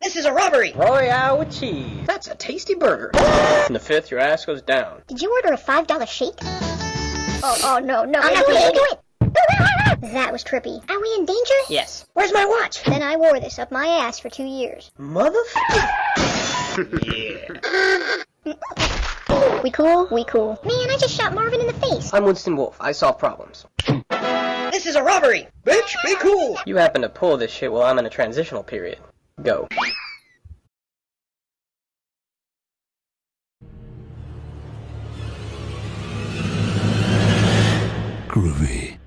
This is a robbery! Royale with cheese. That's a tasty burger. In the fifth, your ass goes down. Did you order a five dollar shake? Oh, oh no, no! I'm not going to do it. That was trippy. Are we in danger? Yes. Where's my watch? Then I wore this up my ass for two years. Motherfucker. We cool? We cool. Man, I just shot Marvin in the face. I'm Winston Wolf. I solve problems. This is a robbery! Bitch, be cool! You happen to pull this shit while I'm in a transitional period. Go. Groovy.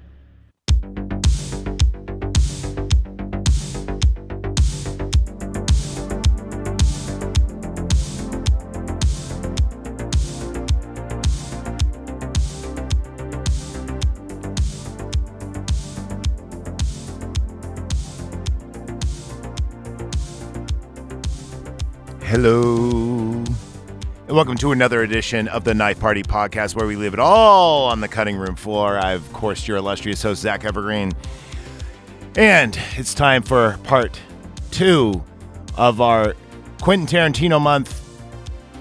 Hello. And welcome to another edition of the Knife Party Podcast, where we leave it all on the cutting room floor. I, of course, your illustrious host, Zach Evergreen. And it's time for part two of our Quentin Tarantino month.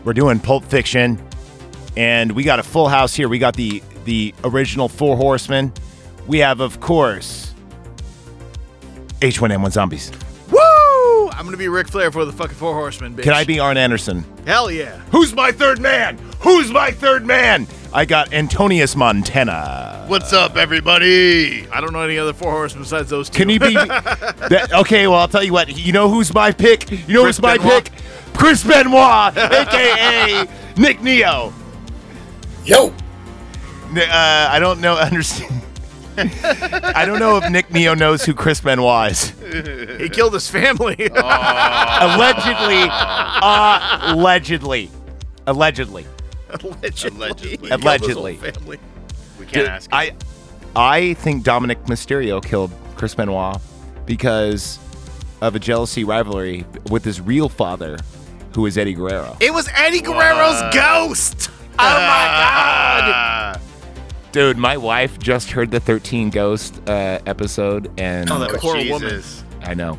We're doing Pulp Fiction, and we got a full house here. We got the the original Four Horsemen. We have, of course, H1N1 Zombies. Woo! I'm gonna be Ric Flair for the fucking Four Horsemen, bitch. Can I be Arn Anderson? Hell yeah! Who's my third man? Who's my third man? I got Antonius Montana. What's up, everybody? I don't know any other Four Horsemen besides those two. Can he be? that, okay, well I'll tell you what. You know who's my pick? You know Chris who's my Benoit? pick? Chris Benoit, aka Nick Neo. Yo, N- Uh, I don't know. Understand? I don't know if Nick Neo knows who Chris Benoit is. he killed his family. Allegedly, uh, allegedly, allegedly. Allegedly. Allegedly. He killed his Allegedly. whole family. we can't ask. I I think Dominic Mysterio killed Chris Benoit because of a jealousy rivalry with his real father, who is Eddie Guerrero. It was Eddie Guerrero's ghost. Oh my Ah. Dude, my wife just heard the 13 Ghost uh, episode, and Oh, that poor woman. Jesus. I know.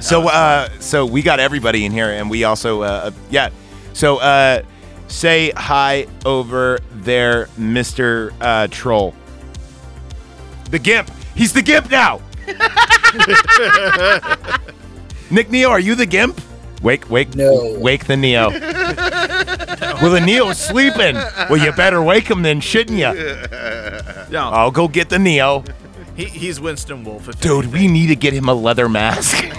So, uh, so we got everybody in here, and we also, uh, yeah. So, uh, say hi over there, Mister uh, Troll. The Gimp. He's the Gimp now. Nick Neo, are you the Gimp? Wake, wake, No. wake the Neo. Well, the Neo's sleeping. Well, you better wake him then, shouldn't you? god. No, I'll go get the Neo. he, he's Winston Wolf. If Dude, we need to get him a leather mask. No,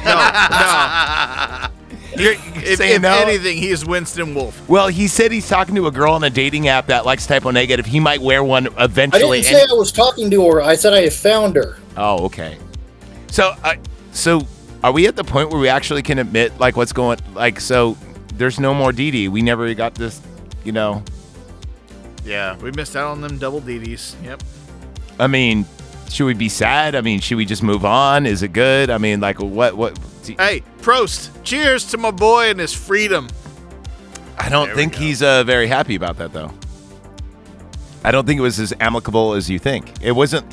no. You're If, saying if no? anything, he is Winston Wolf. Well, he said he's talking to a girl on a dating app that likes typo negative. He might wear one I didn't eventually. say and- I was talking to her. I said I had found her. oh, okay. So, uh, so are we at the point where we actually can admit like what's going? Like, so there's no more DD. We never got this. You know, Yeah. We missed out on them double DDs. Yep. I mean, should we be sad? I mean, should we just move on? Is it good? I mean, like, what? What? Hey, Prost! Cheers to my boy and his freedom. I don't There we think go. he's uh, very happy about that, though. I don't think it was as amicable as you think. It wasn't.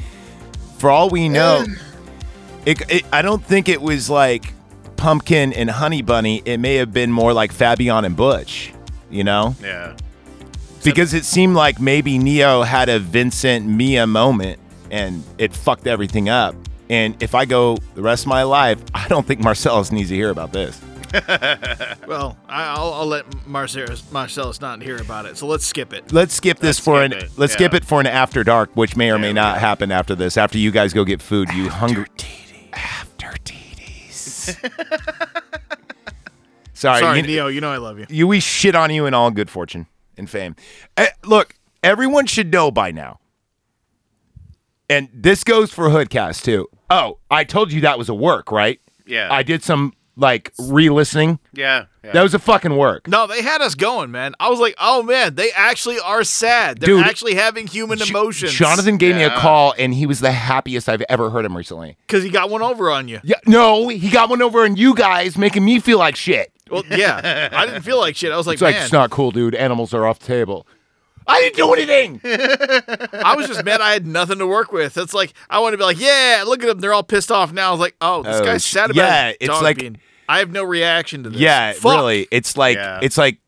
For all we know, it, it, I don't think it was like Pumpkin and Honey Bunny. It may have been more like Fabian and Butch, you know, Yeah. because it seemed like maybe Neo had a Vincent Mia moment, and it fucked everything up. And if I go the rest of my life, I don't think Marcellus needs to hear about this. Well, I, I'll, I'll let Marcellus, Marcellus not hear about it, so let's skip it. let's skip this for skip an it. let's Yeah. skip it for an after dark, which may or may we not happen after this. After you guys go get food, you hungry after titties. Sorry, Sorry, you- Neo, you know I love you. you we shit on you in all good fortune and fame. Eh, look, everyone should know by now. And this goes for Hoodcast too. Oh, I told you that was a work, right? Yeah. I did some like re-listening. Yeah. yeah. That was a fucking work. No, they had us going, man. I was like, oh man, they actually are sad. They're Dude, actually having human Jo- emotions. Jonathan gave me a Yeah. call, and he was the happiest I've ever heard him recently. because he got one over on you. Yeah, no, he got one over on you guys, making me feel like shit. Well, yeah, I didn't feel like shit. I was like, It's like man, it's not cool, dude. Animals are off the table. I didn't do anything. I was just mad I had nothing to work with. It's like I want to be like, yeah, look at them, they're all pissed off now. I was like, oh, this Oh, guy's sh- sad about yeah, his it's dog like- being I have no reaction to this. Yeah, Fuck. really. It's like Yeah. it's like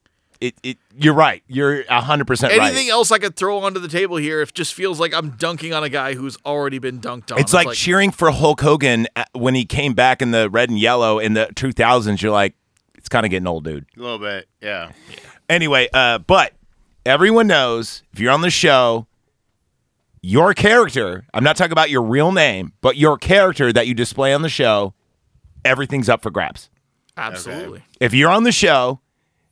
it, it you're right. You're 100% right. Anything else I could throw onto the table here if just feels like I'm dunking on a guy who's already been dunked on. It's like, cheering for Hulk Hogan at- when he came back in the red and yellow in the 2000s. You're like, it's kind of getting old, dude. A little bit. Yeah. Anyway, uh, but everyone knows if you're on the show, your character, I'm not talking about your real name, but your character that you display on the show, everything's up for grabs. absolutely. If you're on the show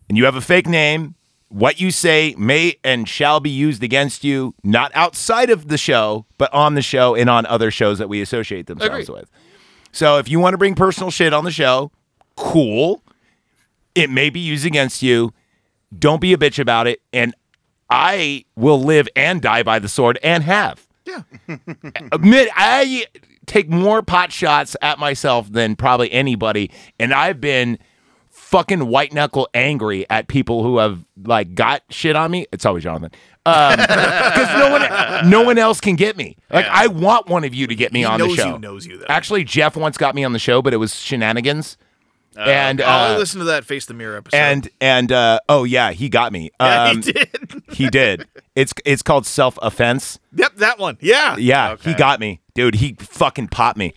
and you have a fake name, what you say may and shall be used against you, not outside of the show, but on the show and on other shows that we associate themselves Agreed. with. So if you want to bring personal shit on the show, cool. It may be used against you. Don't be a bitch about it. And I will live and die by the sword and have. Yeah. Admit, I take more pot shots at myself than probably anybody. And I've been fucking white knuckle angry at people who have like got shit on me. It's always Jonathan. Because no one, no one else can get me. Like Yeah. I want one of you to get me He on knows the show. you knows you though. Actually, Jeff once got me on the show, but it was shenanigans. Oh, and I'll uh, listen to that Face the Mirror episode. and and uh, oh yeah, he got me. yeah, Um, he did. he did. It's it's called self offense. yep, that one. Yeah. Yeah, he Okay. got me, dude. He fucking popped me.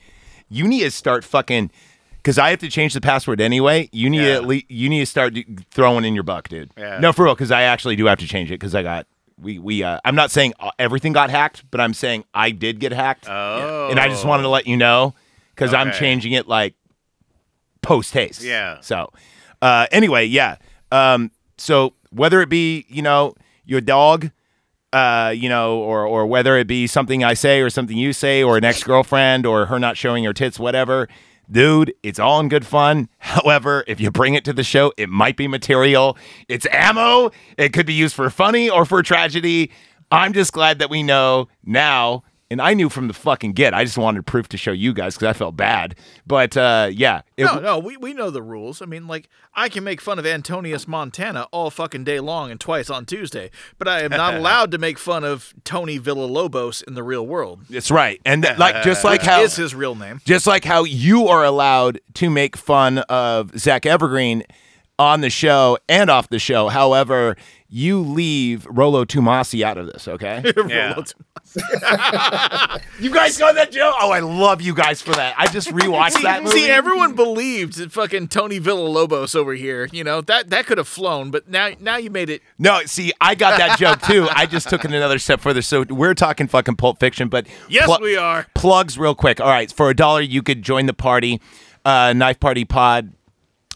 You need to start fucking because I have to change the password anyway. You need to Yeah. at least you need to start d- throwing in your buck, dude. Yeah. No, for real, because I actually do have to change it because I got we we. Uh, I'm not saying uh, everything got hacked, but I'm saying I did get hacked, Oh. and I just wanted to let you know because I'm Okay. changing it like post haste. Yeah. So, uh, anyway, yeah. Um, so whether it be you know your dog, uh, you know, or or whether it be something I say or something you say or an ex girlfriend or her not showing her tits, whatever, dude, it's all in good fun. However, if you bring it to the show, it might be material. It's ammo. It could be used for funny or for tragedy. I'm just glad that we know now. And I knew from the fucking get. I just wanted proof to show you guys because I felt bad. But uh, yeah, it, No, no, we, we know the rules. I mean, like, I can make fun of Antonius Montana all fucking day long and twice on Tuesday, but I am not allowed to make fun of Tony Villalobos in the real world. That's right. And that, like just like how Is his real name. just like how you are allowed to make fun of Zach Evergreen on the show and off the show. However, you leave Rolo Tumasi out of this, okay? Yeah. Rolo Tom- you guys saw that joke? Oh, I love you guys for that. I just rewatched that movie. See, everyone believed that fucking Tony Villalobos over here. You know that that could have flown, but now now you made it. no, see, I got that joke too. I just took it another step further. So we're talking fucking Pulp Fiction, but Yes, pl- we are. plugs real quick. All right, for a dollar, you could join the party, uh, Knife Party Pod.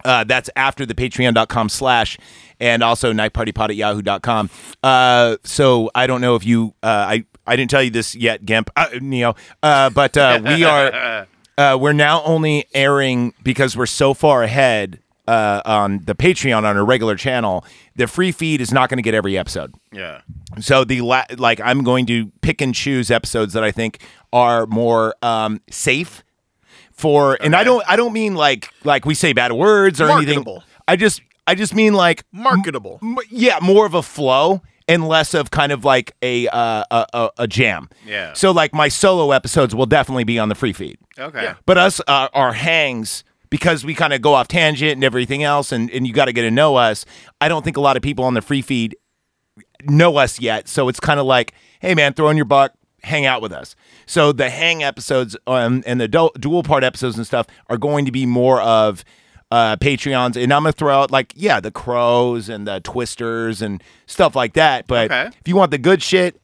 Uh, that's after the patreon.com slash and also knifepartypod at yahoo.com. Uh, so I don't know if you, uh, I, I didn't tell you this yet, Gimp, uh, Neo, uh, but uh, we are, uh, we're now only airing because we're so far ahead uh, on the Patreon on our regular channel. The free feed is not going to get every episode. Yeah. So the la- like I'm going to pick and choose episodes that I think are more um, safe for and I don't I don't mean like like we say bad words or anything. Marketable. I just I just mean like Marketable. m- yeah, more of a flow and less of kind of like a uh, a, a a jam. Yeah. So like my solo episodes will definitely be on the free feed. Okay. But us, uh, our hangs, because we kind of go off tangent and everything else, and, and you got to get to know us. I don't think a lot of people on the free feed know us yet. So it's kind of like, hey, man, throw in your buck, hang out with us. So the hang episodes um, and the du- dual part episodes and stuff are going to be more of uh, Patreons. And I'm going to throw out, like, yeah, the Crows and the Twisters and stuff like that. But Okay. if you want the good shit,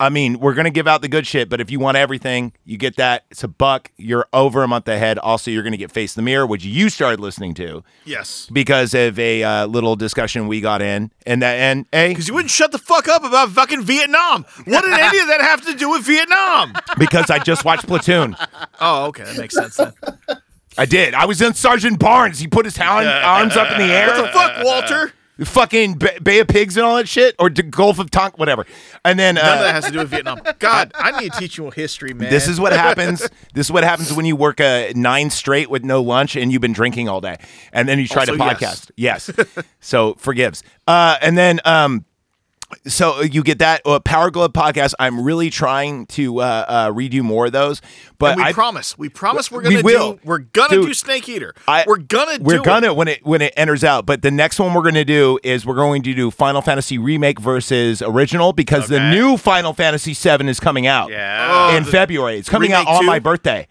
I mean, we're gonna give out the good shit, but if you want everything, you get that. It's a buck. You're over a month ahead. Also, you're gonna get Face the Mirror, which you started listening to Yes, because of a uh, little discussion we got in, and that and a because you wouldn't shut the fuck up about fucking Vietnam. What did any of that have to do with Vietnam? because I just watched Platoon. Oh, okay, that makes sense. Then. I did. I was in Sergeant Barnes. He put his hand, arms up in the air. What the fuck, Walter? Fucking Ba- Bay of Pigs and all that shit, or the Gulf of Tonk, whatever. And then uh, None of that has to do with Vietnam. God, I need to teach you history, man. This is what happens. this is what happens when you work uh, nine straight with no lunch and you've been drinking all day, and then you try to Also, podcast. Yes. so forgives. Uh, and then um, so you get that uh, Power Glove podcast. I'm really trying to uh, uh, redo more of those, but we I, promise. We promise we're We gonna will. do. We're gonna Dude, do Snake Eater. I- we're gonna. we're do gonna It. when it when it enters out. But the next one we're gonna do is we're going to do Final Fantasy remake versus original because the Okay. new Final Fantasy VII is coming out Yeah. in Oh, the February. It's coming out remake on my two? birthday.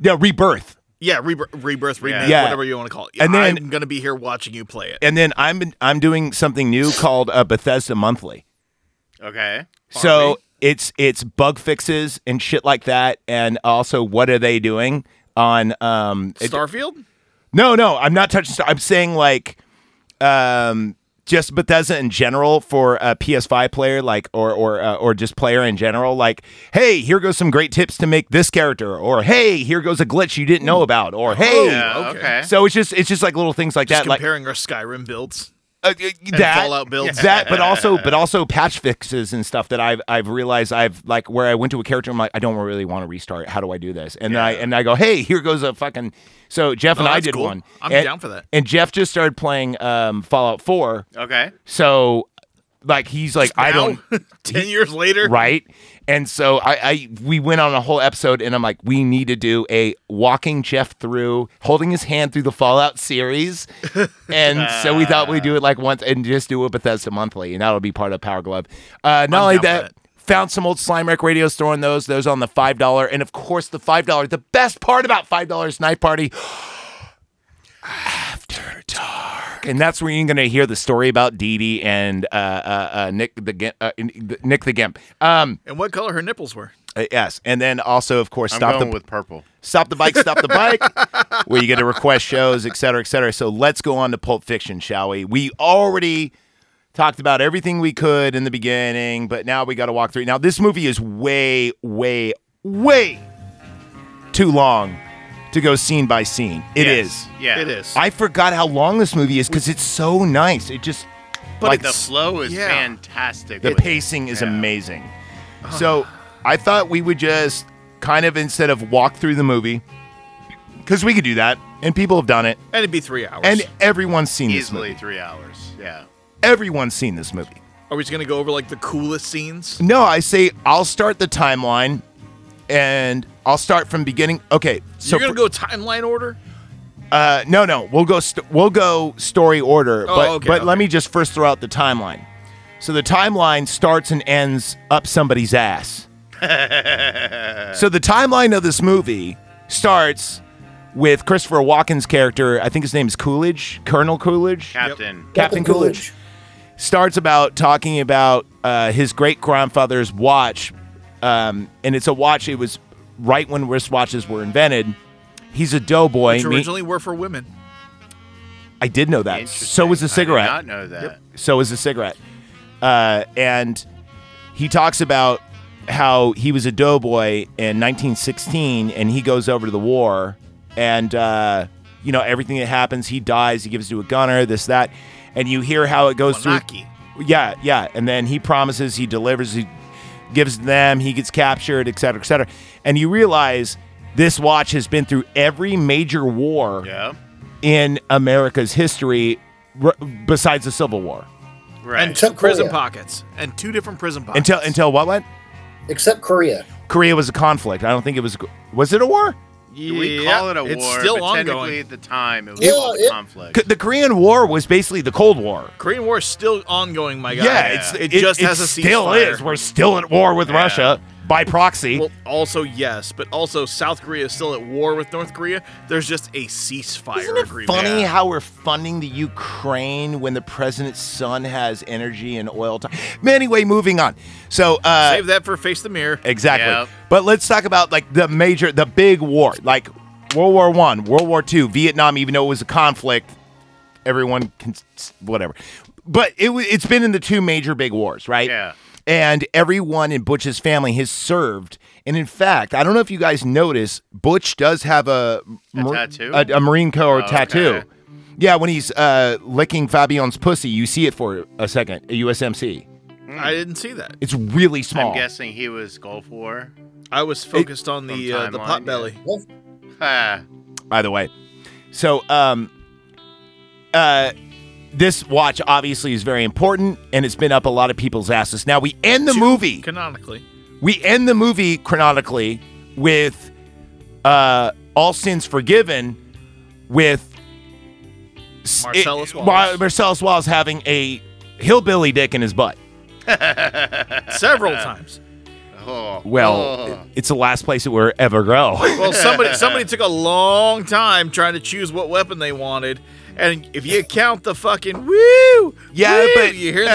Yeah, rebirth. Yeah, rebir- rebirth, remake, Yeah. whatever you want to call it. And then- I'm gonna be here watching you play it. And then I'm I'm doing something new called uh, Bethesda Monthly. Okay. So it's it's bug fixes and shit like that, and also what are they doing on um it- Starfield. No, no, I'm not touching. Star- I'm saying like, um, just Bethesda in general for a PS5 player, like, or or uh, or just player in general. Like, hey, here goes some great tips to make this character, or hey, here goes a glitch you didn't know about, or hey. Oh, Yeah, okay. okay. So it's just it's just like little things like Just that, like comparing our Skyrim builds. uh, uh, that Fallout builds. that, but also but also patch fixes and stuff that I've I've realized I've like where I went to a character, I'm like I don't really want to restart. How do I do this? And then I and I go, hey, here goes a fucking. So Jeff and I Oh, that's did cool. one. I'm and, down for that. And Jeff just started playing um, Fallout Four, Okay. so like he's like I Now, don't Ten years later. right. And so I, I we went on a whole episode, and I'm like, we need to do a walking Jeff through, holding his hand through the Fallout series, and so we thought we'd do it like once and just do a Bethesda monthly, and that'll be part of Power Glove. Uh, not only down for that, that. found some old Slime Wreck Radio store on those. Those on the five dollar, and of course the five dollar. The best part about five dollars night party. After dark, and that's where you're gonna hear the story about Dee Dee and uh, uh, uh, Nick the Gim- uh, Nick the Gimp. Um, And what color her nipples were? uh, Yes, and then also, of course, I'm stop the going with purple. stop the bike, stop the bike, where you get to request shows, et cetera, et cetera. So let's go on to Pulp Fiction, shall we? We already talked about everything we could in the beginning, but now we got to walk through. Now this movie is way, way, way too long to go scene by scene. It is. Yeah. It is. I forgot how long this movie is because it's so nice. It just like But the flow is yeah. fantastic. the with it. pacing is Yeah. amazing. So I thought we would just kind of instead of walk through the movie, because we could do that, and people have done it, and it'd be three hours. and everyone's seen Easily this movie. three hours. Yeah. Everyone's seen this movie. are we just gonna go over like the coolest scenes? No, I say I'll start the timeline, and I'll start from beginning. Okay, so You're for- gonna go timeline order. Uh, no, no, we'll go st- we'll go story order, Oh, but okay, but let okay. me just first throw out the timeline. So the timeline starts and ends up somebody's ass. so the timeline of this movie starts with Christopher Walken's character. I think his name is Coolidge, Colonel Coolidge, Captain. Captain Coolidge. Starts about talking about uh, his great grandfather's watch, um, and it's a watch. It was right when wristwatches were invented. He's a doughboy. Which me- originally were for women. I did know that. Interesting. So was I the did cigarette. not know that. So was the cigarette. Uh, and he talks about how he was a doughboy in 1916, and he goes over to the war, and uh, you know everything that happens. He dies. He gives to a gunner. This that, and you hear how it goes Monaki. through. Yeah, yeah. And then he promises. He delivers. He gives them. He gets captured, et cetera, et cetera. And you realize this watch has been through every major war Yeah. in America's history r- besides the Civil War. Right. And two prison Korea. pockets. And two different prison pockets. Until until what what? Except Korea. Korea was a conflict. I don't think it was was it a war? Do we call it a it's war? still but Technically, ongoing. at the time, it was Yeah, called a it- conflict. C- The Korean War was basically the Cold War. Korean War is still ongoing, my guy. it's it, just has a still ceasefire. is. We're still at war with Yeah. Russia by proxy. Well, also yes, but also South Korea is still at war with North Korea. There's just a ceasefire Isn't it agreement. funny yeah. how we're funding the Ukraine when the president's son has energy and oil? T- anyway, moving on. So uh, Save that for Face the Mirror. Exactly. Yep. But let's talk about like the major, the big war, like World War One, World War Two, Vietnam. Even though it was a conflict, everyone can s- whatever. But it wa- it's been in the two major big wars, right? Yeah. And everyone in Butch's family has served. And in fact, I don't know if you guys notice, Butch does have a, mar- tattoo? a, a Marine Corps Oh, tattoo. okay. Yeah, when he's uh, licking Fabion's pussy, you see it for a second. A USMC. I didn't see that. It's really small. I'm guessing he was Gulf War. I was focused on the From uh, the timeline, pot belly. Ah, by the way. So, um, uh, this watch obviously is very important and it's been up a lot of people's asses. Now we end the movie. Canonically. We end the movie chronologically with uh All Sins Forgiven with s- Marcellus it- Wallace. Mar- Marcellus Wallace having a hillbilly dick in his butt. Several times. Oh. Well, oh. it's the last place it will ever go. Well, somebody somebody took a long time trying to choose what weapon they wanted. And if you count the fucking woo, Yeah, woo, but- you hear the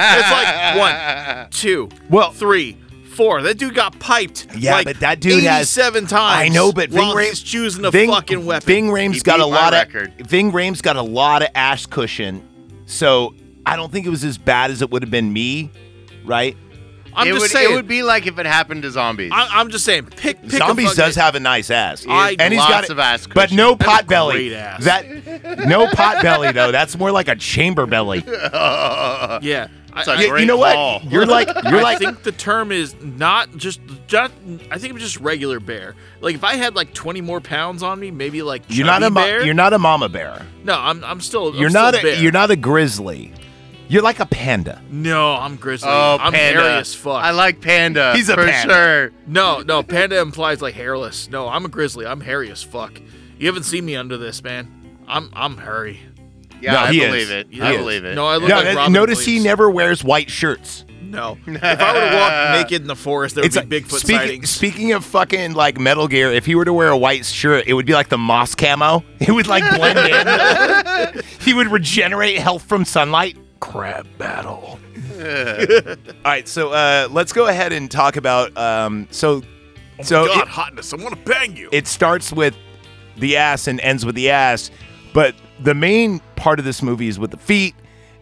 background. It's like one, two, Well- three, four. That dude got piped. Yeah, like but that dude has- seven times. I know, but Ving while Rhames he's choosing a Ving, fucking weapon. Ving Rhames He got beat a my lot record. of Ving Rhames got a lot of ash cushion, so I don't think it was as bad as it would have been me, right? I'm it just would, saying. It would be like if it happened to zombies. I, I'm just saying. Pick, pick a Zombies fucking- does have a nice ass, I- and he's got lots it- of ass but cushion. no That's a pot belly. great ass. That no pot belly though. That's more like a chamber belly. Yeah. I- It's a I- You- you great know what? haul. You're like you're I like think the term is not just, just I think it's just regular bear. Like if I had like 20 more pounds on me, maybe like you're not chubby a mo- bear. you're not a mama bear. no, I'm I'm still You're I'm not still a, bear. you're not a grizzly. You're like a panda. No, I'm grizzly. oh, I'm panda. hairy as fuck. I like panda. He's a for panda. sure. no, no, panda implies like hairless. No, I'm a grizzly. I'm hairy as fuck. You haven't seen me under this, man. I'm I'm hairy. Yeah, No, I he is. believe it. He I is. believe it. No, I look Yeah, like and Robin notice he Williams. never wears white shirts. No. If I would have walked naked in the forest, there would be Bigfoot speaking, sightings. speaking of fucking like Metal Gear, if he were to wear a white shirt, it would be like the moss camo. It would like blend in. he would regenerate health from sunlight. Crab battle. All right, so uh, let's go ahead and talk about. Um, so, so Oh God, it- hotness. I want to bang you. it starts with the ass and ends with the ass, but the main part of this movie is with the feet,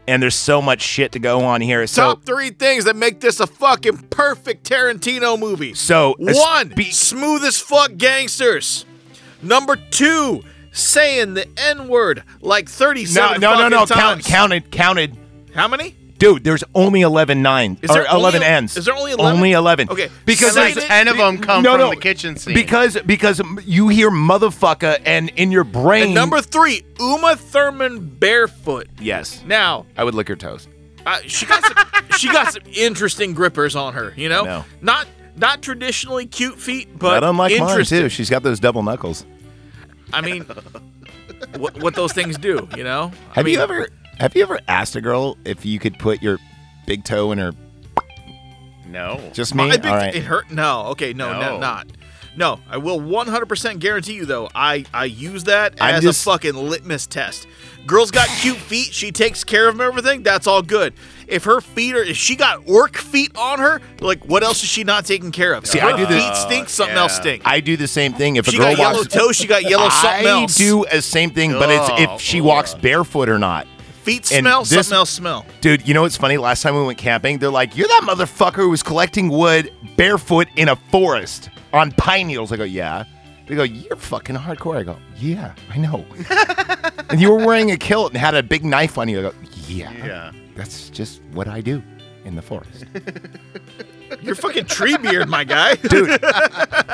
and there's so much shit to go on here. So. Top three things that make this a fucking perfect Tarantino movie. So, a one, spe- smooth as fuck gangsters. Number two, saying the N word like no, 37 no, no, no. fucking Count, times. counted, counted. How many? Dude, there's only 11 nines. Is there or only 11 el- ends. is there only 11? Only 11. Okay, Because so like there's- ten of them come No, from no. the kitchen scene. Because because you hear motherfucker and in your brain. And number three, Uma Thurman barefoot. Yes. Now, I would lick her toes. I, she got some, she got some interesting grippers on her. You know, No. not not traditionally cute feet, But but unlike mine, interesting. too. She's got those double knuckles. I mean, what, what those things do, you know? I Have mean, you ever have you ever asked a girl if you could put your big toe in her no. just me? I think All right. it hurt. No, okay, no, no, No. not. No, I will 100% guarantee you though. I I use that I'm as just- a fucking litmus test. Girl's got cute feet. She takes care of them. Everything. That's all good. If her feet are, if she got orc feet on her, like what else is she not taking care of? See, If her I do this- feet stink. Something Yeah. else stinks. I do the same thing if she a girl got yellow walks toes. She got yellow something I else. do the same thing, but it's if she Oh, walks barefoot or not. Feet and smell. this- something else smell. Dude, you know what's funny? Last time we went camping, they're like, "You're that motherfucker who was collecting wood barefoot in a forest on pine needles." I go, "Yeah." They go, "You're fucking hardcore." I go, "Yeah, I know." and you were wearing a kilt and had a big knife on you. I go, "Yeah, Yeah. that's just what I do in the forest." You're fucking tree beard, my guy. Dude,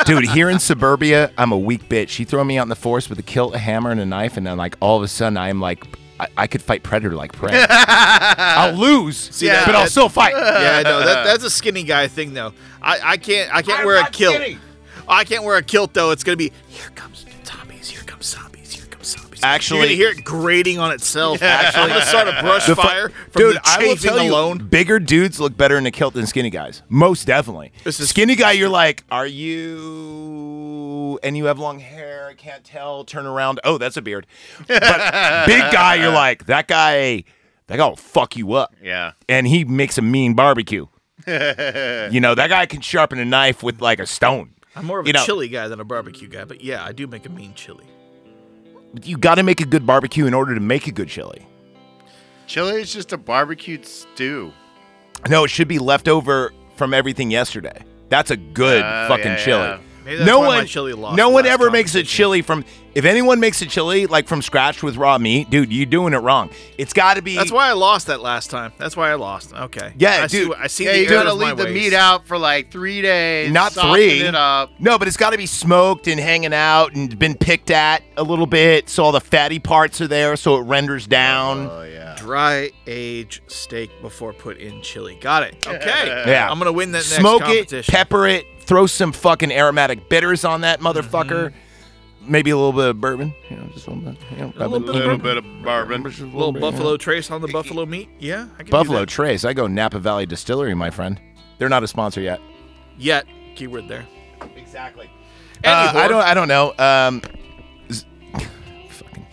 dude, here in suburbia, I'm a weak bitch. She threw me out in the forest with a kilt, a hammer, and a knife, and then like all of a sudden, I'm like, I, I could fight predator like prey. I'll lose, that- but I'll that- still fight. yeah, no, that, that's a skinny guy thing though. I, I can't I can't wear a kilt. I can't wear a kilt though. It's gonna be here comes zombies, here comes zombies, here comes zombies. Actually- you're gonna hear it grating on itself. Actually, I'm gonna start a brush The fu- fire from dude, the I will chafing tell alone. you, bigger dudes look better in a kilt than skinny guys. Most definitely. This is- skinny guy, you're like, are you? And you have long hair. I can't tell. Turn around. Oh, that's a beard. But big guy, you're like that guy. That guy will fuck you up, Yeah. and he makes a mean barbecue. you know that guy can sharpen a knife with like a stone. I'm more of a you know- chili guy than a barbecue guy, but yeah, I do make a mean chili. You got to make a good barbecue in order to make a good chili. Chili is just a barbecued stew. No, it should be leftover from everything yesterday. That's a good Oh, fucking yeah, chili. yeah. Maybe that's no why my one, chili lost no one last ever makes a competition. chili from. If anyone makes a chili like from scratch with raw meat, dude, you're doing it wrong. It's got to be. That's why I lost that last time. That's why I lost. Okay. Yeah, I See, dude. wh- I see Yeah, the you error gotta of my leave the ways. meat out for like three days. Not soften three. It up. No, but it's got to be smoked and hanging out and been picked at a little bit, so all the fatty parts are there, so it renders down. Oh yeah. Dry age steak before put in chili. Got it. Okay. Yeah. I'm gonna win that next Smoke it, competition. pepper it, throw some fucking aromatic bitters on that motherfucker. Mm-hmm. Maybe a little bit of bourbon, you know, just a little bit, you know, little rubbing- A little bit of bourbon. just a little bit, buffalo yeah. trace on the buffalo meat. Yeah. I can do Buffalo that. Trace. I go Napa Valley Distillery, my friend. They're not a sponsor yet. Yet keyword there. Exactly. Anywho. Uh, I don't. I don't know. Um, z- fucking,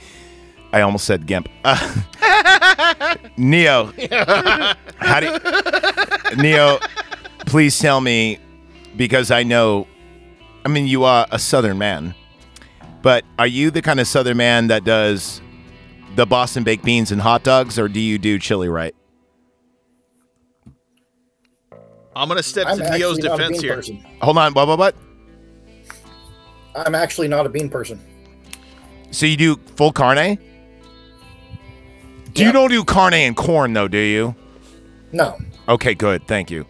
I almost said Gimp. Uh, Neo, how do you- Neo? Please tell me, because I know. I mean, you are a Southern man, but are you the kind of Southern man that does the Boston baked beans and hot dogs, or do you do chili right? I'm gonna step I'm to Neo's actually not a defense bean here. person. Hold on, what, what, what? I'm actually not a bean person. So you do full carne? Do you Yeah. don't do carne and corn though, do you? No. Okay, good. Thank you.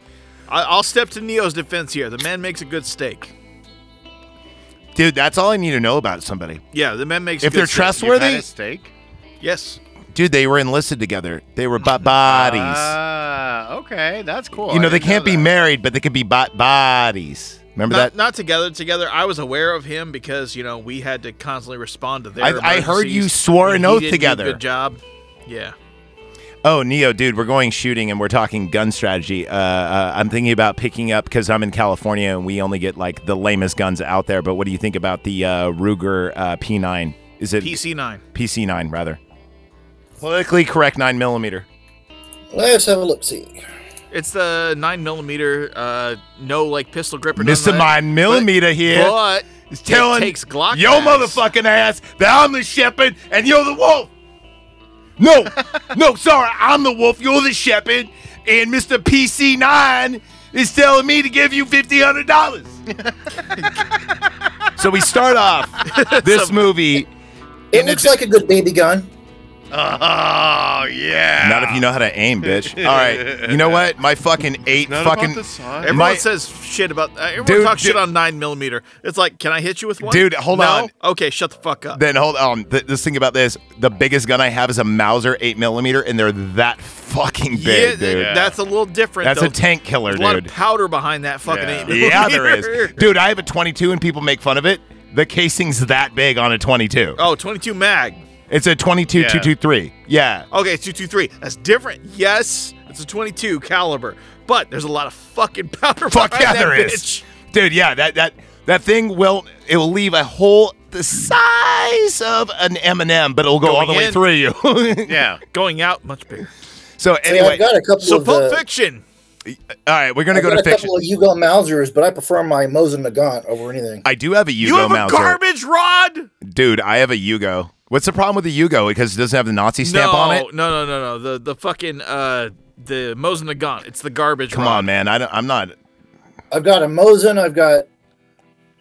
I- I'll step to Neo's defense here. The man makes a good steak. Dude, that's all I need to know about somebody. Yeah, the man makes. a If good they're steak. You've had trustworthy, a steak. Yes. dude, they were enlisted together. They were bo- bodies. Ah, okay, that's cool. you Uh, I know, they didn't can't be that. married, but they could be bo- bodies. Remember Not, that? not together. Together, I was aware of him because you know we had to constantly respond to their. I- I heard you emergencies, swore and an he oath did do a together. Good job. Yeah. Oh, Neo, dude, we're going shooting and we're talking gun strategy. Uh, uh, I'm thinking about picking up because I'm in California and we only get like the lamest guns out there. But what do you think about the uh, Ruger uh, P9? Is it PC nine. PC9 rather. Politically correct nine millimeter. Let's have a look. See. It's the nine millimeter. Uh, no like pistol grip or Mr. nothing like Nine Millimeter here is But telling takes Glock your guys. motherfucking ass that I'm the shepherd and you're the wolf. No, no, sorry, I'm the wolf. You're the shepherd, and Mr. PC9 is telling me to give you fifty hundred dollars. so we start off this movie. It looks like a good baby gun. Oh yeah. Not if you know how to aim, bitch. All right, you know what? My fucking eight Not about fucking the size. everyone my- says shit about. Uh, everyone Dude, talks shit dude- on nine millimeter. It's like, can I hit you with one? Dude, hold No? on. Okay, shut the fuck up. Then hold on. Th- this thing about this, the biggest gun I have is a Mauser eight millimeter, and they're that fucking big, yeah, dude. that's a little different. That's though. a tank killer, There's a lot of dude. powder behind that fucking Yeah. eight Yeah, there millimeter. is, dude. I have a 22, and people make fun of it. The casing's that big on a 22. Oh, 22 mag. It's a 22 Yeah. 223. Yeah, Okay, it's 223. That's different. Yes, it's a 22 caliber, but there's a lot of fucking powder. fuck yeah, behind that there is, bitch. dude. Yeah, that that that thing will it will leave a hole the size of an M&M, but it'll go all the Going way in. through you. Yeah. Going out much bigger. so See, anyway, I've got a couple So of. Uh, Pulp Fiction. all right, we're gonna I've go got to a fiction. couple of Hugo Mausers, but I prefer my Mosin Nagant over anything. I do have a Hugo you have Mauser. a garbage rod. Dude, I have a Yugo. What's the problem with the Yugo? Because it doesn't have the Nazi stamp no, on it. no, no, no, no. The the fucking uh the Mosin Nagant. It's the garbage Come rod. on, man. I don't, I'm not. I've got a Mosin. I've got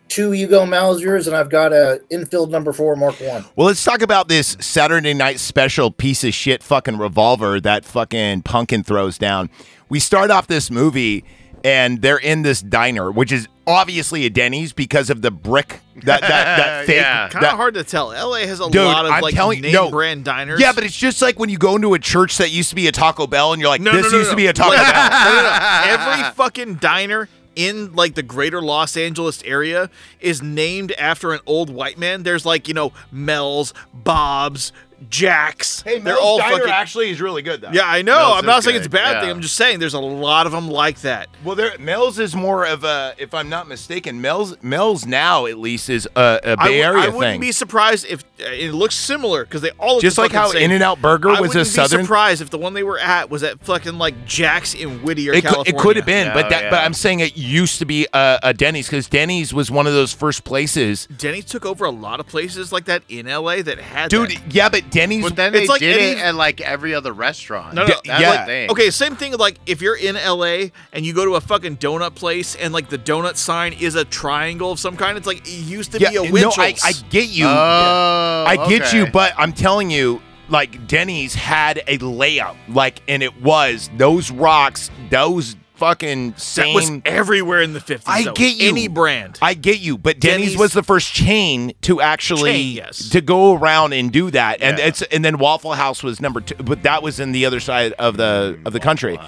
two Hugo Mausers, and I've got a infield number four Mark One. Well, let's talk about this Saturday night special piece of shit fucking revolver that fucking Punkin throws down. We start off this movie and they're in this diner, which is obviously a Denny's because of the brick that that that fake. Yeah. Kind of that- hard to tell. LA has a Dude, lot of I'm like telling- name no. brand diners. yeah, but it's just like when you go into a church that used to be a Taco Bell and you're like, No, this no, no, used no. to be a Taco Like- Bell. no, no, no. Every fucking diner in like the greater Los Angeles area is named after an old white man. There's like, you know, Mel's, Bob's, Jack's. They're all fucking actually is really good though. Yeah, I know. Mel's I'm not is saying it's a good, bad yeah. thing. I'm just saying there's a lot of them like that. Well, there, Mel's is more of a, if I'm not mistaken, Mel's Mel's now at least is a, a I Bay w- Area I wouldn't thing. be surprised if uh, it looks similar because they all look Just the like fucking how same. In and Out Burger I was a wouldn't Southern. Be surprised if the one they were at was at fucking like Jack's in Whittier, It could, California. it could have been, but Oh, that, but yeah. I'm saying it used to be a, a Denny's because Denny's was one of those first places. Denny took over a lot of places like that in LA that had Dude, that. yeah, but Denny's. But then It's they like did any- it at like every other restaurant. No, no, no. That's the yeah. thing. Okay, same thing. Like if you're in LA and you go to a fucking donut place and like the donut sign is a triangle of some kind, it's like it used to yeah, be a no, Winchell's. I, I get you. Oh, I get okay. you, but I'm telling you, like Denny's had a layout, like, and it was those rocks, those fucking that was same. everywhere in the fifties. I get you. Any brand. I get you, but Denny's, Denny's- was the first chain to actually Chain, yes. to go around and do that, and Yeah. it's and then Waffle House was number two, but that was in the other side of the of the country.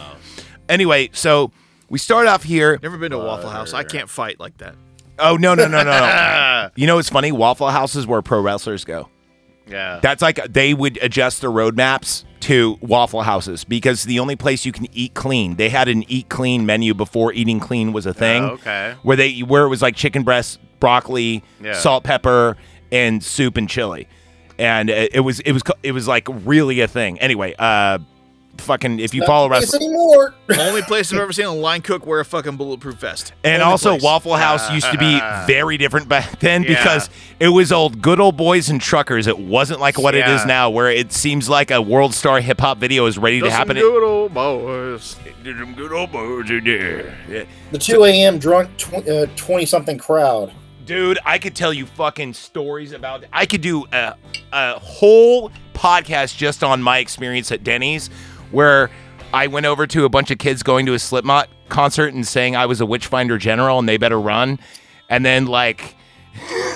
Anyway, so we start off here. Never been to a Waffle House. I can't fight like that. Oh no no no no! no. you know what's funny? Waffle House is where pro wrestlers go. Yeah. That's like they would adjust their roadmaps to Waffle Houses because the only place you can eat clean. They had an eat clean menu before eating clean was a Oh, thing. Oh, okay. Where they where it was like chicken breast, broccoli, Yeah. salt, pepper, and soup and chili, and it, it was it was co- it was like really a thing. Anyway, uh, fucking if you follow Place wrestling. anymore. Only place I've ever seen a line cook wear a fucking bulletproof vest. And Only also, place. Waffle House used to be very different back then Ah. Yeah. because it was old good old boys and truckers. It wasn't like what it is Yeah. now, where it seems like a world star hip hop video is ready to Just some happen. good old boys. The 2 a.m. drunk 20 something crowd. Dude, I could tell you fucking stories about. I could do a, a whole podcast just on my experience at Denny's, where I went over to a bunch of kids going to a Slipknot concert and saying I was a Witchfinder general and they better run, and then like.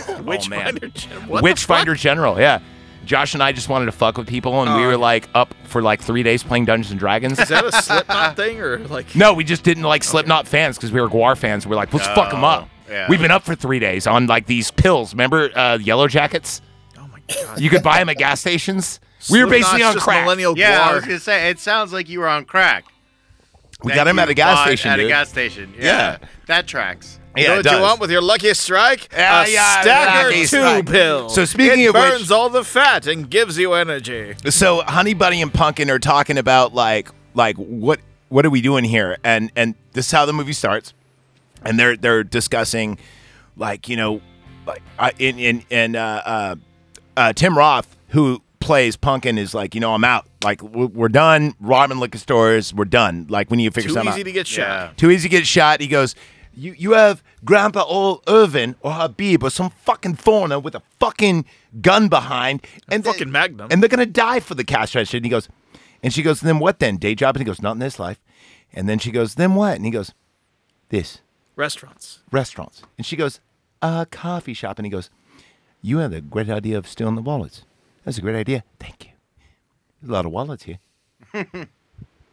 Oh, Witch man. Finder Jim. What the Witchfinder General, yeah. Josh and I just wanted to fuck with people, and we Oh, were like up for like three days playing Dungeons and Dragons. Is that a Slipknot thing or like? no, we just didn't like Slipknot fans because we were Guar fans. We're like, let's 'em fuck Oh, them up. yeah. We've been up for three days on like these pills. Remember uh, Yellow Jackets? Oh my god. You could buy them at gas stations. We were basically Slipknot's on just crack. Millennial Yeah, I guar. was gonna say it sounds like you were on crack. We That got him you at a gas bought station, At dude. a gas station. Yeah. Yeah. That tracks. Yeah, you know it what does. you want with your lucky strike? Yeah, a yeah, stagger lucky two strike. pill. So speaking it of burns which- all the fat and gives you energy. so honey bunny and pumpkin are talking about like like what what are we doing here and and this is how the movie starts and they're they're discussing like you know like I in in and uh, uh uh tim roth who plays pumpkin is like you know i'm out like we're we're done robbing liquor stores we're done like we need to figure Too something easy out to get shot. too easy to get shot. He goes, you, you have Grandpa Ol Irvin or Habib or some fucking foreigner with a fucking gun behind and they- fucking Magnum. and they're gonna die for the cash register. And he goes, and she goes, then what then? Day job? And he goes, not in this life. And then she goes, then what? And he goes, this Restaurants. restaurants. And she goes, a coffee shop. And he goes, you had the great idea of stealing the wallets. That's a great idea. Thank you. There's a lot of wallets here. a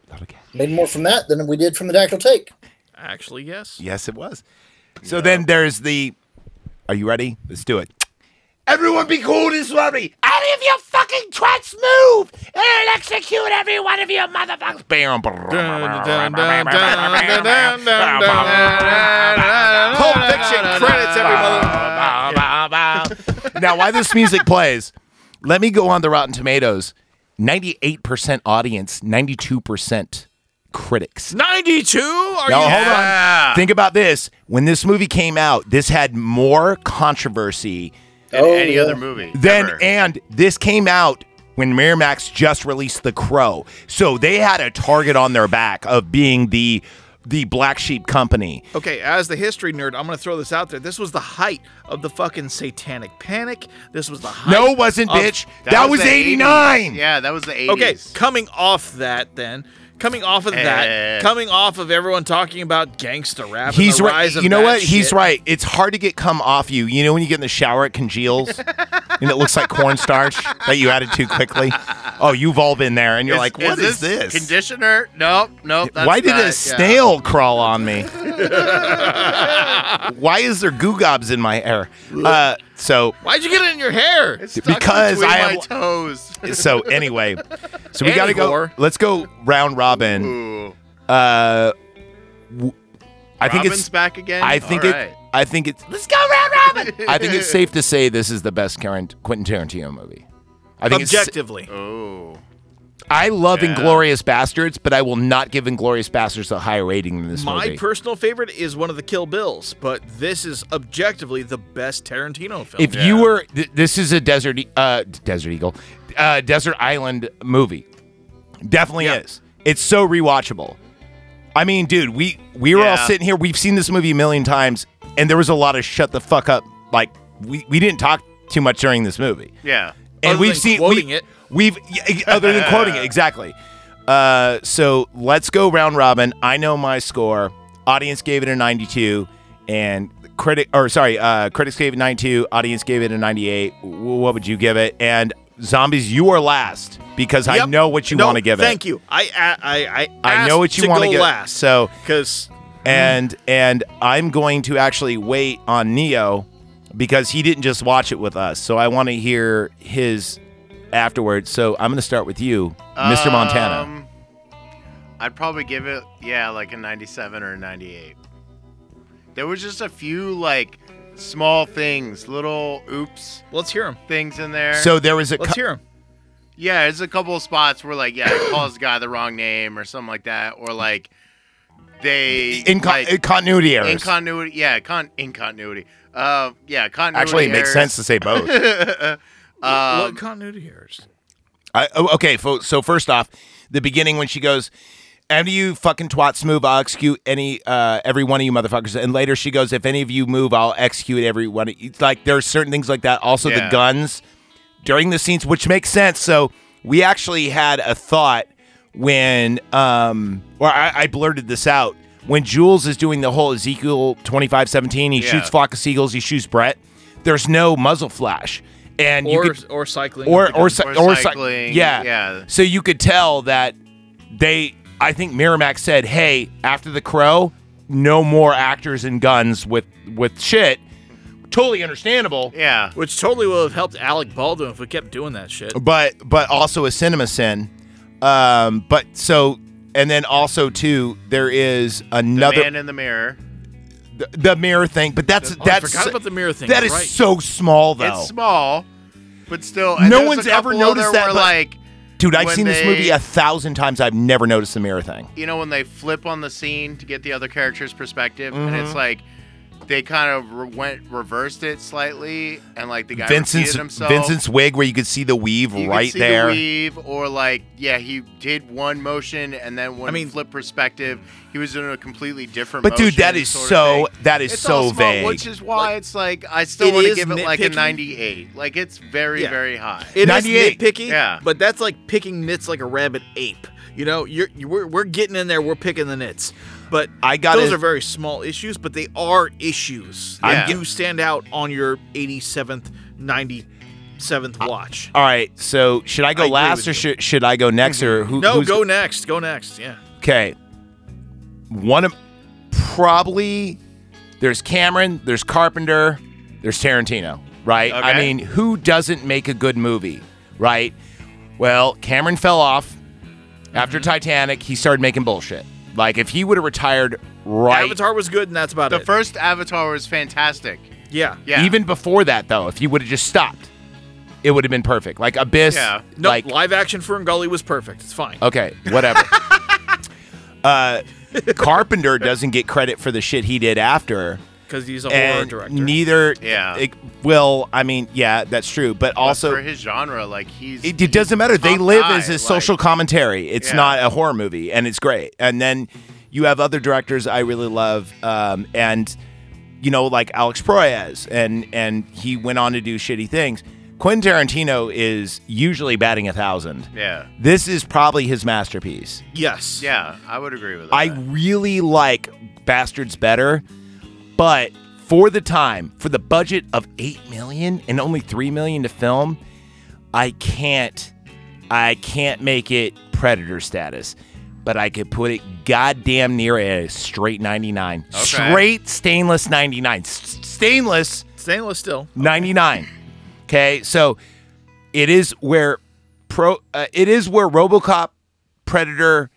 lot of cash. Made more from that than we did from the dactyl take. Actually, yes. Yes, it was. So then there's the. Are you ready? Let's do it. Everyone be cool and slurry. Out of your fucking trance move and execute every one of your motherfuckers. Bam. Pulp Fiction credits, every mother- Now, while this music plays, let me go on the Rotten Tomatoes. 98% audience, 92% critics. 92? Are Now you hold on. Think about this. When this movie came out, this had more controversy Than Oh, any yeah. other movie. than ever. and this came out when Miramax just released The Crow. So they had a target on their back of being the the black sheep company. Okay, as the history nerd, I'm going to throw this out there. This was the height of the fucking satanic panic. This was the height. No, it wasn't, of- bitch. That, was, the 80s. 89. Yeah, that was the 80s. Okay, coming off that then. Coming off of Eh. that, coming off of everyone talking about gangster rap, He's and the right. rise of You know that what? He's shit. right. It's hard to get cum off you. You know when you get in the shower, it congeals, and it looks like cornstarch that you added too quickly. Oh, you've all been there, and you're like, "What is, this?" Conditioner? Nope, nope. That's Why did not, a snail crawl on me? Why is there goo gobs in my hair? Uh, so Why'd you get it in your hair? Yeah. It's stuck Because between I my am- toes. so anyway, so we gotta go. Anyhow. Let's go round robin. Ooh. Uh, w- I think Robin's it's. back again. I think All it. right. I think it's. Let's go round robin. I think it's safe to say this is the best current Quentin Tarantino movie. I think it's. Objectively. Oh. I love Yeah. Inglorious Bastards, but I will not give Inglorious Bastards a higher rating than this My movie. personal favorite is one of the Kill Bills, but this is objectively the best Tarantino film. If you were, th- this is a desert, E- uh, desert eagle. uh, desert island movie. Definitely Yeah. is. It's so rewatchable. I mean, dude, we we were all Yeah. sitting here. We've seen this movie a million times, and there was a lot of shut the fuck up. Like we we didn't talk too much during this movie Yeah. and Other we've than seen quoting we, it. We've yeah, other than quoting it exactly. Uh, so let's go round robin. I know my score. Audience gave it a 92, and critic or sorry, uh, critics gave it 92. Audience gave it a 98. W- What would you give it? And zombies, you are last because I Yep. know what you No, want to give Thank it. you. I I I I know what you want want to give. last. So because and and I'm going to actually wait on Neo because he didn't just watch it with us. So I want to hear his afterwards. So I'm going to start with you, Mr. Montana. Um, I'd probably give it, yeah, like a 97 or a 98. There was just a few, like, small things, little oops let's hear him. things in there. So there was a Let's cou- hear him. Yeah, there's a couple of spots where like yeah, it calls the guy the wrong name or something like that, or like they in, co- like, in continuity errors. in continuity. Yeah, con in continuity. Uh, yeah, continuity. actually, it makes sense errors. to say both. what continuity errors? I, oh, okay, fo- so first off, the beginning when she goes, "Any of you fucking twats move, I'll execute any uh, every one of you motherfuckers." And later she goes, "If any of you move, I'll execute every one." Of you. It's Like there are certain things like that. Also, the Yeah. guns during the scenes, which makes sense. So we actually had a thought when, um, or I, I blurted this out when Jules is doing the whole Ezekiel twenty five seventeen. He Yeah. shoots flock of seagulls. He shoots Brett. There's no muzzle flash. And you Or could, or cycling or or, cy- Or or cy- cycling, yeah. yeah. So you could tell that they. I think Miramax said, "Hey, after the Crow, no more actors and guns with with shit." Totally understandable, Yeah, which totally would have helped Alec Baldwin if we kept doing that shit. but but also a cinema sin. Um, but so and then also too, there is the another man in the mirror. the, the mirror thing. But that's Oh, I that's forgot about the mirror thing. that is You're right. so small though. It's small, but still. and No there's a one's ever couple noticed other that, Where, but- like Dude, I've when seen this they- movie a thousand times. I've never noticed the mirror thing. you know when they flip on the scene to get the other character's perspective, and Mm-hmm. it's like. They kind of re- went reversed it slightly, and like the guy Vincent's repeated himself. Vincent's wig, where you could see the weave you could right see the there. weave, or like, yeah, he did one motion and then one I mean- flip perspective. He was doing a completely different. But dude, that motion is sort of so thing. that is It's so all small, vague. which is why it's like I still it want to is give it like a nitpicky. 98. Like it's very Yeah. very high. It is 98. nitpicky, Yeah. but that's like picking nits like a rabid ape. You know, you're, you we're, we're getting in there, we're picking the nits. But I got those it. are very small issues, but they are issues. I'm that get- do stand out on your 87th, 97th watch. All right, so should I go I agree last with or you. should, should I go next or who? no, who's- go next. Go next. Yeah. Okay, one of probably there's Cameron, there's Carpenter, there's Tarantino. Right? I Okay. mean, who doesn't make a good movie? Right? Well, Cameron fell off after Mm-hmm. Titanic. He started making bullshit. Like if he would have retired right Avatar was good, and that's about The it. first Avatar was fantastic. yeah. Yeah, Even before that, though, if you would have just stopped, it would have been perfect. Like Abyss. Yeah. No, like, live action Ferngully was perfect. It's fine. okay, whatever. uh, Carpenter doesn't get credit for the shit he did after. Because he's a horror And director. neither. Yeah. It, well, I mean, yeah, that's true. But But also, for his genre, like he's it, he's it doesn't matter. They top live guy, as a like- social commentary. It's Yeah. not a horror movie, and it's great. And then you have other directors I really love, um, and you know, like Alex Proyas, and and he went on to do shitty things. Quentin Tarantino is usually batting a thousand. Yeah, This is probably his masterpiece. yes. yeah, I would agree with that. I really like Bastards better, but for the time, for the budget of 8 million and only 3 million to film, I can't I can't make it predator status, but I could put it goddamn near a straight 99. Straight stainless 99. S- stainless Stainless still. 99. Okay, so it is where pro uh, it is where RoboCop, Predator,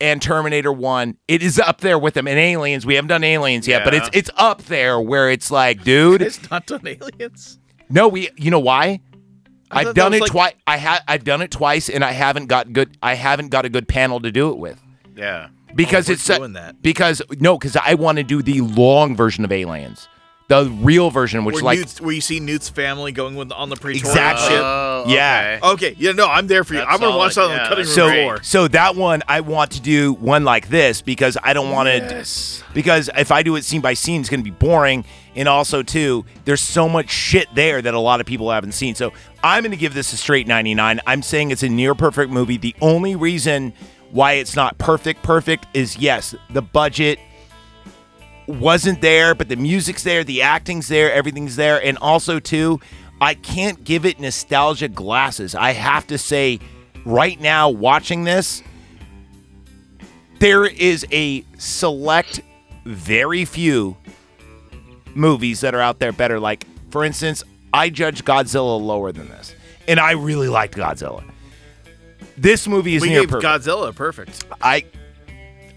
and Terminator 1. It is up there with them and Aliens. We haven't done Aliens yet, but it's it's up there where it's like, dude, It's not done aliens. no, we you know why? I I've thought that done it was like- twice. I had I've done it twice and I haven't got good I haven't got a good panel to do it with. yeah, Because Oh, we're it's so- doing that. because no, because I want to do the long version of Aliens. the real version, which where, like Newt's, where you see Newt's family going with, on the Praetorian Exact shit. ship. Oh, Yeah. okay. Okay, yeah, no, I'm there for you. That's I'm gonna watch that solid, on the yeah. cutting room so floor. so that one I want to do one like this because I don't want to because if I do it scene by scene it's going to be boring and also too there's so much shit there that a lot of people haven't seen. So I'm going to give this a straight 99. I'm saying it's a near perfect movie. The only reason why it's not perfect perfect is yes, the budget wasn't there, but the music's there, the acting's there, everything's there. And also, too, I can't give it nostalgia glasses. I have to say, right now, watching this, there is a select, very few movies that are out there better. Like, for instance, I judge Godzilla lower than this, and I really liked Godzilla. This movie is we near gave perfect. Godzilla a perfect. I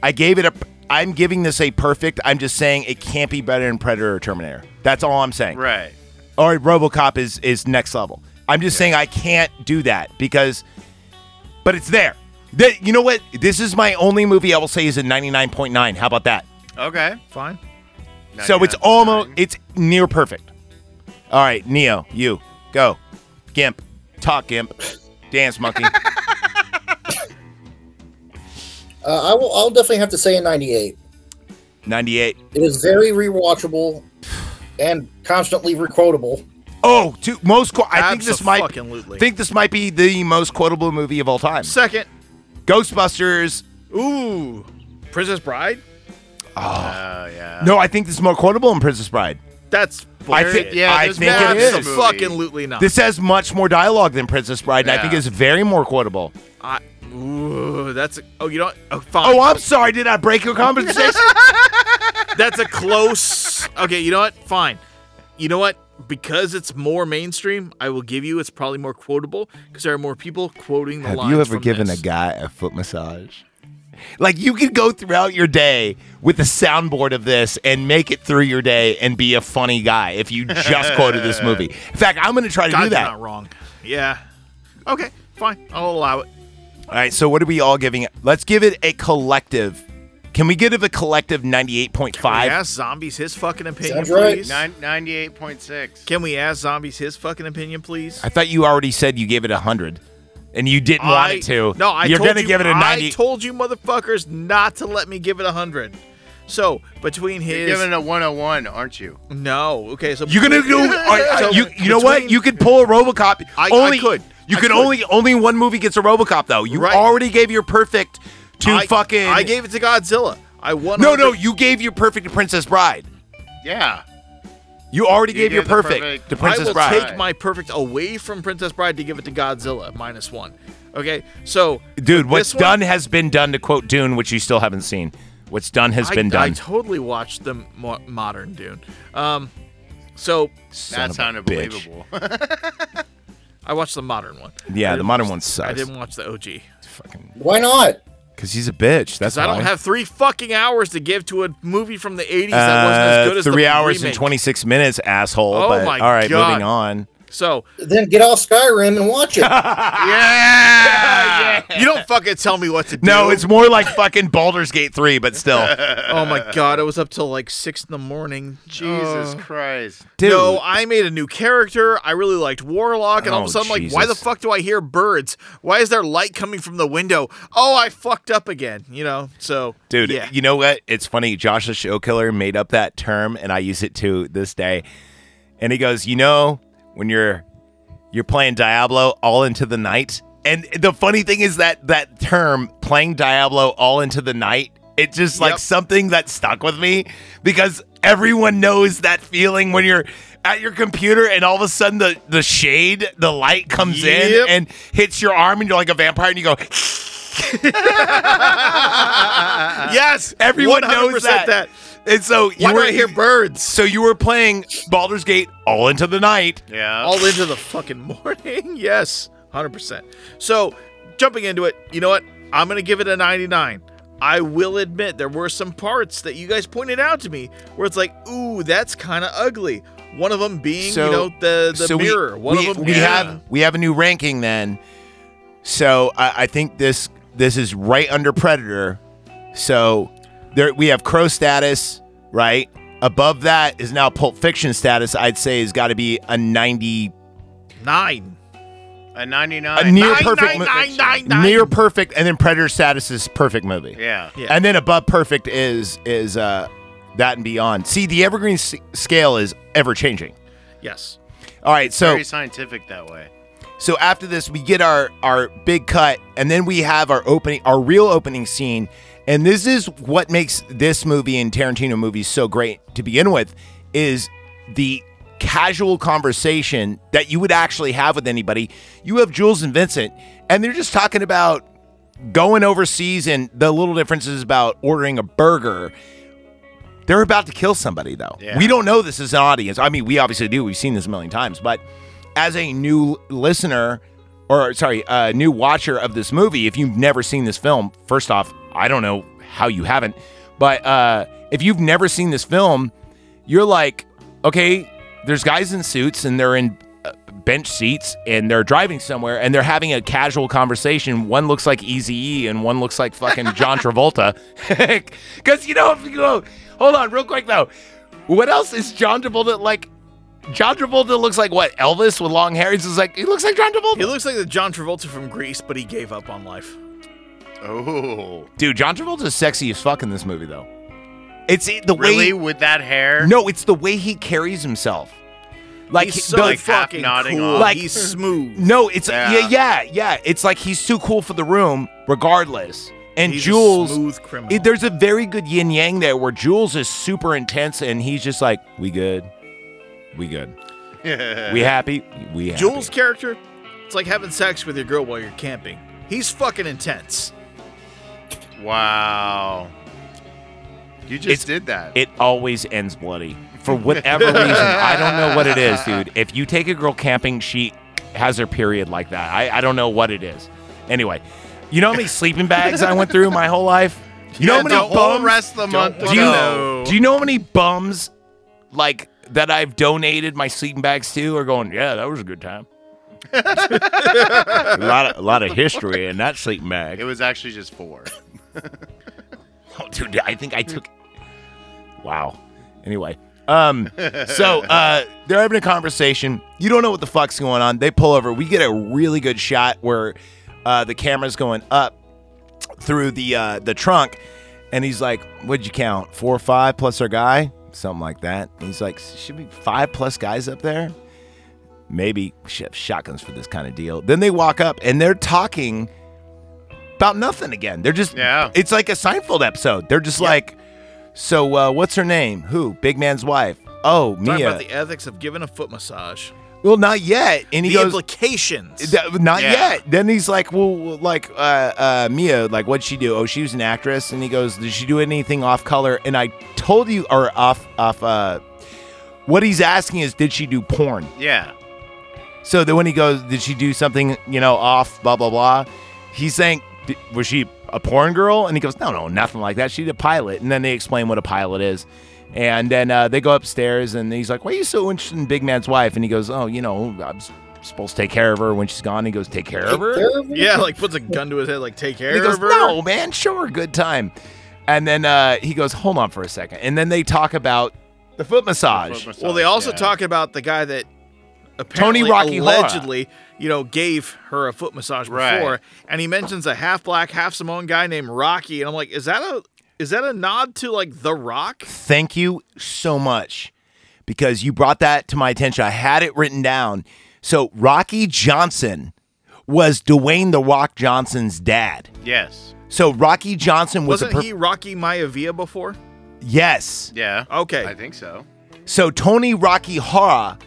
I gave it a I'm giving this a perfect. I'm just saying it can't be better than Predator or Terminator. That's all I'm saying. Right. All right, RoboCop is is next level. I'm just saying I can't do that because but it's there. Th- you know what? This is my only movie I will say is a 99.9. How about that? Okay. Fine. so it's 99.9. almost it's near perfect. All right, Neo, you go. Gimp. Talk Gimp. Dance monkey. Uh, I will. I'll definitely have to say a 98. 98. It is very rewatchable and constantly requotable. Oh, two, most qu- I think this might Absolutely. think this might be the most quotable movie of all time. second. Ghostbusters. Ooh, Princess Bride. Oh yeah. No, I think this is more quotable than Princess Bride. That's I think, bullshit. Yeah, I there's think it more in the is. movie. Absolutely not. This has much more dialogue than Princess Bride, and I think Yeah. it's very more quotable. I, ooh, that's a, oh, you know, what? oh, fine. Oh, I'm sorry. Did I break your conversation? that's a close. Okay, you know what? Fine. You know what? Because it's more mainstream, I will give you. It's probably more quotable because there are more people quoting the lines. from this. guy a foot massage? Like you could go throughout your day with the soundboard of this and make it through your day and be a funny guy if you just quoted this movie. In fact, I'm going to try to God, do you're that. not wrong. Yeah. Okay, fine. I'll allow it. All right, so what are we all giving it? Let's give it a collective. Can we give it a collective 98.5? Can we ask zombies his fucking opinion, Sounds right. please? Nine, 98.6. Can we ask zombies his fucking opinion, please? I thought you already said you gave it a 100 and you didn't want it to. No, I You're told gonna you- give it a I 90. told you motherfuckers not to let me give it a hundred. So between You're his giving it a 101, aren't you? no, okay, so You're going to do I- I- So you you know what? between- You could pull a RoboCop. I- I only could. You I could could. only only one movie gets a RoboCop though. You Right. already gave your perfect to I, fucking I gave it to Godzilla. I won. No, no, you gave your perfect to Princess Bride. Yeah. You already You gave gave your the perfect, perfect- to I Princess I will Bride. take my perfect away from Princess Bride to give it to Godzilla minus one. Okay, so Dude, what's this one- done has been done to quote Dune, which you still haven't seen. What's done has I, been I done. totally watched the mo- modern Dune. Um, so Son That of a sounded bitch. believable. I watched the modern one. Yeah, I the didn't modern watch- one sucks. I didn't watch the OG. Why not? Because he's a bitch. That's So I why. don't have three fucking hours to give to a movie from the 80s that wasn't Uh, as good as three the hours and remake. 26 minutes, asshole. Oh but, my all right, God. moving on. So, Then get off Skyrim and watch it. yeah! You don't fucking tell me what to do. No, it's more like fucking Baldur's Gate 3, but still. Oh my god, I was up till like 6 in the morning. Jesus Uh, Christ. Dude. No, I made a new character. I really liked Warlock, and all Oh, of a sudden, like, why the Jesus. fuck do I hear birds? Why is there light coming from the window? Oh, I fucked up again, you know? So, Dude, yeah. you know what? It's funny. Josh the Show Killer made up that term, and I use it to this day. And he goes, "You know, when you're you're playing Diablo all into the night." And the funny thing is that that term, playing Diablo all into the night, it's just like Yep. something that stuck with me because everyone knows that feeling when you're at your computer and all of a sudden the the shade, the light comes Yep. in and hits your arm, and you're like a vampire, and you go. yes! Everyone knows 100% that. And so Why you do were I hear birds? So you were playing Baldur's Gate all into the night. Yeah. all into the fucking morning. Yes, 100%. So, jumping into it, you know what? I'm going to give it a 99. I will admit there were some parts that you guys pointed out to me where it's like, ooh, that's kind of ugly. One of them being, So- you know, the, the mirror. We, One we, of them we being- have we have a new ranking then. So I, I think this this is right under Predator. So there we have Crow status, right? Above that is now Pulp Fiction status. I'd say has got to be a 90, Nine. A 99. a near nine, perfect, nine, mo- nine, nine, nine. near perfect, and then Predator status is perfect movie. Yeah. Yeah. And then above perfect is is uh, that and beyond. See, the evergreen s- scale is ever changing. Yes. All right, so Very scientific that way. So after this, we get our our big cut, and then we have our opening, our real opening scene. And this is what makes this movie and Tarantino movies so great to begin with, is the casual conversation that you would actually have with anybody. You have Jules and Vincent, and they're just talking about going overseas and the little differences about ordering a burger. They're about to kill somebody, though. Yeah. We don't know this as an audience. I mean, we obviously do. We've seen this a million times, but as a new listener or sorry, a new watcher of this movie, if you've never seen this film, first off, I don't know how you haven't, but uh, if you've never seen this film, you're like, okay, there's guys in suits and they're in uh, bench seats and they're driving somewhere and they're having a casual conversation. One looks like Eazy-E and one looks like fucking John Travolta. Because you know, if you go, hold on, real quick though, what else is John Travolta like? John Travolta looks like what Elvis with long hair. He's just like he looks like John Travolta. He looks like the John Travolta from Greece, but he gave up on life. Oh. Dude, John Travolta's sexy as fuck in this movie though. It's it- the way Really? With that hair? no, it's the way he carries himself. Like he's he- so the- like, half fucking nodding cool. off. Like- he's smooth. No, it's yeah. Yeah. yeah, yeah, It's like he's too cool for the room, regardless. And He's a Jules, smooth criminal. it- there's a very good yin yang there where Jules is super intense and he's just like, "We good, we good, we happy, we happy." Jules' character, it's like having sex with your girl while you're camping. He's fucking intense. wow. You just It's- did that. it always ends bloody for whatever reason. I don't know what it is, dude. If you take a girl camping, she has her period like that. I, I don't know what it is. Anyway, you know how many sleeping bags I went through my whole life? You know how Yeah, many the whole bums? rest of the month. do you no. do you know how many bums like that I've donated my sleeping bags to are going, yeah, that was a good time. a lot of a lot of history in that sleeping bag. It was actually just four. Oh, dude, I think I took. Wow. Anyway, um, so uh, they're having a conversation. You don't know what the fuck's going on. They pull over. We get a really good shot where uh, the camera's going up through the uh, the trunk, and he's like, "What'd you count? Four or five plus our guy, something like that." And he's like, "Should be five plus guys up there." Maybe we should have shotguns for this kind of deal. Then they walk up and they're talking about nothing again. They're just Yeah. it's like a Seinfeld episode. They're just like, so uh, what's her name? Who? Big man's wife. Oh, Talking Mia. about the ethics of giving a foot massage. well, not yet. And he the goes, implications. "Th- not Yeah. yet. Then he's like, well, well, like uh, uh, Mia, like what'd she do? Oh, she was an actress. And he goes, did she do anything off color? And I told you, or off, off. Uh, what he's asking is, did she do porn? Yeah. So then when he goes, did she do something, you know, off, blah, blah, blah? He's saying, "D- was she a porn girl? And he goes, no, no, nothing like that. She did a pilot. And then they explain what a pilot is. And then uh, they go upstairs and he's like, why are you so interested in Big Man's wife? And he goes, oh, you know, I'm s- supposed to take care of her when she's gone. He goes, take care of her? yeah, like puts a gun to his head, like take care And he goes, of her. no, Oh, man, sure, good time. And then uh, he goes, hold on for a second. And then they talk about the foot massage. Well, they also Yeah. talk about the guy that apparently, Rocky Horror. allegedly, you know, gave her a foot massage before, Right. and he mentions a half black, half Samoan guy named Rocky, and I'm like, is that a is that a nod to like The Rock? thank you so much because you brought that to my attention. I had it written down. So Rocky Johnson was Dwayne the Rock Johnson's dad. Yes. So Rocky Johnson was Wasn't a per- he Rocky Maivia before? yes. Yeah. Okay. I think so. So Tony Rocky Horror,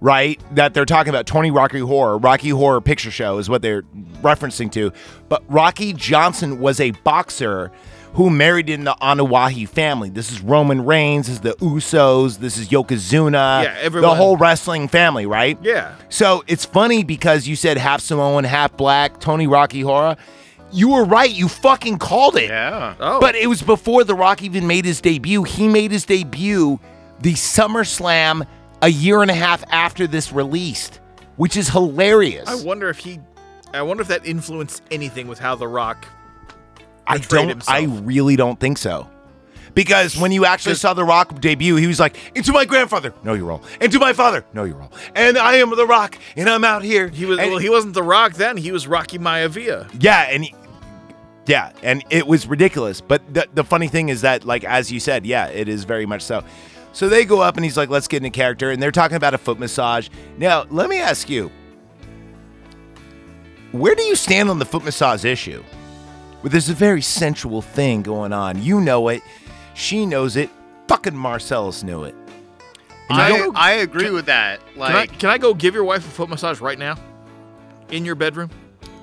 right? That they're talking about Tony Rocky Horror, Rocky Horror Picture Show is what they're referencing to. But Rocky Johnson was a boxer who married in the Anawahi family. This is Roman Reigns, this is the Usos, this is Yokozuna, Yeah, everyone- the whole wrestling family, right? Yeah. So it's funny because you said half Samoan, half black, Tony Rocky Horror. You were right. You fucking called it. Yeah. Oh, But it was before The Rock even made his debut. He made his debut the SummerSlam a year and a half after this released, which is hilarious. I wonder if he, I wonder if that influenced anything with how The Rock I betrayed don't. I himself. really don't think so. Because when you actually saw The Rock debut, he was like, "Into my grandfather, no, you're wrong. Into my father, no, you're wrong. And I am The Rock, and I'm out here." He was And- well, he wasn't the Rock then. He was Rocky Maivia. yeah, and he, yeah, and it was ridiculous. But the, the funny thing is that, like as you said, yeah, it is very much so. So they go up and he's like, "Let's get into character," and they're talking about a foot massage. Now, let me ask you, where do you stand on the foot massage issue? Well, there's a very sensual thing going on. You know it, she knows it. Fucking Marcellus knew it. And you I, don't- I agree with that. Can I, Like, can I go give your wife a foot massage right now? In your bedroom?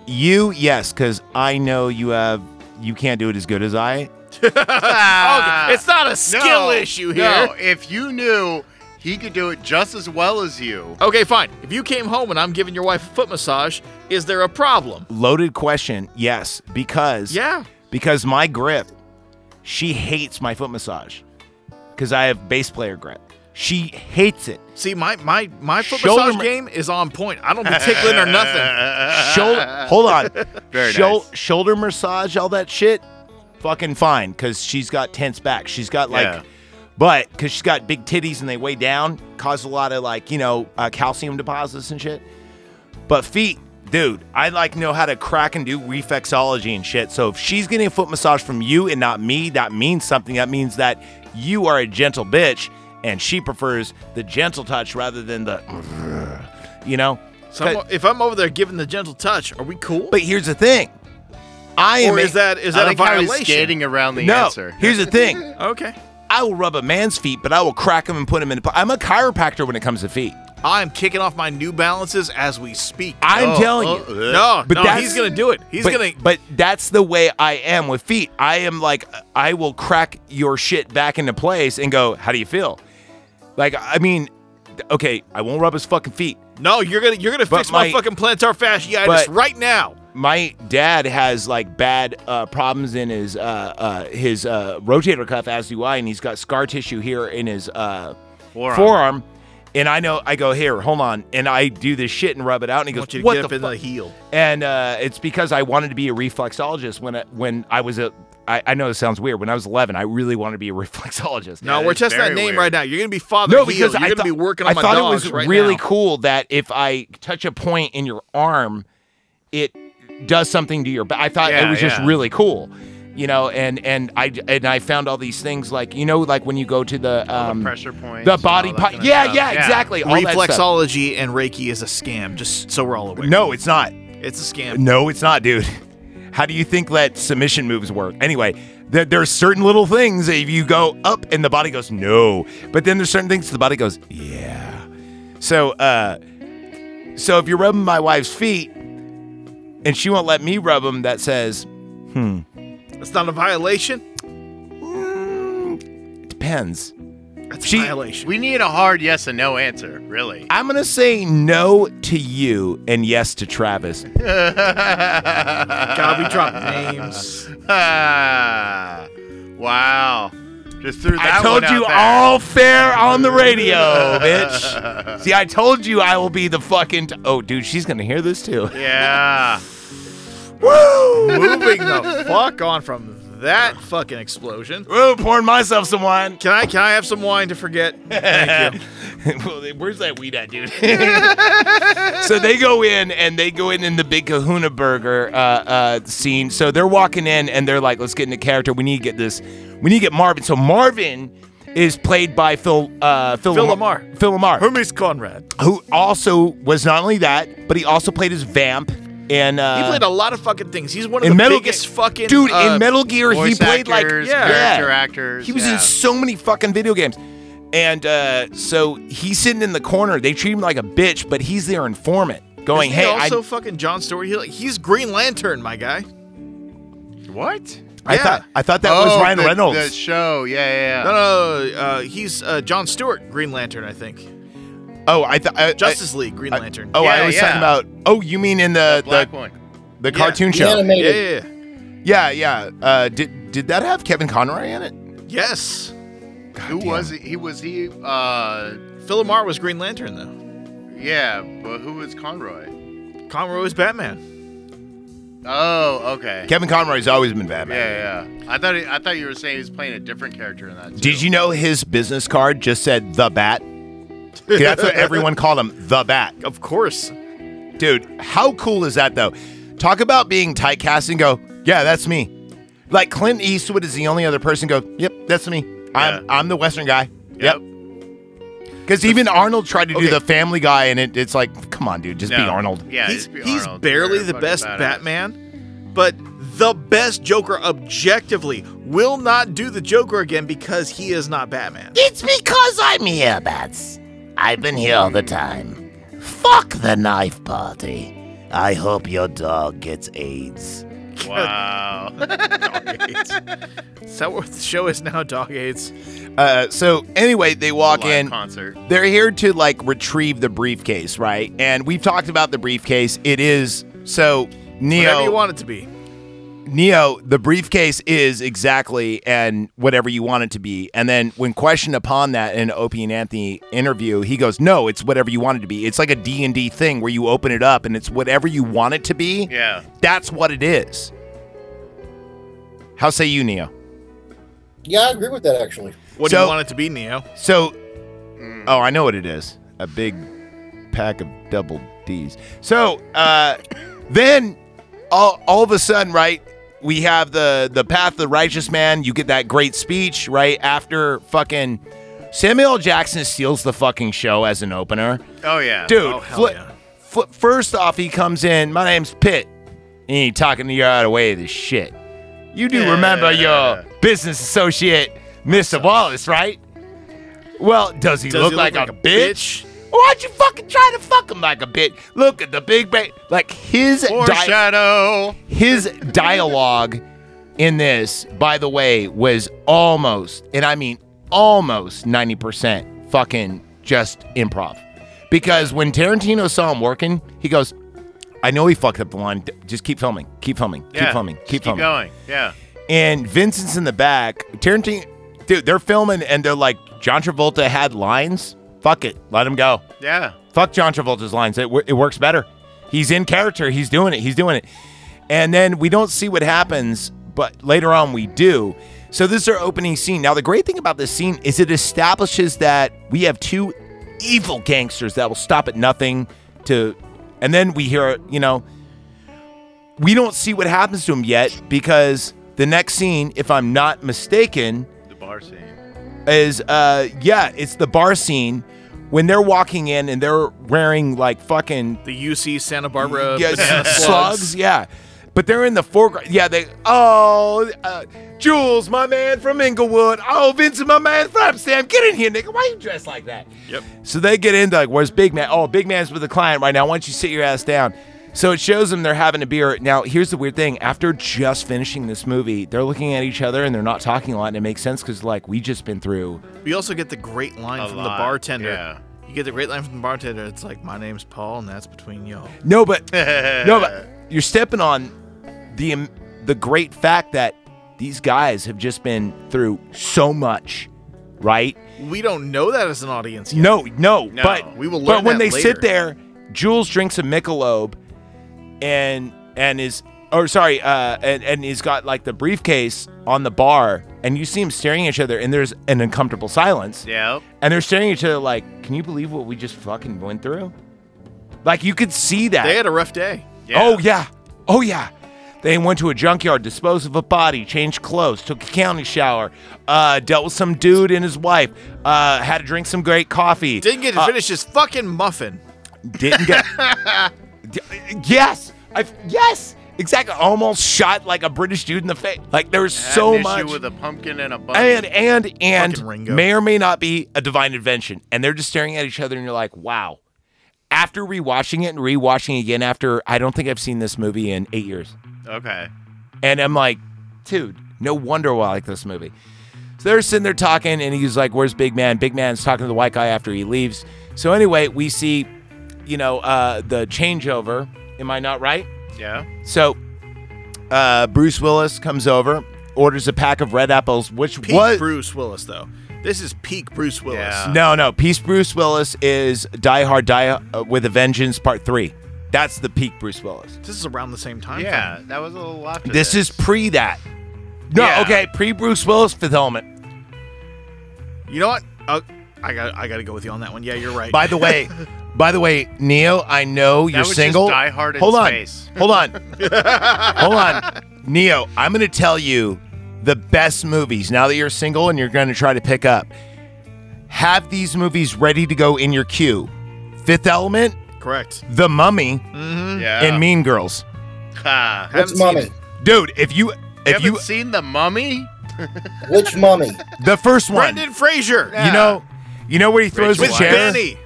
you yes, because I know you have. You can't do it as good as I. oh, Ah. Oh, it's not a skill No, issue here. No, if you knew he could do it just as well as you, Okay, fine. If you came home and I'm giving your wife a foot massage, is there a problem? Loaded question. Yes, because Yeah. because my grip, she hates my foot massage because I have bass player grip. She hates it. See, my my my foot Shoulder massage ma- game is on point. I don't be tickling or nothing. uh, Shoulder, hold on. Very Shou- nice. Shoulder massage, all that shit, fucking fine. Cause she's got tense back. She's got like, Yeah. but cause she's got big titties and they weigh down, cause a lot of like you know uh, calcium deposits and shit. But feet, dude, I like know how to crack and do reflexology and shit. So if she's getting a foot massage from you and not me, that means something. That means that you are a gentle bitch, and she prefers the gentle touch rather than the, you know. So I'm- if I'm over there giving the gentle touch, are we cool? But here's the thing. I am or is a- that is I that a like how he's violation? skating around the no. answer. Here's the thing. Okay. I will rub a man's feet, but I will crack him and put him in. i I'm a chiropractor when it comes to feet. I'm kicking off my new balances as we speak. I'm Oh, telling oh, you. uh, no, But no, that's- he's gonna do it. He's but, gonna. but that's the way I am with feet. I am like, I will crack your shit back into place and go, how do you feel? Like, I mean, okay, I won't rub his fucking feet. No, you're gonna you're gonna But fix my, my- fucking plantar fasciitis but- right now. my dad has like bad uh, problems in his uh, uh, his uh, rotator cuff, as do I, and he's got scar tissue here in his uh, Forearm. forearm. And I know I go here, hold on, and I do this shit and rub it out, and he I goes, want you to "What get the up in fuck?" the heel. and uh, it's because I wanted to be a reflexologist when I, when I was a. I, I know this sounds weird. When I was 11, I really wanted to be a reflexologist. No, Yeah, we're that's testing that very name weird. right now. You're gonna be father No, heel. because you're I gonna thought, be working I on my thought it dogs was right really now. cool that if I touch a point in your arm, it does something to your back. I thought it Yeah, was just yeah. really cool, you know. And and I and I found all these things like you know like when you go to Oh, the All the um pressure points. the and body all that part. kinda Yeah, stuff. yeah, exactly. All that stuff. Reflexology and Reiki is a scam. Just so we're all aware. No, it's not. it's a scam. No, it's not, dude. How do you think that submission moves work? Anyway, there, there are certain little things that if you go up and the body goes no, but then there's certain things the body goes yeah. So, uh, so if you're rubbing my wife's feet and she won't let me rub them, that says It's not a violation. depends. That's She- a violation. We need a hard yes and no answer, really. I'm gonna say no to you and yes to Travis. God, we dropped names. Ah, wow. Just threw that I told one you out there. all fair on the radio, bitch. See, I told you I will be the fucking. T- oh, dude, she's gonna hear this too. Yeah. Woo! Moving the fuck on from that fucking explosion. Woo! Pouring myself some wine. Can I can I have some wine to forget? Thank you. Well, Where's that weed at, dude? so they go in and they go in in the big Kahuna Burger uh, uh, scene. So they're walking in and they're like, "Let's get into character. We need to get this. We need to get Marvin." So Marvin is played by Phil uh, Phil, Phil Lamar. Phil Lamar, Hermes Conrad. who also was not only that, but he also played as Vamp. And uh, He played a lot of fucking things. He's one of in the Metal biggest Gear- fucking dude uh, in Metal Gear. He voice played like actors, yeah, character yeah. actors, He was yeah. in so many fucking video games, and uh, so he's sitting in the corner. They treat him like a bitch, but he's their informant, going, Isn't he "Hey, I, also fucking John Stewart. He, he's Green Lantern, my guy. What? I yeah. thought I thought that was Oh, Ryan the- Reynolds." The show, yeah, yeah. No, yeah. no, no, uh, he's uh, John Stewart, Green Lantern, I think. oh, I thought Justice League, Green I- Lantern. Oh, I Yeah, was yeah. talking about. Oh, you mean in the the, Black one. the Yeah. cartoon The show? yeah, animated. yeah, yeah. Yeah, yeah. Uh, did did that have Kevin Conroy in it? Yes. Who was he? He was he. Uh, Phil Lamar was Green Lantern, though. yeah, but who was Conroy? Conroy was Batman. Oh, okay. Kevin Conroy's always been Batman. Yeah, yeah. I thought he, I thought you were saying he's playing a different character in that. Too. Did you know his business card just said the Bat? That's what everyone called him, the Bat. Of course. Dude, how cool is that though? Talk about being typecast and go, yeah, that's me. Like Clint Eastwood is the only other person go, yep, that's me. I'm I'm the Western guy. Yep. Because even Arnold tried to do Okay. the Family Guy, and it, it's like, come on, dude, just be No. Arnold. Yeah, he's just be he's Arnold. barely You're a the fucking best badass. Batman, but the best Joker objectively will not do the Joker again because he is not Batman. It's because I'm here, Bats. I've been here all the time. Fuck the knife party. I hope your dog gets AIDS. Wow. Is that what the show is now, Dog Aids? Uh, so anyway, they walk Live in. concert. They're here to like retrieve the briefcase, right? And we've talked about the briefcase. It is so Whatever you Neo. want it to be. Neo, the briefcase is exactly and whatever you want it to be. And then when questioned upon that in Opie and Anthony interview, he goes, "No, it's whatever you want it to be. It's like a D and D thing where you open it up and it's whatever you want it to be. Yeah. That's what it is." How say you, Neo? Yeah, I agree with that actually. What do So- you want it to be, Neo? So, oh, I know what it is. A big pack of double D's. So, uh, then all, all of a sudden, right? We have the the path of the righteous man. You get that great speech right after fucking Samuel L. Jackson steals the fucking show as an opener, Oh yeah. dude. Oh, hell fli- yeah. fli- first off, he comes in. My name's Pitt. And you talking to your out of way this shit. You do remember Yeah. your business associate, Mr. Wallace, right? Well, does he, Does look, he like, a, bitch? Why'd you fucking try to fuck him like a bitch? Look at the big ba- like his di- Foreshadow. his dialogue in this, by the way, was almost, and I mean almost 90% fucking just improv. Because when Tarantino saw him working, he goes, I know he fucked up the line. D- Just keep filming, keep filming, keep Yeah. filming, Just keep filming going. Yeah. and Vincent's in the back. Tarantino, dude, they're filming and they're like, John Travolta had lines. Fuck it, let him go. Yeah. Fuck John Travolta's lines. It, wo- it works better. He's in character. He's doing it. He's doing it. And then we don't see what happens, but later on we do. So this is our opening scene. Now the great thing about this scene is it establishes that we have two evil gangsters that will stop at nothing to and then we hear, you know, we don't see what happens to him yet because the next scene, if I'm not mistaken, The bar scene. is uh yeah, it's the bar scene when they're walking in and they're wearing like fucking The UC Santa Barbara yeah, Uh, banana s- slugs, yeah. But they're in the foreground. Yeah, they oh uh, Jules, my man from Inglewood. Oh, Vincent, my man from Amsterdam. Get in here, nigga. Why you dressed like that? Yep. So they get in, they're like, where's Big Man? Oh, Big Man's with a client right now. Why don't you sit your ass down? So it shows them they're having a beer. Now, here's the weird thing. After just finishing this movie, they're looking at each other and they're not talking a lot. And it makes sense because, like, we just been through. We also get the great line A from lot, the bartender. yeah. You get the great line from the bartender. It's like, my name's Paul, and that's between y'all. No, but no, but you're stepping on the im- the great fact that these guys have just been through so much, right? We don't know that as an audience yet. No, no, No, but we will But learn when that they later. sit there, Jules drinks a Michelob, and and is or sorry, uh, and and he's got like the briefcase on the bar, and you see him staring at each other, and there's an uncomfortable silence, Yeah. and they're staring at each other like, can you believe what we just fucking went through? Like you could see that. They had a rough day. Yeah. Oh yeah. Oh yeah. They went to a junkyard, disposed of a body, changed clothes, took a county shower, uh, dealt with some dude and his wife, uh, had to drink some great coffee. Didn't get to Uh, finish his fucking muffin. Didn't get. D- yes. I. Yes. Exactly. Almost shot like a British dude in the face. Like there was Had so an issue much. with a pumpkin and a bunny. and and Fucking and Ringo. may or may not be a divine invention. And they're just staring at each other, and you're like, wow. After rewatching it and rewatching again, after I don't think I've seen this movie in eight years. okay. And I'm like, dude, no wonder why I like this movie. So they're sitting there talking, and he's like, Where's Big Man? Big Man's talking to the white guy after he leaves. So anyway, we see, you know, uh, the changeover. Am I not right? Yeah. So uh, Bruce Willis comes over, orders a pack of red apples, which Peak was. Bruce Willis, though. This is peak Bruce Willis. Yeah. no, no. Peace Bruce Willis is Die Hard Die uh, with a Vengeance Part 3. That's the peak Bruce Willis. This is around the same time. Yeah, frame. that was a little after. This is pre that. No, Yeah. okay, pre Bruce Willis fulfillment. You know what? Uh, I got. I got to go with you on that one. Yeah, you're right. By the way, by the way, Neo, I know you're was just single. Die Hard in hold on, space. hold on, hold on, Neo. I'm gonna tell you the best movies now that you're single and you're gonna try to pick up. Have these movies ready to go in your queue. Fifth Element, Correct. The Mummy, Yeah. and Mean Girls. Ha. haven't What's seen mummy? it. Dude, if you You if haven't you seen the Mummy? Which mummy? the first one, Brendan Fraser. you know, you know where he throws Rachel the with Weisz. chair. Benny.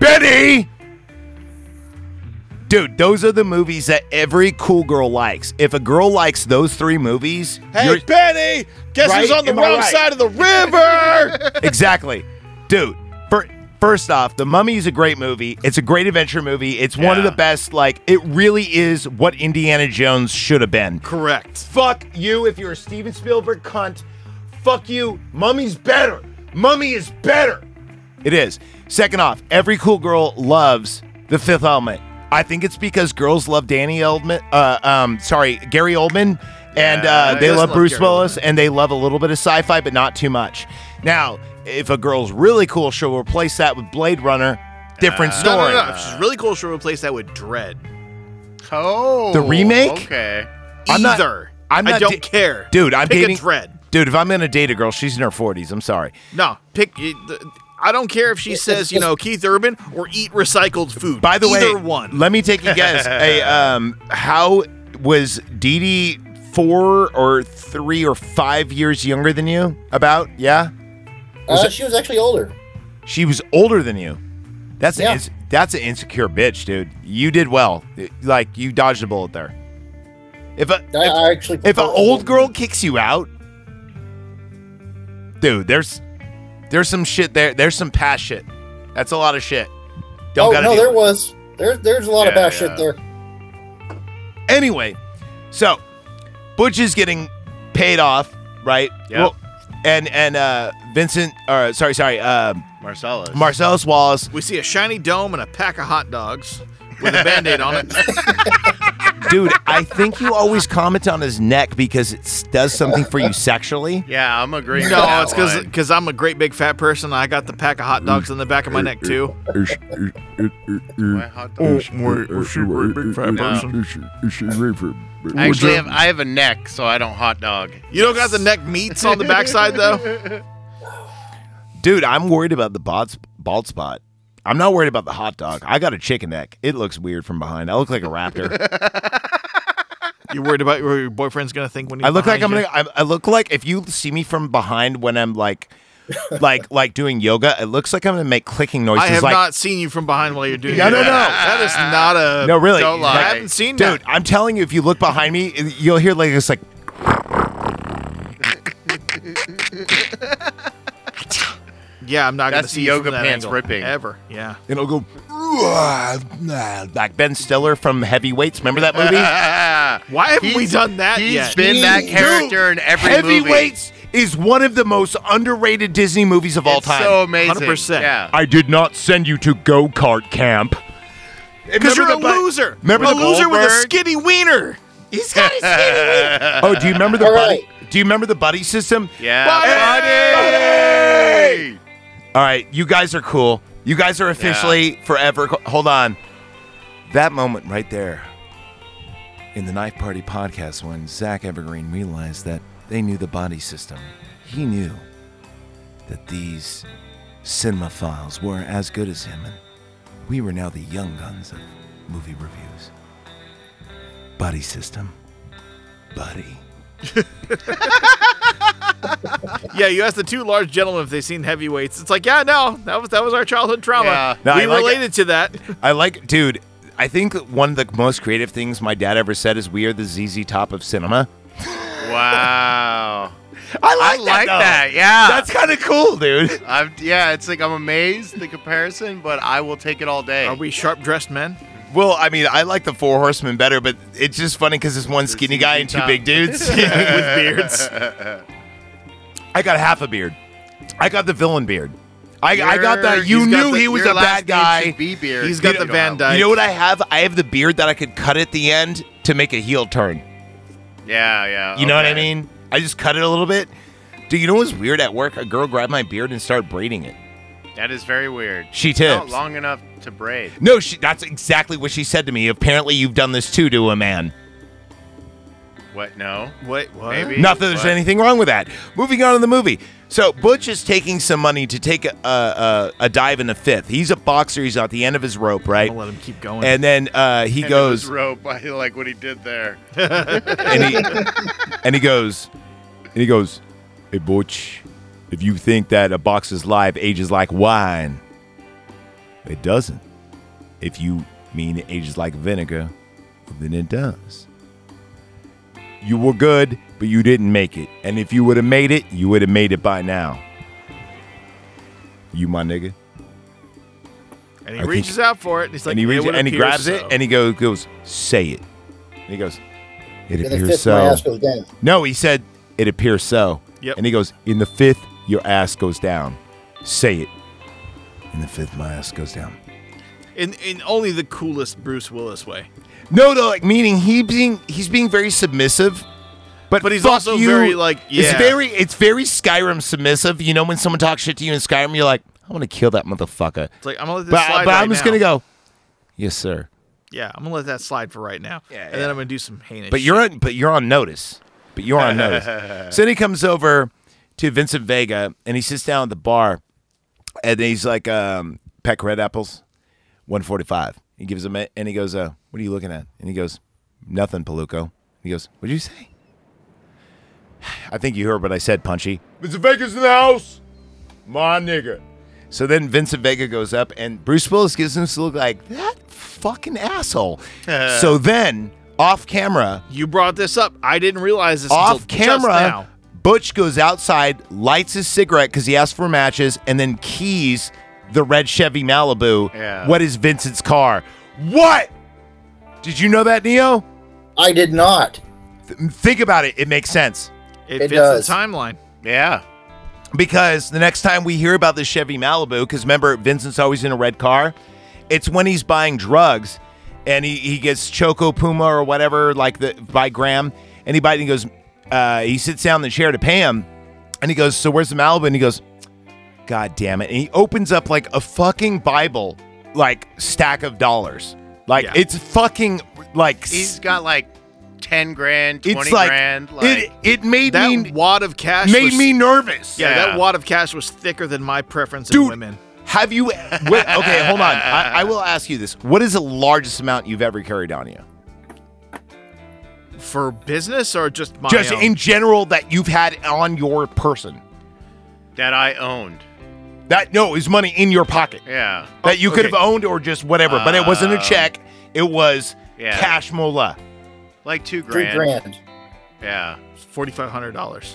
Benny! Dude, those are the movies that every cool girl likes. If a girl likes those three movies, you're- Benny! Guess Right? Am I right? of the river? exactly. Dude, fir- first off, The Mummy is a great movie. It's a great adventure movie. It's one of Yeah. the best. Like, it really is what Indiana Jones should have been. Correct. Fuck you if you're a Steven Spielberg cunt. Fuck you. Mummy's better. Mummy is better. It is. Second off, every cool girl loves the Fifth Element. I think it's because girls love Danny Oldman. Uh, um, sorry, Gary Oldman, and uh, Yeah, they he love, does love Bruce Gary Willis, and they love a little bit of sci-fi, but not too much. Now, if a girl's really cool, she'll replace that with Blade Runner. Different Uh, No, no, story. no, no. She's really cool. She'll replace that with Dread. Oh. The remake? Okay. I'm not- Either. I'm I not don't di- care. Dude, I'm pick dating- a Dread. Dude, if I'm gonna date a girl, she's in her 40s. I'm sorry. No, pick. y- the- I don't care if she says you know Keith Urban or eat recycled food. By the either way, one. Let me take a guess. a, um, how was Dee Dee four or three or five years younger than you? About yeah, Uh, she was actually older. she was older than you. That's Yeah. an ins- that's an insecure bitch, dude. You did well. Like you dodged a bullet there. If a I, I actually. if an old girl kicks you out, dude, there's there's some shit there. There's some past shit. That's a lot of shit. Don't Oh gotta no, deal there with. was. There, there's a lot of Yeah, bad yeah. shit there. Anyway, so Butch is getting paid off, right? Yep. and and uh, Vincent, or sorry, sorry, uh, Marcellus. Marcellus Wallace. we see a shiny dome and a pack of hot dogs with a band-aid on it. Dude, I think you always comment on his neck because it does something for you sexually. yeah, I'm agreeing. with No, that it's because line. because I'm a great big fat person. and I got the pack of hot dogs in the back of my neck too. My hot Oh, dog. I actually have I have a neck, so I don't hot dog. You don't got the neck meats on the backside though. Dude, I'm worried about the bald, bald spot. I'm not worried about the hot dog. I got a chicken neck. It looks weird from behind. I look like a raptor. You worried about what your boyfriend's gonna think when he's I look like I'm behind gonna. you? I, I look like if you see me from behind when I'm like, like like doing yoga, it looks like I'm gonna make clicking noises. I have like, not seen you from behind while you're doing. No, no, that. no. That is not a. No, really. Don't I lie. haven't seen Dude, that. I'm telling you, if you look behind me, you'll hear like this, like. Yeah, I'm not gonna That's see you yoga from that pants angle, ripping. ever. Yeah. And it'll go. Like Ben Stiller from Heavyweights. Remember that movie? Why haven't we done that He's yet? been that character in every movie. Heavyweights is one of the most underrated Disney movies of all It's time. So amazing. 100%. Yeah. I did not send you to go kart camp. Because you're a Remember the bu- loser. remember a the loser with a Goldberg? skinny wiener. He's got his skinny Oh, do you remember the All buddy? Do you remember the buddy system? yeah. Buddy! buddy! All right, you guys are cool. You guys are officially forever. co- Hold on. That moment right there in the Knife Party podcast when Zach Evergreen realized that they knew the body system, he knew that these cinemaphiles were as good as him, and we were now the young guns of movie reviews. Body system. Buddy. Yeah, you asked the two large gentlemen if they've seen heavyweights. It's like, yeah, no, that was that was our childhood trauma. Yeah. No, we I like it. related to that. I like, dude. I think one of the most creative things my dad ever said is, "We are the ZZ Top of cinema." Wow. I I like that. Yeah. That's kind of cool, dude. I'm, yeah, it's like I'm amazed the comparison, but I will take it all day. Are we sharp dressed men? Well, I mean, I like the Four Horsemen better, but it's just funny because it's one skinny ZZ guy and two Top. big dudes with beards. I got half a beard. I got the villain beard. I, I got that. You He's knew got the- he was your a last bad name guy. should Be beard. He's got You the don't Van have- Dyke. You know what I have? I have the beard that I could cut at the end to make a heel turn. Yeah, yeah. You know what I okay. mean? I just cut it a little bit. Dude, you know what's weird at work? A girl grabbed my beard and started braiding it. That is very weird. She Not tips. long enough to braid. No, she, that's exactly what she said to me. Apparently, you've done this too to a man. What? No. What? What? Maybe. Not that there's What? anything wrong with that. Moving on to the movie. So Butch is taking some money to take a, a, a, a dive in the fifth. He's a boxer. He's at the end of his rope, right? Oh, I'll let him keep going. And then uh, he And it was goes rope. I like what he did there. and he and he goes and he goes, "Hey Butch, if you think that a boxer's life ages like wine, it doesn't. If you mean it ages like vinegar, then it does. You were good, but you didn't make it. And if you would have made it, you would have made it by now. You my nigga." and he I think- reaches out for it. And he's like, and he "It reaches would and he appear grabs it so." and he goes, goes say it. And he goes, it In the appears fifth, so. my ass goes down. No, he said, it appears so. Yep. And he goes, in the fifth, your ass goes down. Say it. In the fifth, my ass goes down. in in only the coolest Bruce Willis way. No, no, like meaning he being he's being very submissive. But, But he's fuck also you. very, like, It's yeah. very it's very Skyrim submissive. You know when someone talks shit to you in Skyrim, you're like, I'm gonna kill that motherfucker. It's like I'm gonna let this But, slide. but right I'm just now. gonna go, Yes, sir. Yeah, I'm gonna let that slide for right now. Yeah, and yeah. then I'm gonna do some heinous. But you're on, but you're on notice. But you're on notice. So then he comes over to Vincent Vega and he sits down at the bar, and he's like, um, "Peck red apples, one forty-five. He gives him it, and he goes, uh, "What are you looking at?" And he goes, "Nothing, Paluco." He goes, "What'd you say?" I think you heard what I said, Punchy. Vincent Vega's in the house, my nigga. So then Vincent Vega goes up, and Bruce Willis gives him this look like that fucking asshole. so then, off camera, You brought this up. I didn't realize this off until just camera, now. Butch goes outside, lights his cigarette because he asked for matches, and then keys the red Chevy Malibu. Yeah. What is Vincent's car? What? Did you know that, Neo? I did not. Th- think about it. It makes sense. It, It fits does. the timeline. Yeah. Because the next time we hear about this Chevy Malibu, because remember, Vincent's always in a red car, it's when he's buying drugs and he, he gets Choco Puma or whatever, like the by Graham, and he buys and he goes, uh, he sits down in the chair to pay him, and he goes, So where's the Malibu? And he goes, God damn it. And he opens up like a fucking Bible, like stack of dollars. Like Yeah. it's fucking like He's got like ten grand, twenty it's like, grand. Like, it it made That me wad of cash made was- me nervous. Yeah, Yeah. that wad of cash was thicker than my preference in Dude. women. Have you? Wait, okay, hold on. I, I will ask you this: What is the largest amount you've ever carried on you? For business or just my Just own? in general that you've had on your person. that I owned. That no, is money in your pocket Yeah. that you could okay. Uh, have owned or just whatever, but it wasn't a check. It was yeah. cash mola. Like two Three grand. grand. Yeah. $4,500.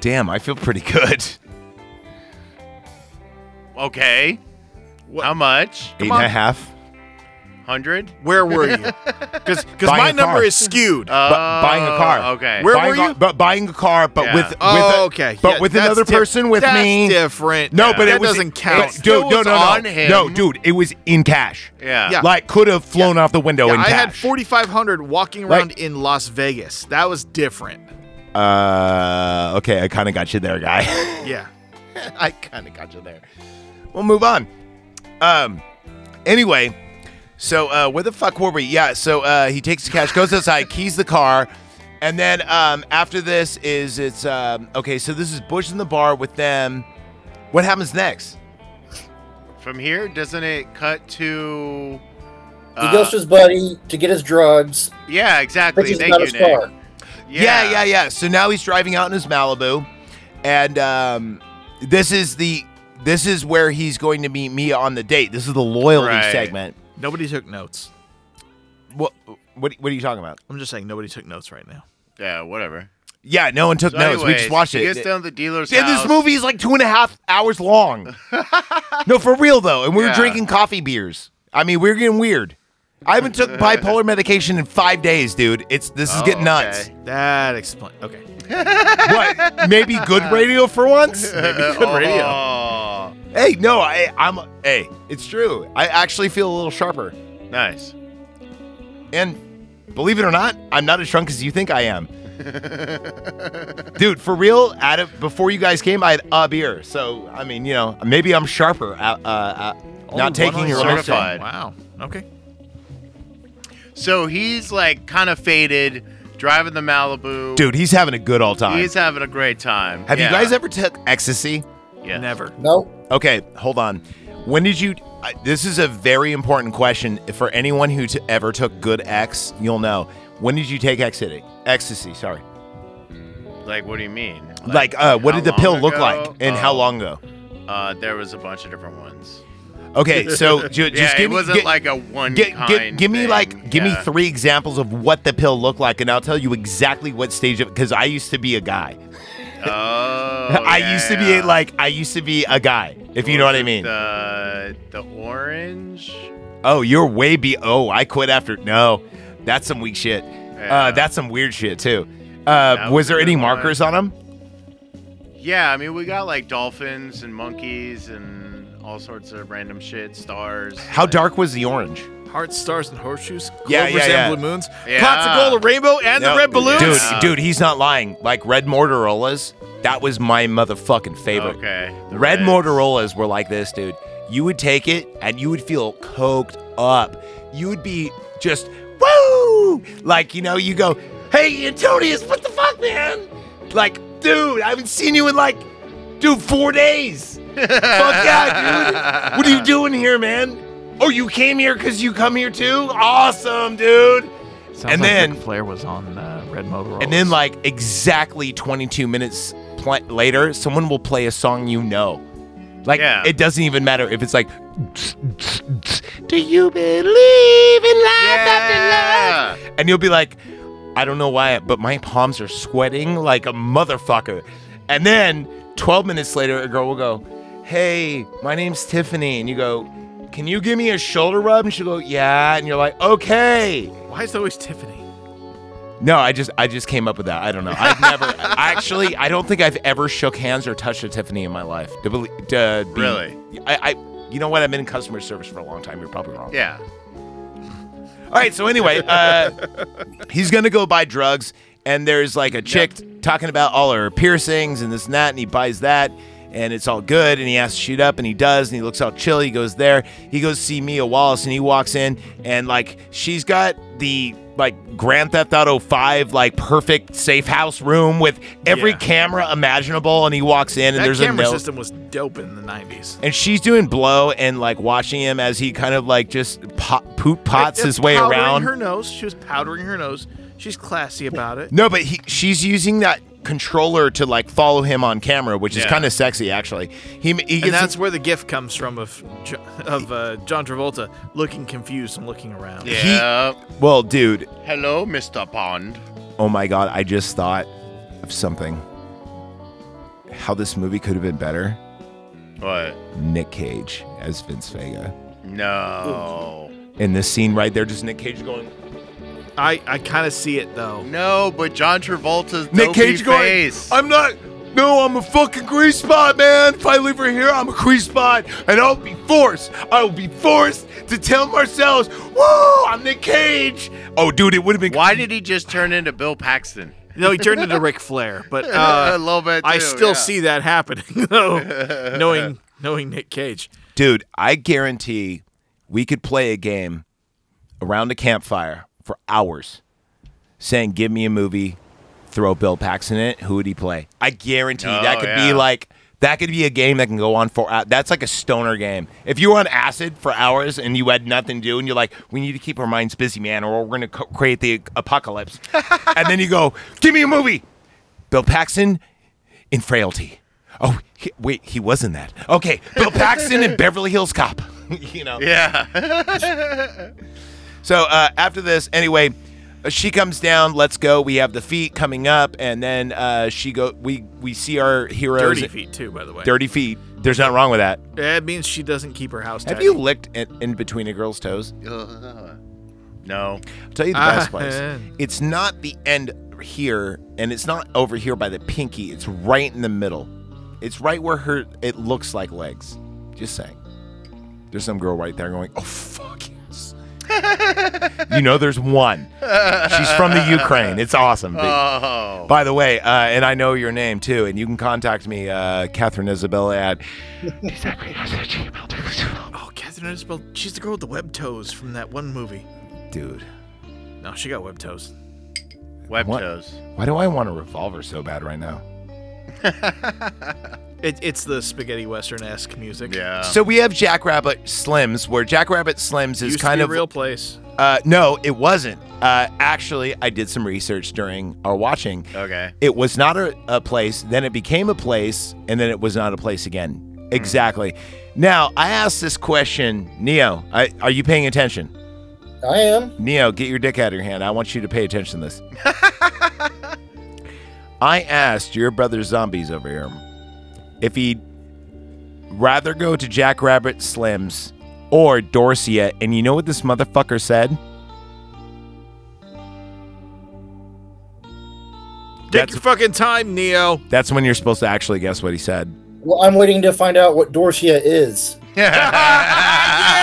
Damn, I feel pretty good. Okay. What- How much? Eight and a half. on. Hundred. Where were you? Because Buying my a number car. is skewed. Oh, Bu- buying a car. Okay. Where buying were a- you? But buying a car, but Yeah. with with oh, a- okay. but Yeah, with that's another diff- person with that's me. different. No, Yeah. but that it was doesn't count. but still dude, no, was no, no, on him. no, dude, it was in cash. yeah. Yeah. Like could have flown off the window Yeah, in I cash. had 4500 walking Like- around in Las Vegas. That was different. Uh, okay, I kind of got you there, guy. Yeah. I kind of got you there. We'll move on. Um, anyway, so uh, where the fuck were we? Yeah, so uh, he takes the cash, goes outside, keys the car, and then um, after this is it's um, okay. So this is Bush in the bar with them. What happens next? From here, doesn't it cut to? He uh, goes to his buddy to get his drugs, yeah, exactly. which is Thank not you, his Nick. car. yeah, yeah. yeah. So now he's driving out in his Malibu, and um, this is the this is where he's going to meet Mia on the date. This is the loyalty Right. segment. Nobody took notes. What what what are you talking about? I'm just saying nobody took notes right now. Yeah, whatever. Yeah, no one took So notes. we anyways, just watched he it. Gets down to the dealer's Yeah, house. this movie is like two and a half hours long. no, for real though, and we were Yeah. drinking coffee beers. I mean, we are getting weird. I haven't took bipolar medication in five days, dude. It's this is Oh, getting nuts. okay. That explains. Okay. What? Maybe good radio for once. Uh, Good radio. oh. Hey, no, I, I'm. Hey, it's true. I actually feel a little sharper. Nice. And believe it or not, I'm not as drunk as you think I am. Dude, for real, at it, before you guys came, I had a beer. So, I mean, you know, maybe I'm sharper. Uh, uh, uh, not taking your only own certified. Wow. Okay. So he's like kind of faded, driving the Malibu. Dude, he's having a good all time. he's having a great time. Have Yeah. you guys ever took ecstasy? Yes. Never. Nope. Okay, hold on. When did you? I- This is a very important question for anyone who t- ever took good X. You'll know. When did you take ecstasy? Ecstasy, sorry. Like, what do you mean? Like, uh, what how did the long pill look ago? like, and Oh, how long ago? Uh, there was a bunch of different ones. Okay, so ju- just yeah, give it me wasn't gi- like a one gi- gi- kind. give me thing. like give me Yeah. three examples of what the pill looked like, and I'll tell you exactly what stage of. Because I used to be a guy. Oh, I yeah, used to be yeah. like I used to be a guy. If you know Was what I it mean. The the orange. Oh, you're way be. Oh, I quit after. No, that's some weak shit. Uh, Yeah. that's some weird shit too. Uh, That was was there a any good one. markers on him? Yeah, I mean we got like dolphins and monkeys and all sorts of random shit, stars. How like- dark was the orange? Hearts, stars, and horseshoes. Clovers Yeah, yeah, yeah. and blue moons. Yeah. Ah, Ponsacola rainbow and No, the red balloons. dude, Yeah. dude, he's not lying. Like red Motorola's, that was my motherfucking favorite. Okay. the Red reds. Motorola's were like this, dude. You would take it and you would feel coked up. You would be just woo, like you know. You go, hey Antonius, what the fuck, man? Like, dude, I haven't seen you in like, dude, four days. Fuck yeah, dude. What are you doing here, man? Oh, you came here because you come here too? Awesome, dude. and then Flair was on uh, red Motorola. and then like exactly 22 minutes pl- later, someone will play a song you know. Like Yeah. it doesn't even matter if it's like Do you believe in life after Yeah. life? And you'll be like, I don't know why, but my palms are sweating like a motherfucker. And then 12 minutes later, a girl will go, Hey, my name's Tiffany. And you go, Can you give me a shoulder rub? And she'll go, Yeah. And you're like, Okay. why is it always Tiffany? No, I just I just came up with that. I don't know. I've never actually. I don't think I've ever shook hands or touched a Tiffany in my life. To belie- to be- Really? I, I you know what? I've been in customer service for a long time. You're probably wrong. Yeah. All right. So anyway, uh, he's gonna go buy drugs, and there's like a chick talking about all her piercings and this and that, and he buys that, and it's all good, and he has to shoot up, and he does, and he looks all chill. He goes there, he goes see Mia Wallace, and he walks in, and like she's got the like Grand Theft Auto 5 like perfect safe house room with every Yeah. camera imaginable, and he walks in, and That there's a camera note system was dope in the '90s. and she's doing blow and like watching him as he kind of like just pot, poot pots It- it his way powdering around. Her nose. She was powdering her nose. She's classy about it. no, but he, she's using that controller to like follow him on camera, which is Yeah. kind of sexy actually. He, he gets And that's where the gif comes from of Jo- of uh, John Travolta looking confused and looking around. Yeah. well, dude. Hello, Mr. Pond. Oh my god, I just thought of something. How this movie could have been better. What? Nick Cage as Vince Vega. No. In this scene right there, just Nick Cage going. I, I kind of see it though. No, but John Travolta's Nick dopey Cage going, face. I'm not. No, I'm a fucking grease spot, man. If I leave her here, I'm a grease spot, and I'll be forced. I will be forced to tell Marcellus, "Whoa, I'm Nick Cage." Oh, dude, it would have been. Why did he just turn into Bill Paxton? No, he turned into Ric Flair, but a uh, little bit. I too, still yeah. see that happening though. knowing knowing Nick Cage, Dude, I guarantee we could play a game around a campfire for hours, saying, "Give me a movie, throw Bill Paxton in it. Who would he play?" I guarantee that Oh, could be yeah. like that could be a game that can go on for. hou- That's like a stoner game. If you were on acid for hours and you had nothing to do, and you're like, "We need to keep our minds busy, man, or we're gonna co- create the apocalypse," and then you go, "Give me a movie, Bill Paxton in Frailty." Oh, he, wait, he was in that. Okay, Bill Paxton in Beverly Hills Cop. you know. Yeah. So uh, after this, anyway, uh, she comes down. Let's go. We have the feet coming up, and then uh, she go. We we see our heroes. dirty feet too. By the way, Dirty feet. There's nothing wrong with that. That means she doesn't keep her house. Have tidy. you licked in, in between a girl's toes? no. I'll tell you the Ah, best place. yeah. It's not the end here, and it's not over here by the pinky. It's right in the middle. It's right where her. It looks like legs. Just saying. There's some girl right there going, oh, fuck yes. you know, there's one. She's from the Ukraine. It's awesome. Oh. By the way, uh, and I know your name too, and you can contact me, uh, Catherine Isabella at. Oh, Catherine Isabel, she's the girl with the web toes from that one movie. Dude, No, she got web toes. Web What? toes. why do I want a revolver so bad right now? It, it's the spaghetti western esque music. Yeah. So we have Jackrabbit Slims, where Jackrabbit Slims is Used kind to be of a real place. Uh, no, it wasn't. Uh, actually, I did some research during our watching. okay. It was not a, a place, then it became a place, and then it was not a place again. Exactly. Now, I asked this question, Neo. I, are you paying attention? I am. Neo, get your dick out of your hand. I want you to pay attention to this. I asked your brother Zombies over here if he'd rather go to Jackrabbit Slims or Dorcia, and you know what this motherfucker said? Take your fucking time, Neo. That's when you're supposed to actually guess what he said. Well, I'm waiting to find out what Dorcia is.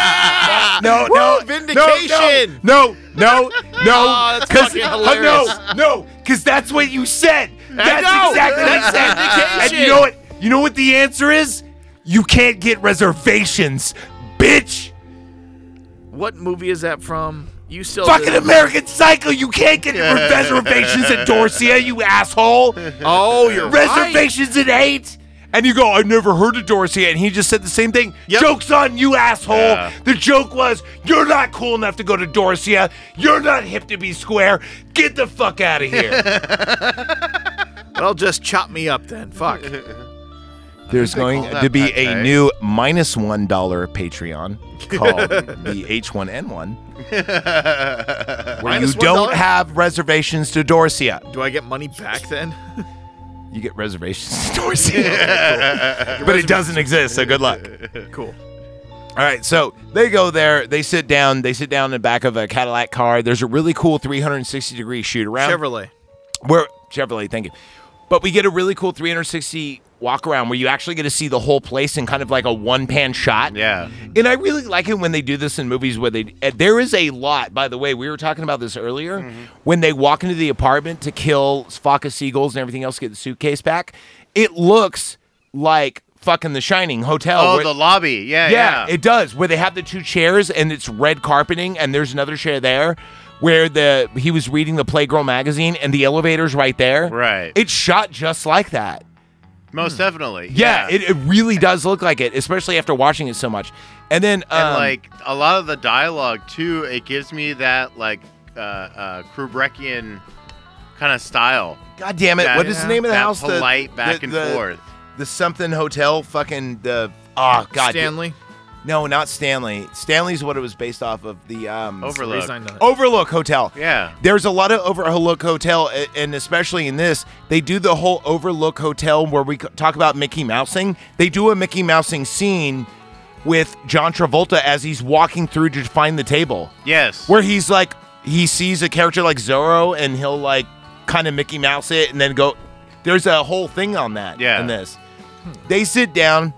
No, no, vindication! No, no, no, Aw, no, that's because fucking no, no, because that's what you said. That's know, exactly what you said. that's And you know what? You know what the answer is? You can't get reservations, bitch. What movie is that from? You still Fucking did- American Psycho. You can't get reservations at Dorsia, you asshole. Oh, you're right. Reservations at eight. And you go, I've never heard of Dorsey. And he just said the same thing. Yep. Joke's on you, asshole. Yeah. The joke was, you're not cool enough to go to Dorsey. You're not hip to be square. Get the fuck out of here. Well, just chop me up then. Fuck. There's they going call to that be a pate. new minus $1 Patreon called the H1N1 Minus you don't $1? have reservations to Dorsey. Do I get money back then? You get reservations to Dorsey. but it doesn't exist, so good luck. cool. All right, so they go there. They sit down. They sit down in the back of a Cadillac car. There's a really cool 360 degree shoot around. Chevrolet. Where Chevrolet, thank you. But we get a really cool 360 walk around where you actually get to see the whole place in kind of like a one pan shot. Yeah. Mm-hmm. And I really like it when they do this in movies where they. uh, There is a lot, by the way. We were talking about this earlier. Mm-hmm. When they walk into the apartment to kill Foca Seagulls and everything else, get the suitcase back. It looks like fucking The Shining Hotel. Oh, where- the lobby. Yeah. yeah, Yeah. it does. Where they have the two chairs and it's red carpeting, and there's another chair there where the he was reading the Playgirl magazine, and the elevator's right there. Right. It's shot just like that. Most definitely. Yeah, It, it really does look like it, especially after watching it so much. And then, um, and like a lot of the dialogue too, it gives me that like uh, uh, Kubrickian kind of style. God damn it, that- what is the name of the that house? The- Polite the- back and the- forth. The something hotel, fucking the. Oh God, Stanley. no, not Stanley. Stanley's what it was based off of. The um, Overlook. Reason I know that. Overlook Hotel. Yeah. There's a lot of Overlook Hotel, a- and especially in this, they do the whole Overlook Hotel where we c- talk about Mickey Mousing. They do a Mickey Mousing scene with John Travolta as he's walking through to find the table, Yes. where he's like, he sees a character like Zorro, and he'll like kind of Mickey Mouse it, and then go. There's a whole thing on that. Yeah. In this, they sit down,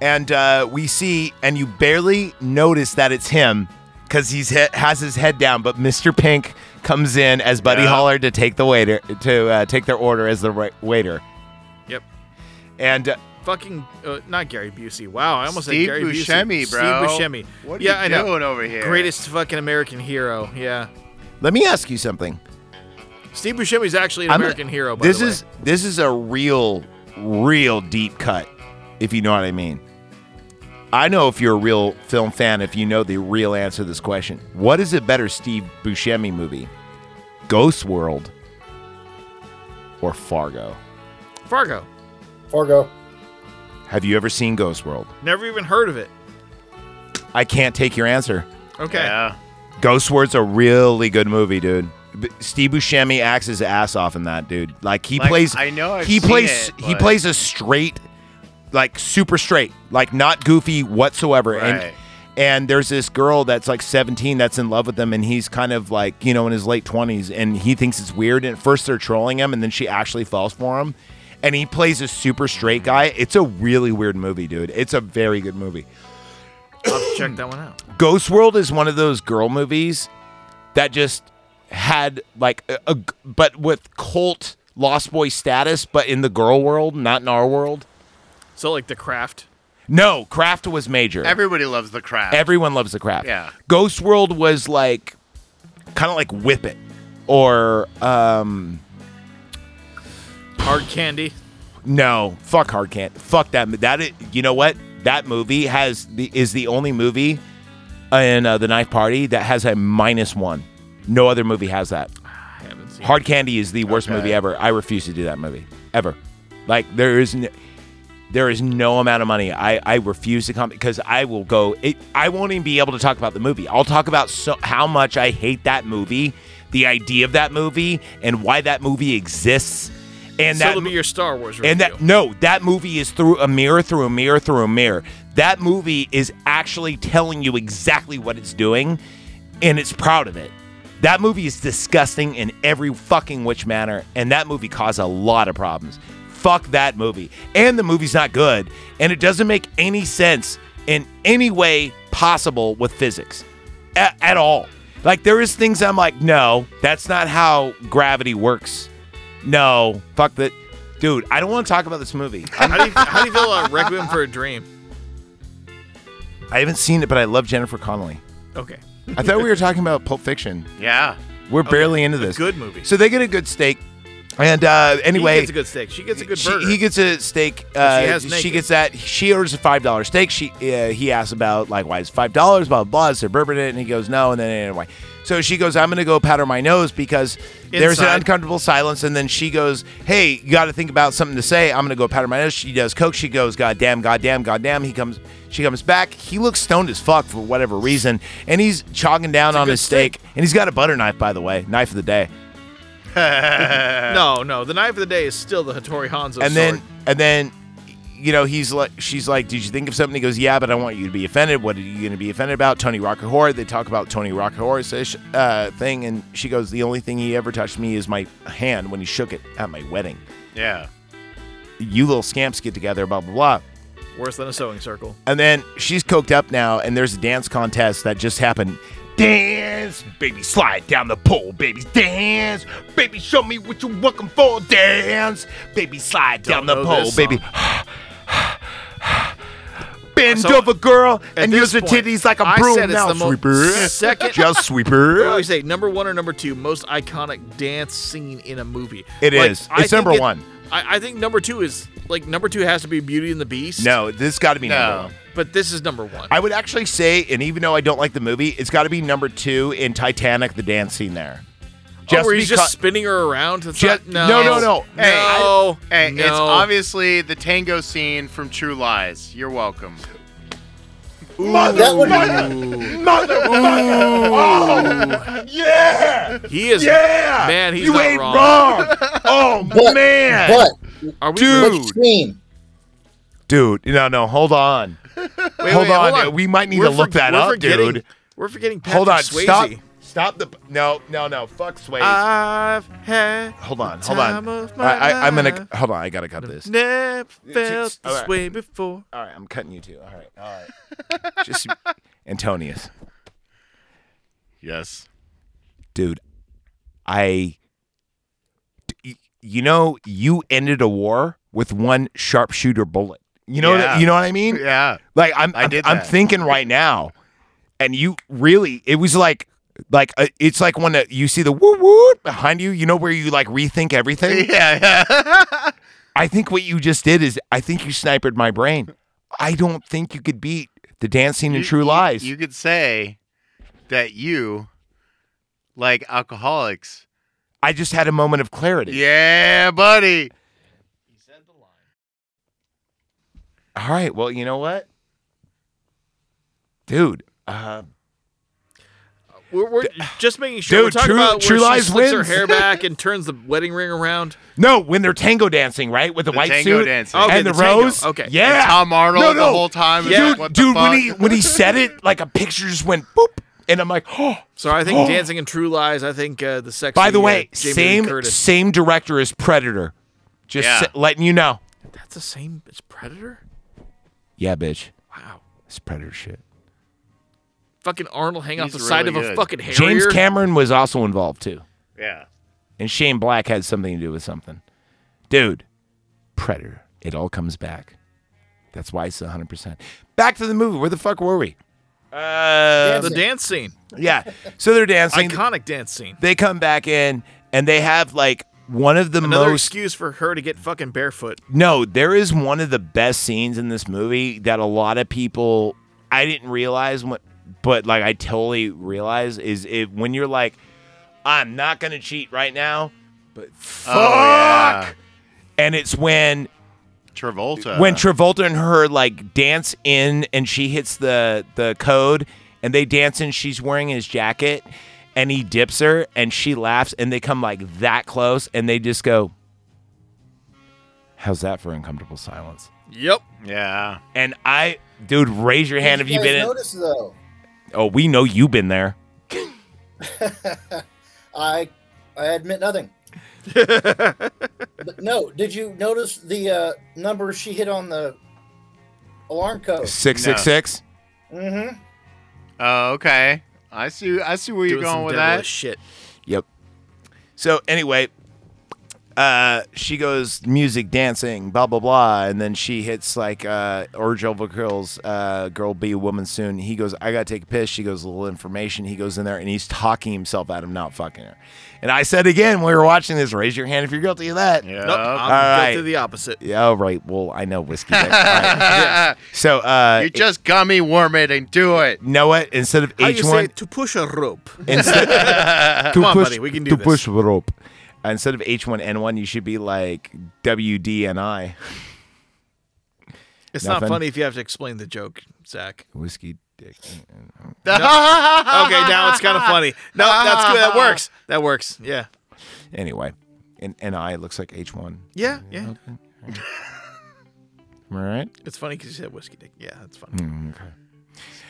and uh, we see, and you barely notice that it's him because he's he- has his head down. But Mr. Pink comes in as Buddy Yeah. Holler to take the waiter to uh, take their order as the ri- waiter, Yep. and uh, Fucking uh, not Gary Busey. Wow, I almost Steve said Gary Buscemi, Busey. bro. Steve Buscemi. What are yeah, you I know. doing over here? Greatest fucking American hero. Yeah. let me ask you something. Steve Buscemi's actually an I'm gonna- American hero. By This the way. is this is a real, real deep cut, if you know what I mean. I know if you're a real film fan, if you know the real answer to this question. What is a better Steve Buscemi movie, Ghost World, or Fargo? Fargo. Fargo. Have you ever seen Ghost World? Never even heard of it. I can't take your answer. Okay. Yeah. Ghost World's a really good movie, dude. B- Steve Buscemi acts his ass off in that, dude. Like he Like, plays, I know I've he seen plays, it, he but- plays a straight, like super straight, like not goofy whatsoever. And Right. and there's this girl that's like 17 that's in love with him, and he's kind of like you know in his late 20s, and he thinks it's weird. And at first they're trolling him, and then she actually falls for him. and he plays a super straight guy. It's a really weird movie, dude. It's a very good movie. I'll have to check that one out. Ghost World is one of those girl movies that just had like a, a- but with cult Lost Boy status, but in the girl world, not in our world. So like the craft. No, Kraft was major. Everybody loves the crap. Everyone loves the Kraft. Yeah. Ghost World was like kind of like Whip It or um Hard candy. no, fuck Hard Can't. Fuck that mo- that i- you know what? That movie has the is the only movie in uh, the Knife Party that has a minus 1. No other movie has that. I haven't seen. Hard Candy is the worst Okay. movie ever. I refuse to do that movie ever. Like there is, n- there is no amount of money. I I refuse to come because I will go. It, I won't even be able to talk about the movie. I'll talk about so how much I hate that movie, the idea of that movie, and why that movie exists. And so that it'll mo- be your Star Wars review. and that no, that movie is through a mirror, through a mirror, through a mirror. That movie is actually telling you exactly what it's doing, and it's proud of it. That movie is disgusting in every fucking which manner, and that movie caused a lot of problems. Fuck that movie. And the movie's not good, and it doesn't make any sense in any way possible with physics a- at all. Like there is things I'm like, no, that's not how gravity works. No, fuck that, dude. I don't want to talk about this movie. I, how, do you, how do you feel about Requiem for a Dream? I haven't seen it, but I love Jennifer Connelly. Okay. I thought we were talking about Pulp Fiction. Yeah. We're barely into this. Oh, Good movie. So they get a good steak, and uh, anyway, he gets a good steak. She gets a good she- burger. he gets a steak. Uh, has she, naked. gets that. She orders a five dollar steak. She uh, he asks about like why it's five dollars. Blah blah blah. Is there bourbon in it? And he goes no. And then anyway, so she goes, I'm gonna go powder my nose because there's an Inside. uncomfortable silence. And then she goes, Hey, you got to think about something to say. I'm gonna go powder my nose. She does coke. She goes, God damn, God damn, God damn. He comes. She comes back. He looks stoned as fuck for whatever reason, and he's chogging down on good his steak. And he's got a butter knife, by the way, knife of the day. no, no. The knife of the day is still the Hattori Hanzo and then sword. and then you know he's like she's like did you think of something he goes yeah but i want you to be offended what are you going to be offended about tony rocker horror they talk about tony rocker horror's uh, thing and she goes the only thing he ever touched me is my hand when he shook it at my wedding Yeah. you little scamps get together blah blah blah worse than a sewing circle. and then she's coked up now, and there's a dance contest that just happened. Dance, baby, slide down the pole, baby, dance, baby, show me what you're looking for, dance, baby, slide Don't down the know pole, this baby. Bend So, over, girl, at and this use your point, titties like a I broom said it's now, the mo- sweeper. second- just I sweeper. always say number one or number two most iconic dance scene in a movie. It It is. is. It's number one. I, I think number two is like number two has to be Beauty and the Beast. No, this got to be number No. one. but this is number one. I would actually say, and even though I don't like the movie, it's got to be number two in Titanic, the dance scene there. oh, where he's becau- just spinning her around. It's Just- not, no, no, no, no. no, Hey, I- Hey, no. it's obviously the tango scene from True Lies. You're welcome. That would be Oh, Yeah! He is. Yeah! Man, he's you not ain't wrong. oh, But- man. but Are we? Dude. which scene? Dude, no, no, hold on. Wait, hold, wait, on. We might need We're to look for- that we're up, forgetting- dude. We're forgetting. Patrick Hold on. Swayze. Stop. Stop the. No, no, no. Fuck Swayze. I've had. hold on. the Hold on. time of I, my I, I'm going life. to. Hold on. I got to cut this. Never felt all this right. way before. All right. I'm cutting you two. All right. All right. Just. Antonius. Yes. Dude, I. d- You know, you ended a war with one sharpshooter bullet. You know, Yeah. you know what I mean? Yeah. Like I'm, I I'm, did I'm that. thinking right now, and you really, it was like, like uh, it's like when uh, you see the woo woo behind you. You know where you like rethink everything. Yeah. yeah. I think what you just did is, I think you snipered my brain. I don't think you could beat the dancing in You- True you- Lies. You could say that you, like alcoholics. I just had a moment of clarity. Yeah, buddy. All right. Well, you know what, dude. Uh, We're, we're just making sure. we're Dude, talking True- about where True she Lies wins. slips her hair back and turns the wedding ring around. no, when they're tango dancing, right, with the, The white tango suit dancing. and Okay, the, the tango. rose. Okay. Yeah. And Tom Arnold No, no. the whole time. is Yeah. like, dude, what the dude when fuck? he when he said it, like a picture just went boop, and I'm like, oh. So I think Oh. Dancing in True Lies. I think uh, the sexy. By the way, uh, Jamie Lee same Curtis. same director as Predator. Just Yeah. sa- letting you know. That's the same as Predator? Yeah, bitch. Wow. It's predator shit. Fucking Arnold hang off the He's side really of a good. fucking Harrier. James Cameron was also involved too. Yeah. And Shane Black had something to do with something. Dude, Predator. It all comes back. That's why it's 100%. Back to the movie. Where the fuck were we? Uh, the dance scene. Yeah. So they're dancing. Iconic dance scene. They come back in and they have like one of the Another most. excuse for her to get fucking barefoot. No, there is one of the best scenes in this movie that a lot of people I didn't realize what but like I totally realize is it when you're like I'm not going to cheat right now, but Oh, fuck. yeah. And it's when Travolta. when Travolta and her like dance in and she hits the the code and they dance in she's wearing his jacket and he dips her and she laughs and they come like that close and they just go How's that for uncomfortable silence? Yep. yeah. And I, dude, raise your hand if you've guys been in. notice though? Oh, we know you've been there. I I admit nothing. but no, did you notice the uh, number she hit on the alarm code? Six six six. Mm-hmm. Oh, okay. I see. I see where you're Doing some going with that. devilish Shit. Yep. So anyway, uh, she goes music, dancing, blah blah blah, and then she hits like uh, Orgel Vakril's uh, "Girl Be a Woman Soon." He goes, "I gotta take a piss." She goes, "A little information." He goes in there and he's talking himself out of not fucking her. And I said again, when we were watching this, raise your hand if you're guilty of that. Yeah. Nope. I'm All guilty right. of the opposite. Yeah, All right. Well, I know whiskey. All right. So uh, you just gummy worm it and do it. know what? Instead of How H you say one, to push a rope? Instead, to Come on, push, buddy, we can do to this. push rope. Instead of H1N1, you should be like WDNI. It's Nothing. not funny if you have to explain the joke, Zach. Whiskey dick. Okay, now it's kind of funny. No, that's good. That works. That works. Yeah. Anyway, and NI looks like H1. Yeah. Yeah. All right. It's funny because you said whiskey dick. Yeah, that's funny. Hmm,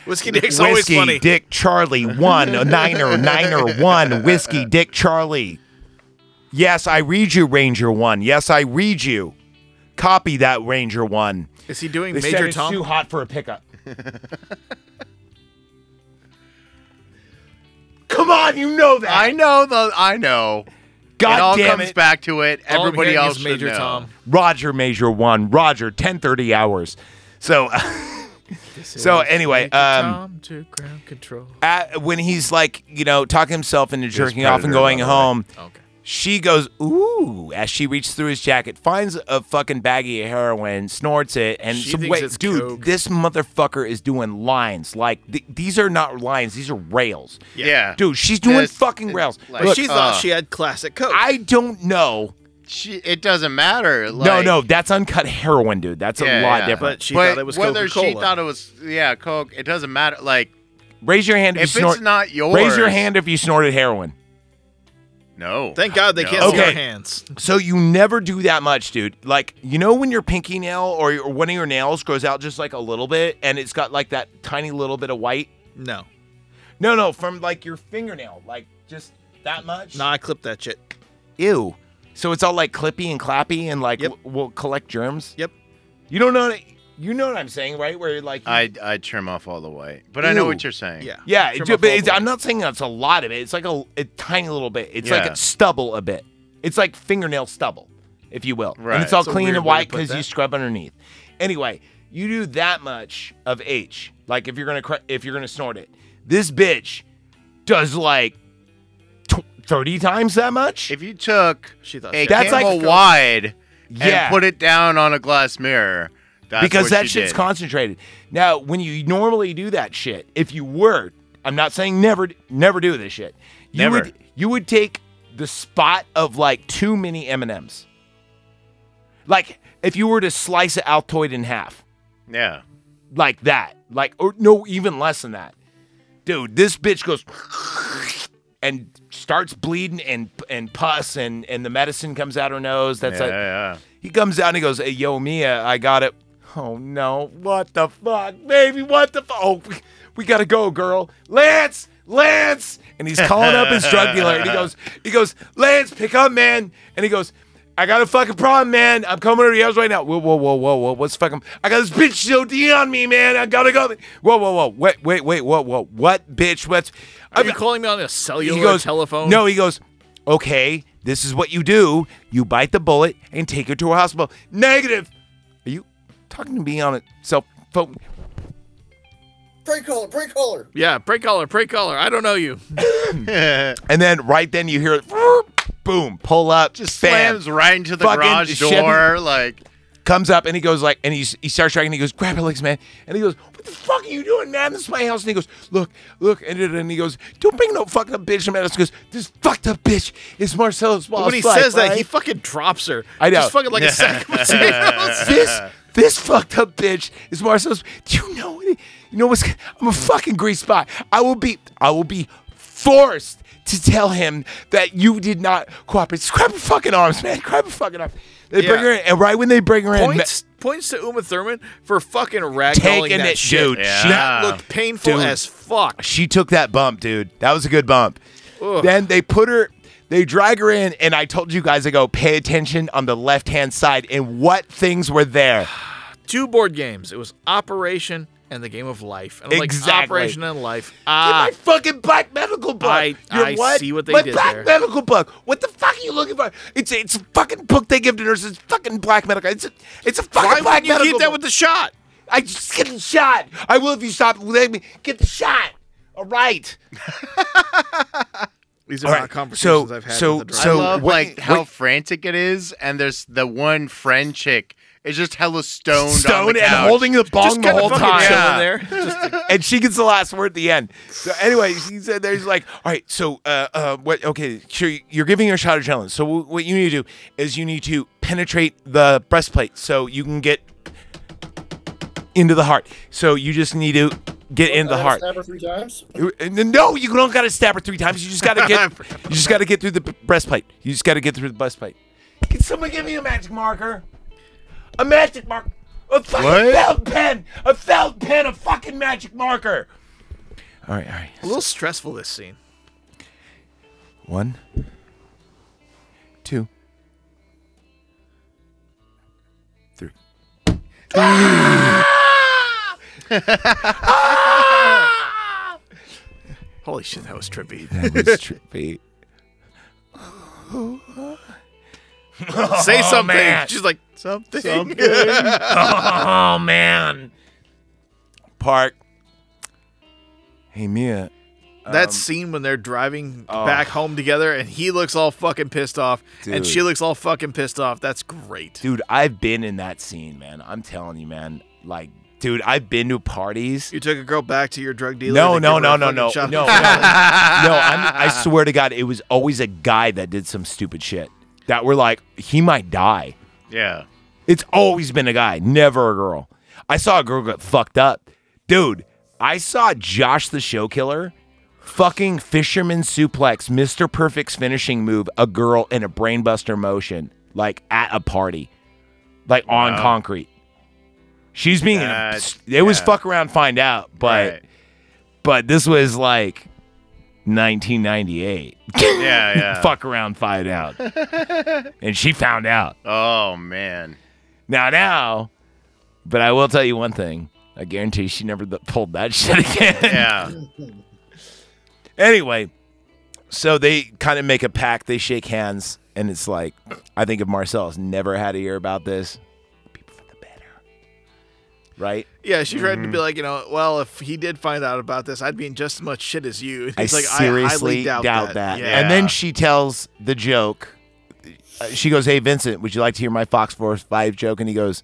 Whiskey dick's always whiskey funny. dick Charlie one a niner niner one whiskey dick Charlie. Yes, I read you, Ranger One. Yes, I read you. Copy that, Ranger One. Is he doing They said Major it's Tom? too hot for a pickup. Come on, you know that. I know the. I know. God it all damn comes it. back to it. All I'm Everybody hearing is else should Major know. Tom. Roger Major One. Roger 10:30 hours. So, so anyway, Major um, Tom to ground control. at, when he's like, you know, talking himself into jerking off and Predator, going by the way. home, Okay. she goes ooh as she reaches through his jacket, finds a fucking baggie of heroin, snorts it, and She so- thinks wait, it's dude, coke. this motherfucker is doing lines like th- these are not lines; these are rails. Yeah. Dude, she's doing This- fucking rails. like- Look, she thought uh, she had classic coke. I don't know. She, it doesn't matter. no, like- no, that's uncut heroin, dude. That's Yeah, a lot yeah. different. but she but thought it was whether Coca-Cola. she thought it was yeah coke, it doesn't matter. Like Raise your hand if, if you snort. it's not yours, Raise your hand if you snorted heroin. No. Thank God they No. can't see Okay. our hands. So you never do that much, dude. Like you know when your pinky nail or, your, one of your nails grows out just like a little bit, and it's got like that tiny little bit of white. No. No, no, from like your fingernail, like just that much. No, I clipped that shit. ew. So it's all like clippy and clappy, and like Yep. w- will collect germs. Yep. You don't know. What I, you know what I'm saying, right? Where you're like you- I I trim off all the way, but I know Ew. what you're saying. Yeah. Yeah, it, Trim ju- off but all it's, the I'm not saying that's a lot of it. It's like a, a tiny little bit. It's like Yeah. a stubble a bit. It's like fingernail stubble, if you will. Right. And it's all It's a clean weird and way to white put because you that. scrub underneath. Anyway, you do that much of H. Like if you're gonna cr- if you're gonna snort it, this bitch does like tw- thirty times that much. If you took She thought a she had That's like- Camel wide Yeah. and put it down on a glass mirror, that's because what that she shit's did. concentrated. Now, when you normally do that shit, if you were, I'm not saying never, never do this shit. You Never. would, you would take the spot of like too many M and M's. Like if you were to slice an Altoid in half, yeah. like that, like or no, even less than that, dude. This bitch goes and starts bleeding and and pus and and the medicine comes out her nose. That's yeah, like yeah. he comes out and he goes, "Hey, yo, Mia, I got it." Oh no! What the fuck, baby? What the fuck? Oh, we, we gotta go, girl. Lance, Lance, and he's calling up his drug dealer, and he goes, he goes, Lance, pick up, man, and he goes, I got a fucking problem, man. I'm coming over to your house right now. Whoa, whoa, whoa, whoa, whoa. What's fucking? I got this bitch OD on me, man. I gotta go. Whoa, whoa, whoa. Wait, wait, wait. Whoa, whoa. What, bitch? What's? Are I'm- you calling me on a Oh, cellular he goes telephone? No, he goes. Okay, this is what you do. You bite the bullet and take her to a hospital. Negative. Are you talking to me on a cell phone? Prank caller, prank caller. Yeah, prank caller, prank caller. I don't know you. And then right then you hear it. Boom. Pull up. Just bam. slams right into the Fucking garage Chevy- door. Like, comes up and he goes like, and he he starts dragging. He goes, grab her legs, man. And he goes, what the fuck are you doing, man? This is my house. And he goes, look, look, and, and he goes, don't bring no fucked up bitch to my house. He goes, this fucked up bitch is Marcelo's boss. when he wife, says that, right? he fucking drops her. I know. Just fucking like a sack of potatoes. this this fucked up bitch is Marcelo's. Do you know what? it- You know what's? I'm a fucking grease spot. I will be. I will be forced to tell him that you did not cooperate. Just grab her fucking arms, man. Grab her fucking arms. They Yeah. bring her in, and right when they bring her in, Points points to Uma Thurman for fucking ragdolling taking that it, shit. dude. She- That looked painful Dude. as fuck. She took that bump, dude. That was a good bump. Ugh. Then they put her, they drag her in, and I told you guys, I go, pay attention on the left hand side and what things were there. Two board games. It was Operation and the Game of Life. And I'm like, Exactly. Operation and Life. Get Ah, my fucking black medical book. I- Your I what? see what they my did black there. medical book. What the fuck are you looking for? It's a, it's a fucking book they give to nurses. It's fucking black medical. It's a, it's a fucking why black would you medical. keep that book. with the shot? I just get the shot. I will if you stop. Let me get the shot. All right. These All right. So- so- I so- love what- like how what- frantic it is, and there's the one friend chick is just hella stoned, on Stoned the and couch. holding the bong the kind whole of fucking time. chilling Yeah. there. Just like, and she gets the last word at the end. So anyway, she said there's like, all right, so uh, uh, what? Okay, sure, you're giving her a shot of adrenaline. So w- what you need to do is you need to penetrate the breastplate so you can get into the heart. So you just need to get into the I heart. stabbed her three times. And then, no, you don't gotta stab her three times. You just gotta get. you just gotta get through the b- breastplate. You just gotta get through the breastplate. Can someone give me a magic marker? A magic marker. A fucking What? felt pen. A felt pen. A fucking magic marker. All right, all right. a little stressful, this scene. One, two, three. Holy shit, that was trippy. That was trippy. Say something. Oh, man. She's like, something. oh man. Park. Hey Mia. Um, that scene when they're driving oh. back home together and he looks all fucking pissed off and Dude. she looks all fucking pissed off. That's great. Dude, I've been in that scene, man. I'm telling you, man. Like, dude, I've been to parties. You took a girl back to your drug dealer. No, to no, give her no, a no, fucking no, no, shot. no. no, I'm, I swear to God, it was always a guy that did some stupid shit that were like, he might die. Yeah, It's always been a guy, never a girl. I saw a girl get fucked up. Dude, I saw Josh the Show Killer fucking fisherman suplex, Mr. Perfect's finishing move, a girl in a brainbuster motion, like at a party, like on concrete. She's being, That's- it was yeah. fuck around, find out, but Right. but this was like 1998. yeah, yeah. fuck around, find out, and she found out. Oh man. Now, now, but I will tell you one thing. I guarantee she never th- pulled that shit again. Yeah. anyway, so they kind of make a pact. They shake hands, and it's like, I think if Marcel has never had to hear about this, people for the better. Right? Yeah, she tried Mm-hmm. to be like, you know, well, if he did find out about this, I'd be in just as much shit as you. It's I like, seriously I highly doubt, doubt, that. Yeah. And then she tells the joke. Uh, She goes, "Hey Vincent, would you like to hear my Fox Force Five joke?" And he goes,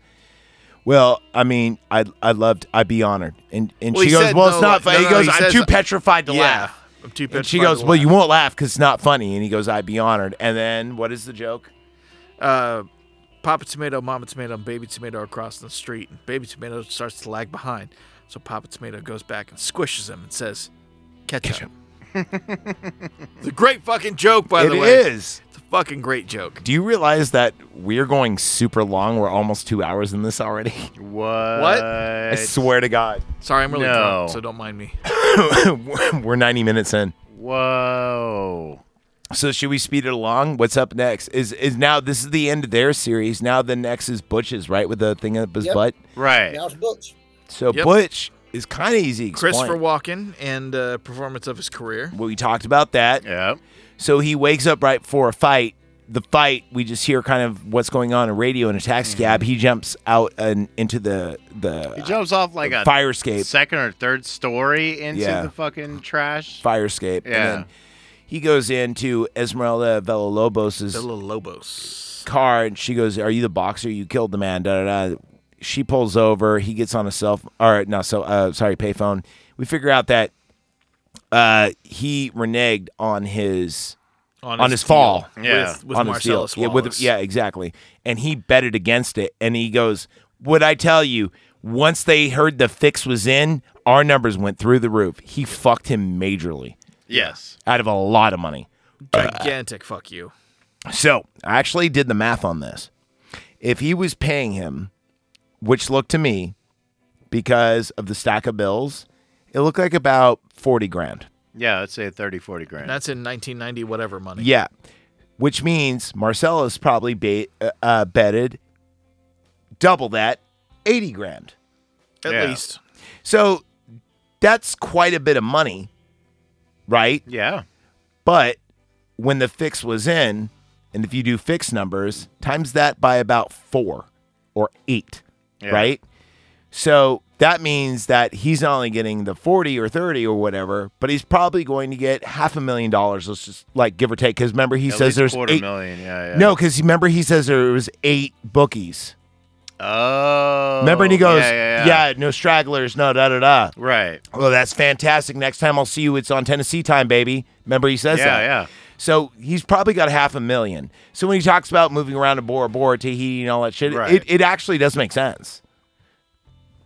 "Well, I mean, I'd I'd love to. I'd be honored." And and Well, she he goes, said "Well, no, it's not like- funny." no, he no, goes, he "I'm says, too petrified to yeah. laugh." I'm too And she petrified goes, to "Well, laugh." you won't laugh because it's not funny." And he goes, "I'd be honored." And then what is the joke? uh, Papa Tomato, Mama Tomato, and Baby Tomato are crossing the street, and Baby Tomato starts to lag behind. So Papa Tomato goes back and squishes him and says, "Catch up." it's a great fucking joke, by It is. the way. It's a fucking great joke. Do you realize that we're going super long? We're almost two hours in this already. What? I swear to God, Sorry, I'm really No. drunk, so don't mind me. we're ninety minutes in. Whoa. So should we speed it along? What's up next? Is is now this is the end of their series. Now the next is Butch's, right? With the thing up his Yep. butt. Right. Now it's Butch. So Yep. Butch is kind of easy. to Christopher explain. Walken and uh, performance of his career. we talked about that. Yeah. So he wakes up right for a fight. The fight, we just hear kind of what's going on in radio in a taxi cab. He jumps out and into the the Mm-hmm. He jumps off like a fire escape. second or third story into Yeah. the fucking trash. Fire escape. Yeah. And then he goes into Esmeralda Villalobos's Bella Lobos. car and she goes, "Are you the boxer? You killed the man." Da da da. She pulls over. He gets on a cell. Or no, so uh, sorry, payphone. We figure out that uh, he reneged on his on his deal fall. Yeah. With, with Uh, on his deal. Marcellus Yeah, with- Wallace. yeah, exactly. And he betted against it. And he goes, "Would I tell you?" Once they heard the fix was in, our numbers went through the roof. He fucked him majorly Yes. out of a lot of money. Gigantic fuck you. So I actually did the math on this. If he was paying him, which looked to me, because of the stack of bills, it looked like about 40 grand. Yeah, let's say 30, 40 grand. That's in 1990 whatever money. Yeah. Which means Marcellus probably ba- uh, uh, betted double that, 80 grand. At Yeah. least. So that's quite a bit of money, right? yeah. But when the fix was in, and if you do fix numbers, times that by about four or eight, Yeah. right? So that means that he's not only getting the 40 or 30 or whatever, but he's probably going to get half a million dollars. Let's just like give or take. Cause remember, he At says least there's quarter eight. million. Yeah, yeah. No, because remember, he says there was eight bookies. Oh. remember, and he goes, Yeah. yeah, Yeah. yeah. no stragglers, no da da da. Right. Well, that's fantastic. Next time I'll see you, it's on Tennessee time, baby. Remember, he says Yeah. that. Yeah. So he's probably got half a million. So when he talks about moving around to Bora Bora, Tahiti, and all that shit, Right. it, it actually does make sense.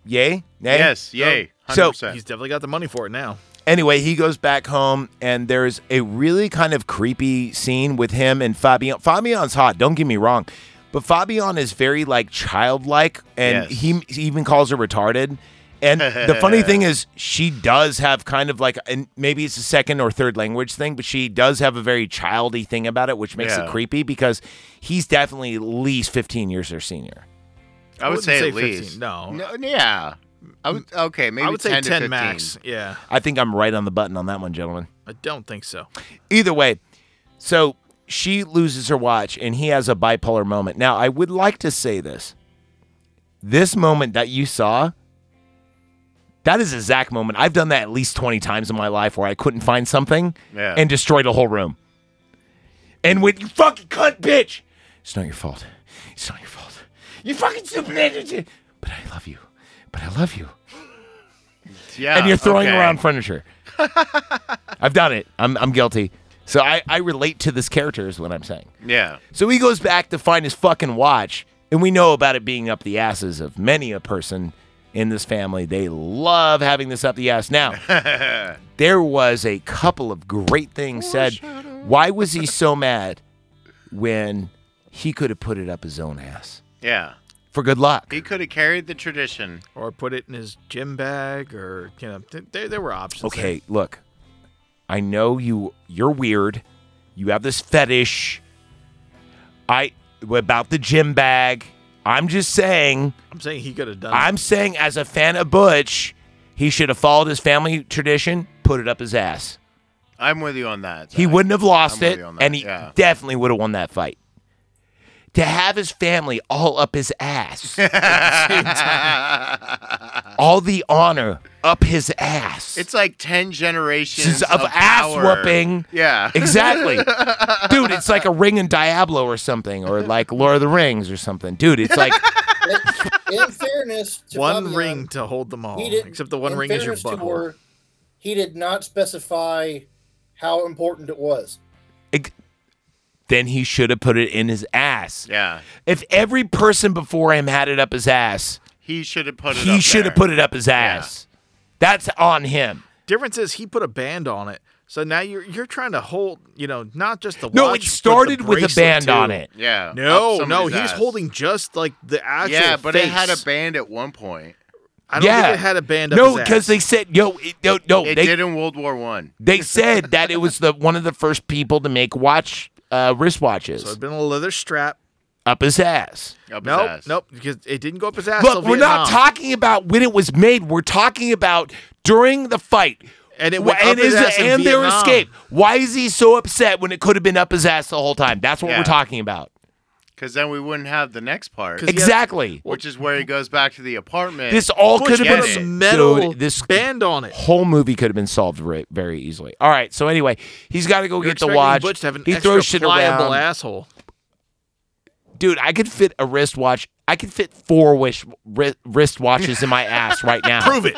Yay? Nay? Yes. Yay. oh, So- 100%. He's definitely got the money for it now. Anyway, he goes back home, and there's a really kind of creepy scene with him and Fabian. Fabian's hot, don't get me wrong, but Fabian is very like childlike, and Yes. he, he even calls her retarded. And the funny thing is, she does have kind of like, and maybe it's a second or third language thing, but she does have a very childy thing about it, which makes Yeah. it creepy because he's definitely at least 15 years her senior. I would wouldn't say, say at 15, least. no. Yeah. I would. Okay. Maybe I would say 10, 10, to 15. max. Yeah. I think I'm right on the button on that one, gentlemen. I don't think so. either way, so she loses her watch and he has a bipolar moment. Now, I would like to say this. This moment that you saw, that is a Zach moment. I've done that at least 20 times in my life where I couldn't find something Yeah. and destroyed a whole room. And went, you fucking cunt, bitch. It's not your fault. It's not your fault. You fucking stupid idiot. But I love you. But I love you Yeah. and you're throwing okay. around furniture. I've done it. I'm, I'm guilty. So I, I relate to this character is what I'm saying. Yeah. So he goes back to find his fucking watch, and we know about it being up the asses of many a person in this family. They love having this up the ass. Now, there was a couple of great things said. Why was he so mad when he could have put it up his own ass? Yeah. For good luck. He could have carried the tradition. Or put it in his gym bag or, you know, th- there, there were options. there. okay look i know you you're weird you have this fetish i about the gym bag i'm just saying I'm saying he could have Um, done i'm saying as a fan of butch he should have followed his family tradition put it up his ass I'm with you on that. he Zach. wouldn't have lost I'm with it you on that, and he yeah. definitely would have won that fight to have his family all up his ass all the honor up his ass It's like ten generations Since of ass power. whooping. Yeah. Exactly. Dude, it's like a ring in Diablo or something, or like Lord of the Rings or something. Dude, it's like, In fairness, to one Fabian, ring to hold them all. he didn't- Except the one in ring is your fairness to butthole. her, He did not specify how important it was. ex- then he should have put it in his ass. Yeah. If every person before him had it up his ass, He should have put it. he should have put it up his ass. That's on him. Difference is he put a band on it. So now you're you're trying to hold, you know, not just the No, watch, it but the started with a bracelet, band too. on it. Yeah. No, Up no, somebody's he's ass. holding just like the actual Yeah, but it had a face. band at one point. I don't yeah. think it had a band up No, his because ass. they said no, it, no, no. It they did in World War One. they said that it was the one of the first people to make watch uh, wristwatches So it'd been a leather strap. up his ass. Up his Nope, ass. nope, because it didn't go up his ass. till Look, we're not Vietnam. talking about when it was made. We're talking about during the fight. And it Wh- went up is- his ass in and their Vietnam. escape. Why is he so upset when it could have been up his ass the whole time? That's what Yeah. we're talking about. Because then we wouldn't have the next part, 'Cause- he had- Exactly. which is where he goes back to the apartment. This all Butch could have get been put a it. metal Dude, this band on it. whole movie could have been solved very, very easily. All right. So anyway, he's got to go You're get the expecting watch. Butch to have an he extra throws shit pliable around. asshole. Dude, I could fit a wristwatch. I could fit four wish, wri- wristwatches in my ass right now. Prove it.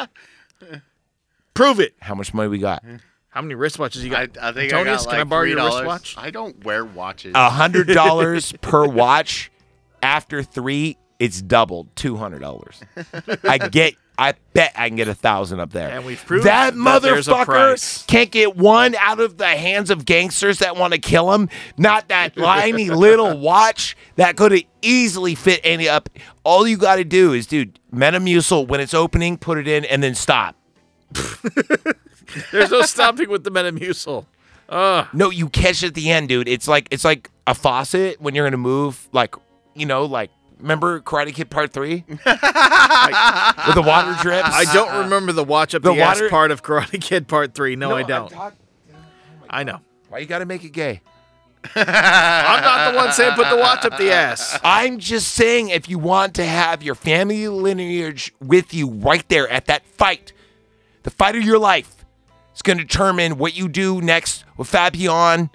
Prove it. How much money we got? How many wristwatches you I, got? I think Antonius, I got like can I borrow $3. your wristwatch? I don't wear watches. A hundred dollars per watch. After three, it's doubled two hundred dollars. I get. I bet I can get a thousand up there. And we've proven that that there's a motherfucker price. can't get one out of the hands of gangsters that want to kill him. Not that liney little watch that could have easily fit any up. All you got to do is, dude, Metamucil when it's opening, put it in, and then stop. There's no stopping with the Metamucil. No, you catch it at the end, dude. It's like it's like a faucet when you're gonna move, like you know, like remember Karate Kid Part Three, Like, with the water drips. I don't remember the watch up Uh, The the, water- ass part of Karate Kid Part Three. No, I I'm don't. talk- I know. Why you gotta make it gay? I'm not the one saying put the watch up the ass. I'm just saying, if you want to have your family lineage with you right there at that fight, the fight of your life, it's gonna determine what you do next with Fabian,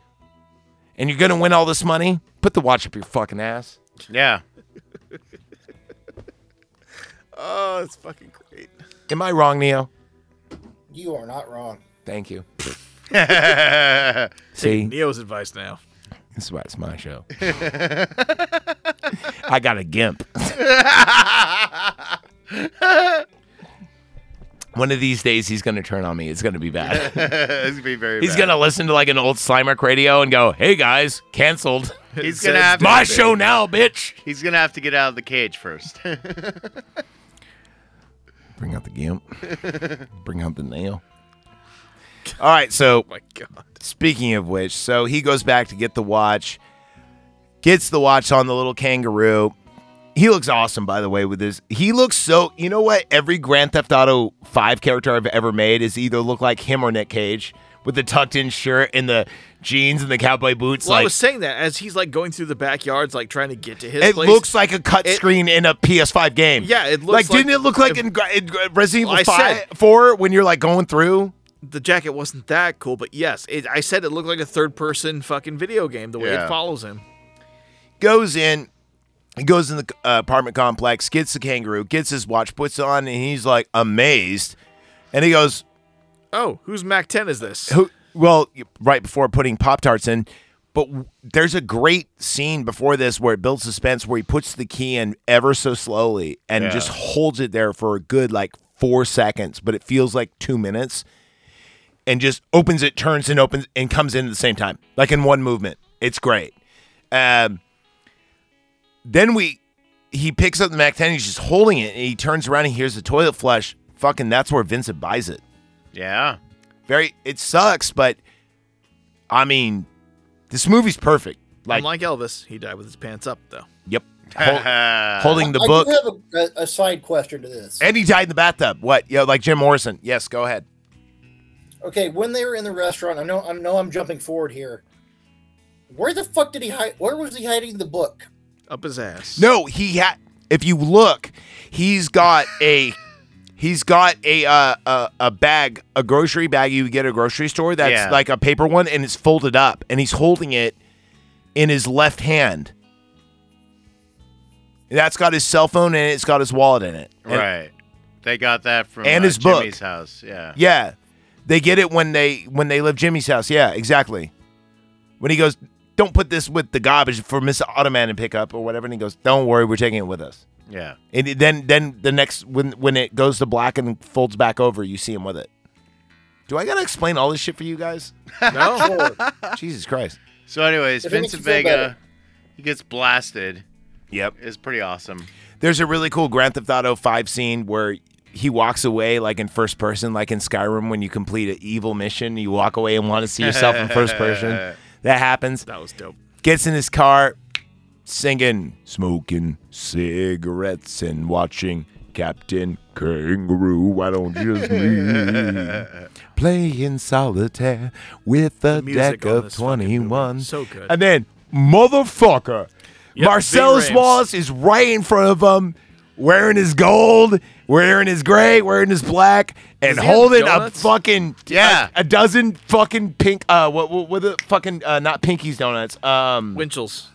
and you're gonna win all this money. Put the watch up your fucking ass. yeah. Oh, it's fucking great. Am I wrong, Neo? You are not wrong. Thank you. See, Neo's advice now. This is why it's my show. I got a gimp. One of these days, he's going to turn on me. It's going to be bad. it's gonna be very. he's bad. going to listen to like an old Slimer radio and go, hey guys, canceled. He's gonna have to, my show now, bitch. He's gonna have to get out of the cage first. Bring out the gimp. Bring out the nail. All right, so Oh My God. Speaking of which, so he goes back to get the watch, gets the watch on the little kangaroo. He looks awesome, by the way, with his. He looks so. You know what? Every Grand Theft Auto 5 character I've ever made is either look like him or Nick Cage with the tucked in shirt and the jeans and the cowboy boots. Well, I like, was saying that as he's like going through the backyards, like trying to get to his it place. looks like a cut it- screen in a PS5 game. Yeah, it like, looks like- didn't it look like in, Gra- in Gra- Resident Well, I Evil 5, said- 4 when you're like going through? the jacket wasn't that cool, but yes, it, I said it looked like a third person fucking video game the way Yeah. it follows him. goes in. He goes in the uh, apartment complex, gets the kangaroo, gets his watch, puts it on, and he's like amazed. And he goes, Oh, whose Mac 10 is this? "Who?" Well, right before putting Pop Tarts in, but w- there's a great scene before this where it builds suspense, where he puts the key in ever so slowly and Yeah. just holds it there for a good like four seconds, but it feels like two minutes, and just opens it, turns and opens, and comes in at the same time, like in one movement. It's great. Um, then we he picks up the Mac 10, he's just holding it, and he turns around and hears the toilet flush. Fucking that's where Vincent buys it. yeah. Very it sucks, but I mean this movie's perfect. Like Unlike Elvis, he died with his pants up, though. yep. Hol- holding the I book. do have a, a, a side question to this. And he died in the bathtub. What? Yeah, like Jim Morrison. Yes, go ahead. Okay, when they were in the restaurant, I know I know I'm jumping forward here. Where the fuck did he hide? Where was he hiding the book? Up his ass. No, he had if you look, he's got a he's got a uh, a, a bag, a grocery bag you get at a grocery store that's Yeah. like a paper one and it's folded up and he's holding it in his left hand. And That's got his cell phone in it, it's got his wallet in it. And- right. They got that from And uh, his book. Jimmy's house. Yeah. Yeah. They get it when they when they live Jimmy's house. Yeah, exactly. When he goes, "Don't put this with the garbage for Miss Automan to pick up or whatever." And he goes, "Don't worry, we're taking it with us." Yeah. And it- then then the next when when it goes to black and folds back over, you see him with it. Do I gotta explain all this shit for you guys? No? Lord, Jesus Christ. So, anyways, If it makes Vincent you feel Vega, better. he gets blasted. Yep. It's pretty awesome. There's a really cool Grand Theft Auto 5 scene where he walks away like in first person, like in Skyrim when you complete an evil mission, you walk away and want to see yourself in first person. That happens. That was dope. Gets in his car, singing, smoking cigarettes and watching Captain Kangaroo. Why don't you just me? Playing solitaire with a music deck on of this fucking movie is 21. so good. And then, motherfucker, Yep, Marcellus Bing Rames. Wallace is right in front of him, wearing his gold, wearing his gray, wearing his black, and Does he have holding a donuts? fucking Yeah. a, a dozen fucking pink uh what what, what the fucking uh, not pinkies donuts um Winchell's.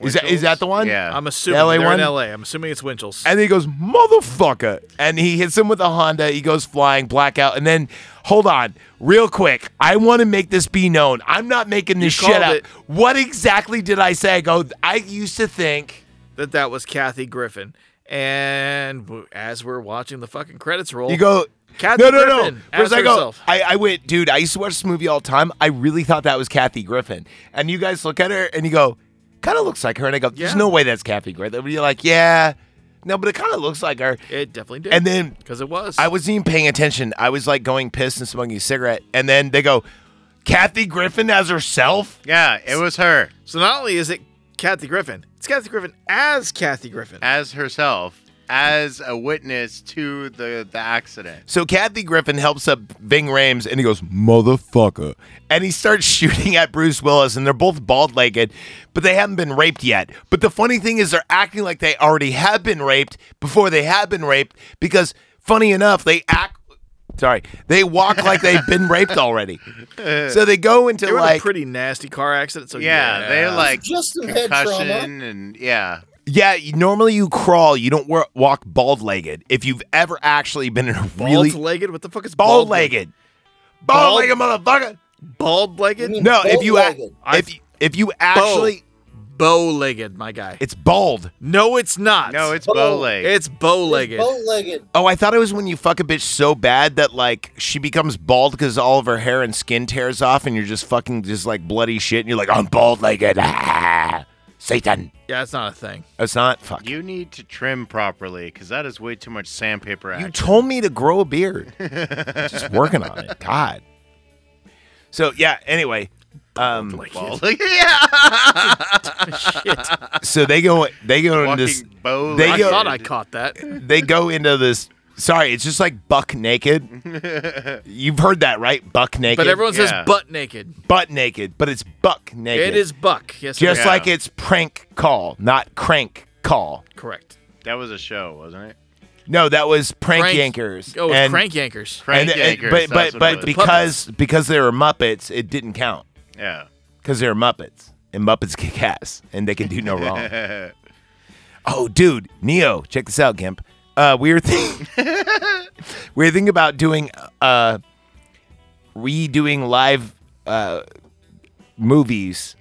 is that is that the one Yeah. I'm assuming LA they're one? in LA. I'm assuming it's Winchell's. and he goes motherfucker and he hits him with a Honda he goes flying blackout and then hold on real quick I want to make this be known I'm not making this shit called up it. what exactly did I say I go I used to think that that was Kathy Griffin. And w- as we're watching the fucking credits roll, You go. Kathy no, no, no. Griffin, First, ask I go. herself. I, I went, dude. I used to watch this movie all the time. I really thought that was Kathy Griffin. And you guys look at her and you go, kind of looks like her. And I go, there's Yeah. no way that's Kathy Griffin. And you're like, yeah, no, but it kind of looks like her. it definitely did. And then because it was, I wasn't even paying attention. I was like going piss and smoking a cigarette. And then they go, Kathy Griffin as herself. Yeah, it was her so not only is it Kathy Griffin, it's Kathy Griffin as Kathy Griffin. as herself, as a witness to the the accident. So Kathy Griffin helps up Ving Rames and he goes, motherfucker. And he starts shooting at Bruce Willis and they're both bald legged, but they haven't been raped yet. But the funny thing is they're acting like they already have been raped before they have been raped because funny enough, they act sorry, they walk like they've been raped already. So they go into They were in like a pretty nasty car accident. So Yeah, they like Just some head trauma. concussion and yeah. Yeah, you- normally you crawl, you don't wa- walk bald legged. If you've ever actually been in a really bald legged. What the fuck is bald legged. Bald legged motherfucker. Bald legged, No, if you act, Bow-legged. if you, if you actually, bow legged, my guy. it's bald. no, it's not. No, it's bow leg. it's bow legged. Bow-legged. Oh, I thought it was when you fuck a bitch so bad that like she becomes bald because all of her hair and skin tears off, and you're just fucking just like bloody shit, and you're like, I'm bald legged, ah, Satan. Yeah, it's not a thing. It's not fuck. You, you need to trim properly because that is way too much sandpaper action. told me to grow a beard. just working on it. God. So yeah. Anyway, um, Ball leg- yeah. so they go they go into this. Fucking bow they I go- thought I caught that. they go into this. Sorry, it's just like buck naked. You've heard that, right? Buck naked. But everyone says Yeah. butt naked. butt naked, but it's buck naked. It is buck. Yes, it just is. Yeah. like it's prank call, not crank call. correct. That was a show, wasn't it? No, that was prank, Crank- yankers. Oh, it's And- crank yankers. and- Frank and- Yankers, but that's but what but it was. because because they were Muppets, it didn't count yeah. because they were Muppets and Muppets kick ass and they can do no wrong. Oh, dude, Neo, check this out, Gimp. Uh, we were thinking, we were thinking about doing, uh, redoing live uh, movies.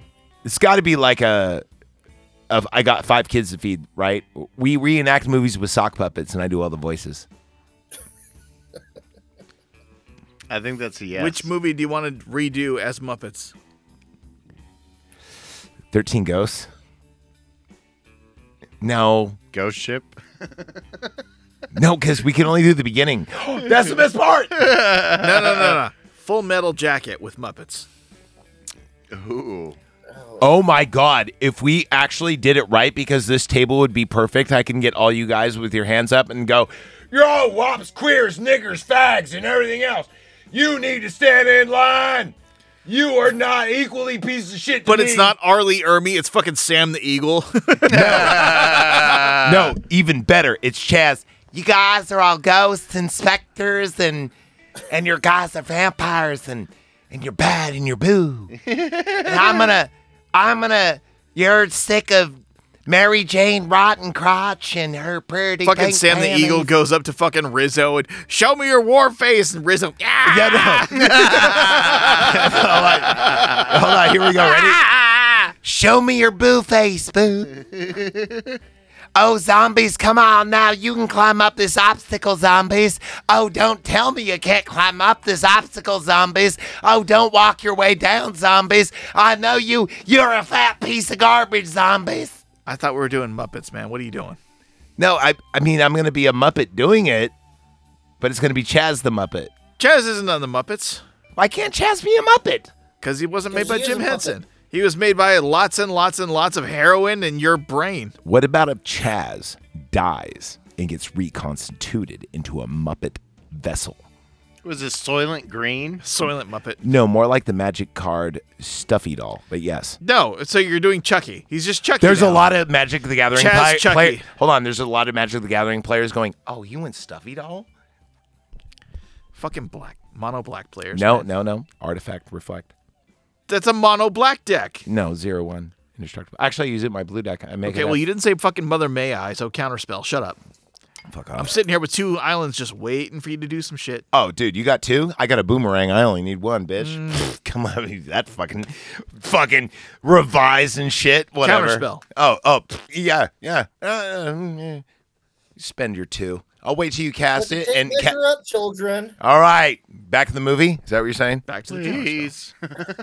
It's got to be like a, of I got five kids to feed, right? We reenact movies with sock puppets, and I do all the voices. I think that's a yes. Which movie do you want to redo as Muppets? Thirteen ghosts. No, Ghost Ship? no, because we can only do the beginning. That's the best part. No, no, no, no. Full Metal Jacket with Muppets. Ooh. Oh my God. If we actually did it right, because this table would be perfect, I can get all you guys with your hands up and go, Yo, wops, queers, niggers, fags, and everything else. You need to stand in line. You are not equally pieces of shit. to But it's me." not Arlie Ermy. It's fucking Sam the Eagle. No, even better. It's Chaz. You guys are all ghosts and specters, and and your guys are vampires, and and you're bad, and you're boo. and I'm gonna, I'm gonna. You're sick of Mary Jane Rotten Crotch and her pretty fucking pink Sam the panties." Eagle goes up to fucking Rizzo and show me your war face. And Rizzo, yeah. Yeah, no. hold, on. hold on, here we go. Ready? Show me your boo face, boo. oh, zombies, come on now. You can climb up this obstacle, zombies. Oh, don't tell me you can't climb up this obstacle, zombies. Oh, don't walk your way down, zombies. I know you. You're a fat piece of garbage, zombies. I thought we were doing Muppets, man. What are you doing? No, I, I mean, I'm going to be a Muppet doing it, but it's going to be Chaz the Muppet. Chaz isn't on the Muppets Why can't Chaz be a Muppet? because he wasn't made 'Cause by he is Jim a Muppet. Henson. He was made by lots and lots and lots of heroin in your brain. What about if Chaz dies and gets reconstituted into a Muppet vessel? Was this Soylent Green? Soylent Muppet. No, more like the magic card stuffy doll, but yes. No, so you're doing Chucky. He's just Chucky. There's a now. lot of Magic the Gathering Chaz play- Chucky. play- Hold on, there's a lot of Magic the Gathering players going, "Oh, you went stuffy doll?" fucking black mono black players. No, man. no, no. Artifact reflect. that's a mono black deck. No, zero one indestructible. Actually, I use it in my blue deck. I make Okay, it well up. you didn't say fucking Mother May I, so counterspell. Shut up. fuck I'm off. sitting here with two islands just waiting for you to do some shit. Oh, dude, you got two? I got a boomerang. I only need one, bitch. Come on, that fucking, fucking revise and shit. Whatever. Counterspell. Oh, oh, pff, yeah, yeah. Uh, uh, mm, yeah. Spend your two. I'll wait till you cast it. And ca- measure up, children. all right, back in the movie. Is that what you're saying? Back to the counterspell. Please.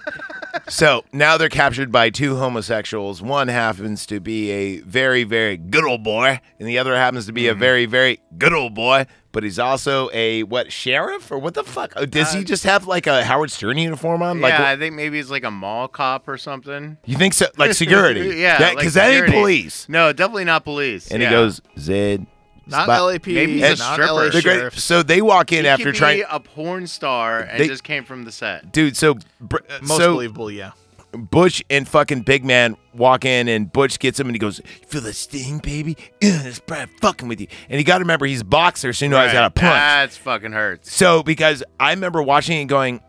So now they're captured by two homosexuals. One happens to be a very, very good old boy, and the other happens to be Mm-hmm. a very, very good old boy. But he's also a what sheriff or what the fuck? Oh, does he just have like a Howard Stern uniform on? Like, Uh, yeah, I think maybe it's like a mall cop or something. you think so? Like security? yeah, because like that ain't security. police. No, definitely not police. And yeah. he goes Zed. Not spot- LAP. Maybe he's a not LA They're stripper. great. sheriffs. So they walk in He after could be trying, a porn star and They- just came from the set. dude. So br- Most so believable, yeah. Butch and fucking Big Man walk in, and Butch gets him, and he goes, "You feel the sting, baby? Ugh, it's Brad fucking with you." And you got to remember, he's a boxer, so you know he's got a punch. That's fucking hurts. So because I remember watching it, going,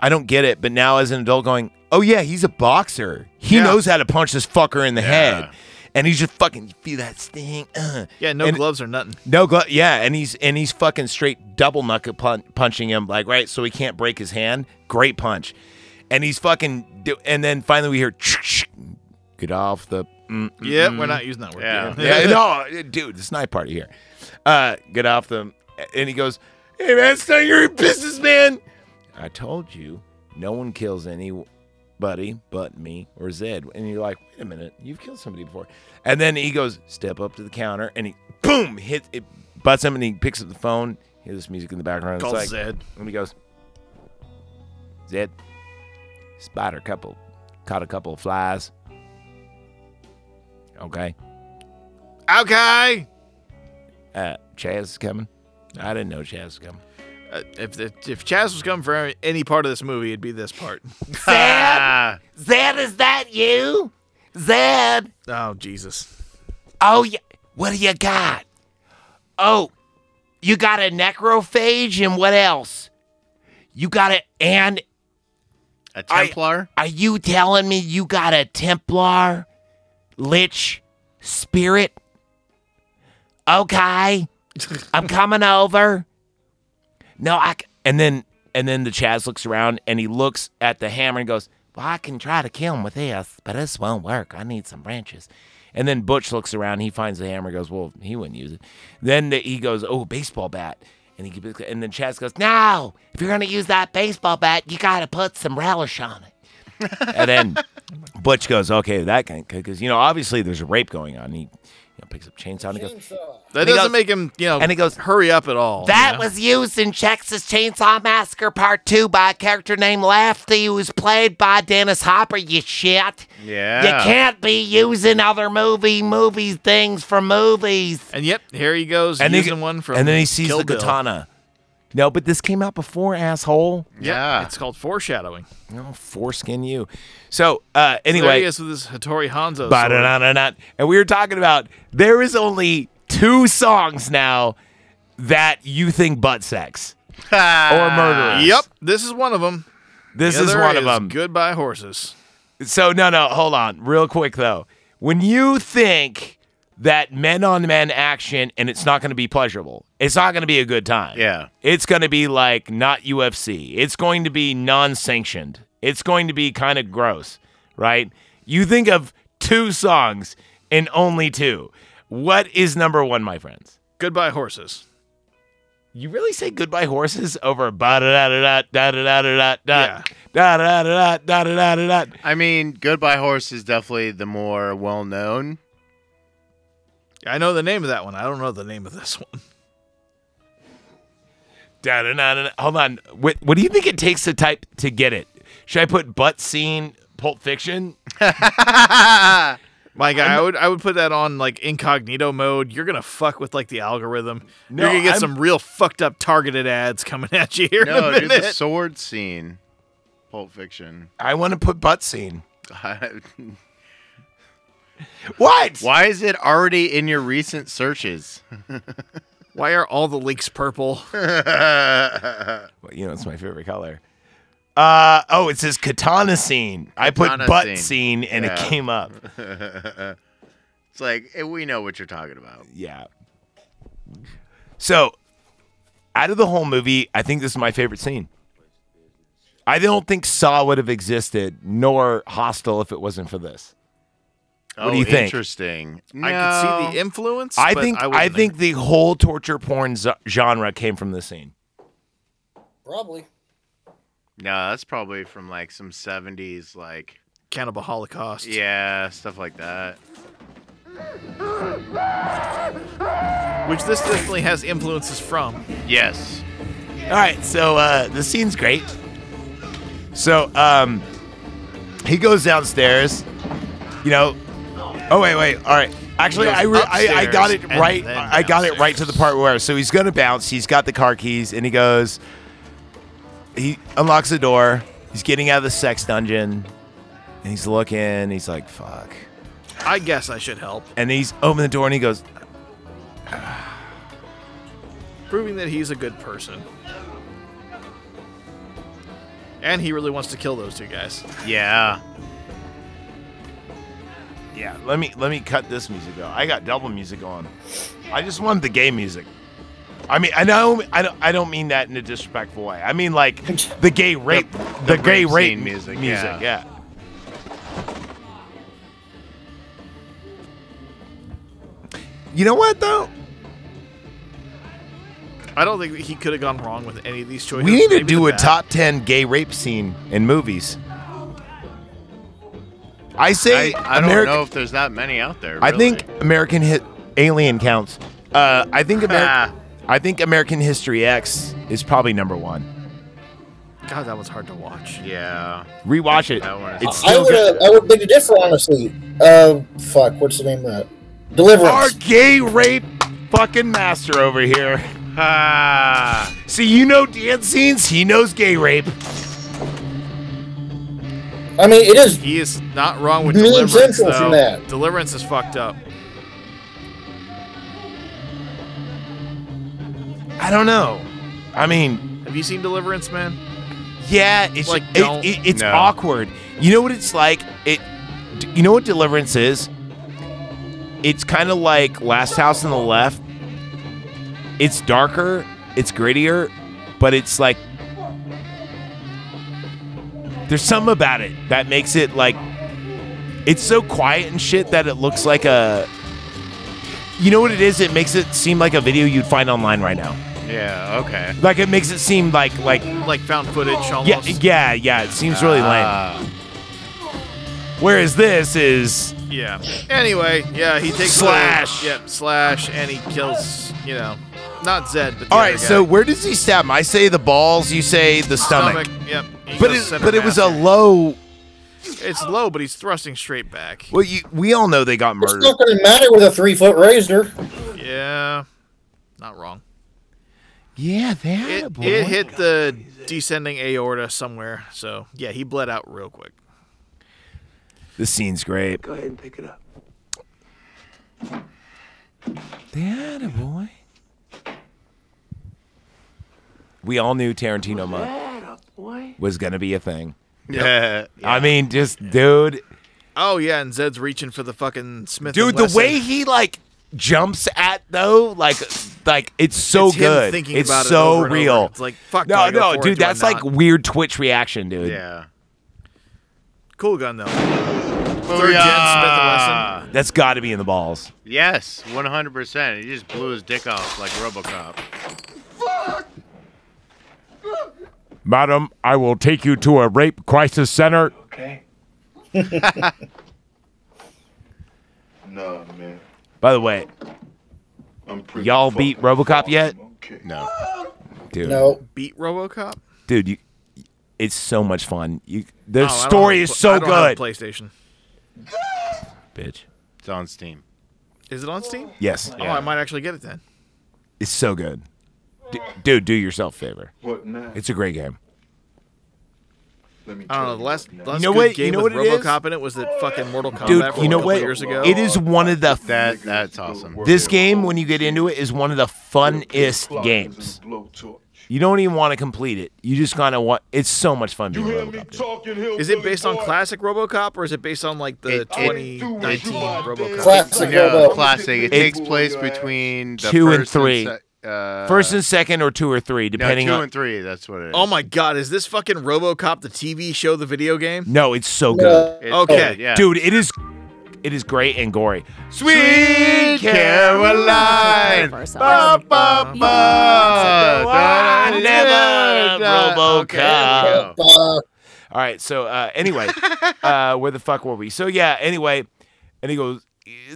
"I don't get it," but now as an adult, going, "Oh yeah, he's a boxer. He Yeah. knows how to punch this fucker in the Yeah. head." And he's just fucking "You feel that sting. Ugh." Yeah, no And- gloves or nothing. No glove. Yeah, and he's and he's fucking straight double knuckle pun- punching him like right, so he can't break his hand. Great punch, and he's fucking. Do- and then finally we hear, get off the. Mm, mm, Yeah, mm." Mm-hmm. we're not using that word. Yeah. Yeah, no, dude, it's night party here. Uh, get off the. And he goes, hey man, it's none of your business, man. I told you, no one kills anybody but me or Zed. And you're like, wait a minute, you've killed somebody before. And then he goes, step up to the counter, and he boom hit it, butts him, and he picks up the phone. Hear this music in the background. It's Called like, Zed. and he goes, Zed, spider couple, caught a couple of flies. Okay. Okay. uh, Chaz is coming. I didn't know Chaz was coming. Uh, if, if if Chaz was coming for any part of this movie, it'd be this part. Uh, Ah, Zed, is that you? Zed, Oh Jesus. oh, yeah. what do you got? Oh, you got a necrophage and what else? You got it, and a Templar? Are you telling me you got a Templar Lich spirit? Okay. I'm coming over. No, I. c- And then and then the Chaz looks around and he looks at the hammer and goes, Well, I can try to kill him with this, but this won't work. I need some branches. And then Butch looks around. He finds the hammer. Goes, well, he wouldn't use it. Then the, he goes, oh, baseball bat. And he keeps- and then Chaz goes, no. If you're going to use that baseball bat, you got to put some relish on it. And then Butch goes, okay, that can because you know obviously there's a rape going on. He you know, picks up a chainsaw and he goes, Chainsaw. That he doesn't goes- make him, you know. and he goes, hurry up at all. That you know? was used in Texas Chainsaw Massacre Part 2 by a character named Lefty, who was played by Dennis Hopper, you shit. Yeah. You can't be using other movie, movie things for movies. And yep, here he goes and using he, one from. and then he sees Kill the Bill. katana. No, but this came out before, asshole. Yeah. It's called foreshadowing. No, foreskin you. So uh, Anyway, there he anyway, is with his Hattori Hanzo. sword. Ba-da-da-da-da. And we were talking about there is only two songs now that you think butt sex or murder. is. Yep, this is one of them. This The is other one of them. Goodbye horses. So, no, no, hold on. Real quick, though. When you think that men on men action and it's not going to be pleasurable, it's not going to be a good time. Yeah. It's going to be like not UFC. It's going to be non sanctioned. It's going to be kind of gross, right? You think of two songs and only two. What is number one, my friends? Goodbye horses. You really say goodbye horses over ba da da da da da da da da Yeah. da da da da da da da da. I mean, Goodbye Horse is definitely the more well known. I know the name of that one. I don't know the name of this one. Da-da-na-na-na. Hold on. What, what do you think it takes to type to get it? Should I put butt scene Pulp Fiction? My guy, I would I would put that on like incognito mode. You're gonna fuck with like the algorithm. No, You're gonna get I'm- some real fucked up targeted ads coming at you here. No, in a do the minute. sword scene. Pulp Fiction. I want to put butt scene. What? Why is it already in your recent searches? Why are all the links purple? Well, you know, it's my favorite color. Uh oh, it says katana scene. I put Katana butt scene, scene. and Yeah. it came up. It's like eh, we know what you're talking about. Yeah. So, out of the whole movie, I think this is my favorite scene. I don't think Saw would have existed, nor Hostel, if it wasn't for this. What do you think? Interesting. Oh, I can see No. the influence. I but think I, I, wouldn't think the whole torture porn zo- genre came from this scene. Probably. No, that's probably from like some '70s, like cannibal holocaust. yeah, stuff like that. which this definitely has influences from. Yes. All right, so uh, the scene's great. So um, he goes downstairs. You know. Oh wait, wait. All right. Actually, He I, goes re- I I got it upstairs and right. then I got it right to the part where so he's gonna bounce. He's got the car keys and he goes. He unlocks the door. He's getting out of the sex dungeon, and he's looking. He's like, "Fuck!" I guess I should help, And he's open the door and he goes, proving that he's a good person. And he really wants to kill those two guys. Yeah. Yeah, let me let me cut this music off. I got double music on. I just wanted the gay music. I mean, I know I don't I don't mean that in a disrespectful way. I mean like the gay rape, the, the gay rape rape scene mu- music, music. Yeah. You know what though? I don't think that he could have gone wrong with any of these choices. We need to Maybe do the a bat. top ten gay rape scene in movies. I say I, I don't American, know if there's that many out there. I really. think American hit Alien counts. Uh, I think American. I think American History X is probably number one. God, that was hard to watch. Yeah. Rewatch it. That one is- It's I still would have. good. I would been a different, honestly. Uh, fuck. What's the name of that? Our Deliverance. gay rape fucking master over here. Ah. See, you know dance scenes. He knows gay rape. I mean, it is. He is not wrong with Meme deliverance. central from Though. that. Deliverance is fucked up. I don't know. I mean, Have you seen Deliverance, man? yeah, it's Like, it- don't- it- it's No. awkward. You know what it's like. It. d- You know what Deliverance is. It's kind of like Last House on the Left. It's darker, it's grittier, but it's like there's something about it that makes it like it's so quiet and shit that it looks like a you know what it is? It makes it seem like a video you'd find online right now. Yeah. Okay. Like it makes it seem like like Like found footage almost. yeah yeah yeah. It seems really lame. Ah. Whereas this is Yeah. Anyway, yeah, he takes Slash. The, yep, slash, and he kills. You know, not Zed, but the all other right. guy. So where does he stab him? I say the balls. You say the stomach. Yep. he But goes it, center but it was a mass. low. It's low, but he's thrusting straight back. Well, you, we all know they got It's murdered. not going to matter with a three foot razor. Yeah. Not wrong. Yeah, that It, it hit the descending aorta somewhere. So yeah, he bled out real quick. The scene's great. Go ahead and pick it up. That boy. We all knew Tarantino month was gonna be a thing. Yeah. I mean, just dude, Oh yeah, and Zed's reaching for the fucking Smith. and dude, the Wesson. way he like jumps at though, like, like it's so It's him good. thinking it's about it so over and over. real. It's like, fuck, do No, I go no, for it? dude, Do I that's like not? weird Twitch reaction, dude. Yeah. cool gun though. Third gen Smith and Wesson. Booyah! That's got to be in the balls. Yes, 100%. He just blew his dick off like RoboCop. Madam, I will take you to a rape crisis center. Nah, man. By the way, I'm pretty Y'all fucking beat RoboCop awesome. yet? Okay. No. dude. No, Beat RoboCop. dude, you, it's so much fun. You, the Oh, I don't story have is a pl- so I don't have a good, PlayStation. bitch. It's on Steam. Is it on Steam? Yes, Oh, I might actually get it then. it's so good, D- dude. Do yourself a favor. What now? It's a great game. Let me I don't know. tell The last, you. last know good what- you game know with what it is? RoboCop in it was that fucking Mortal Kombat Dude, from you know a couple what? years ago. It is one of the That that's awesome. This game, when you get into it, is one of the funniest games. You don't even want to complete it. You just kind of want. It's so much fun. You being hear leveled me up, dude. talking hillbilly Is it based on boy? classic RoboCop or is it based on like the It- it- 2019 RoboCop? Classic uh, No, Robo. classic. It It- takes place between the Two and first three. se- uh, First and second, or two or three, no, depending two on. and three. That's what it is. Oh my god, is this fucking RoboCop the TV show, the video game? No, it's so good. No. It's Okay. good, yeah. Dude, it is it is great and gory. Sweet Caroline. Ba, ba, ba, da, da, da, Never da. Okay, there we RoboCop. go. Uh, All right, so uh, anyway, uh, where the fuck were we? So yeah, anyway, and he goes,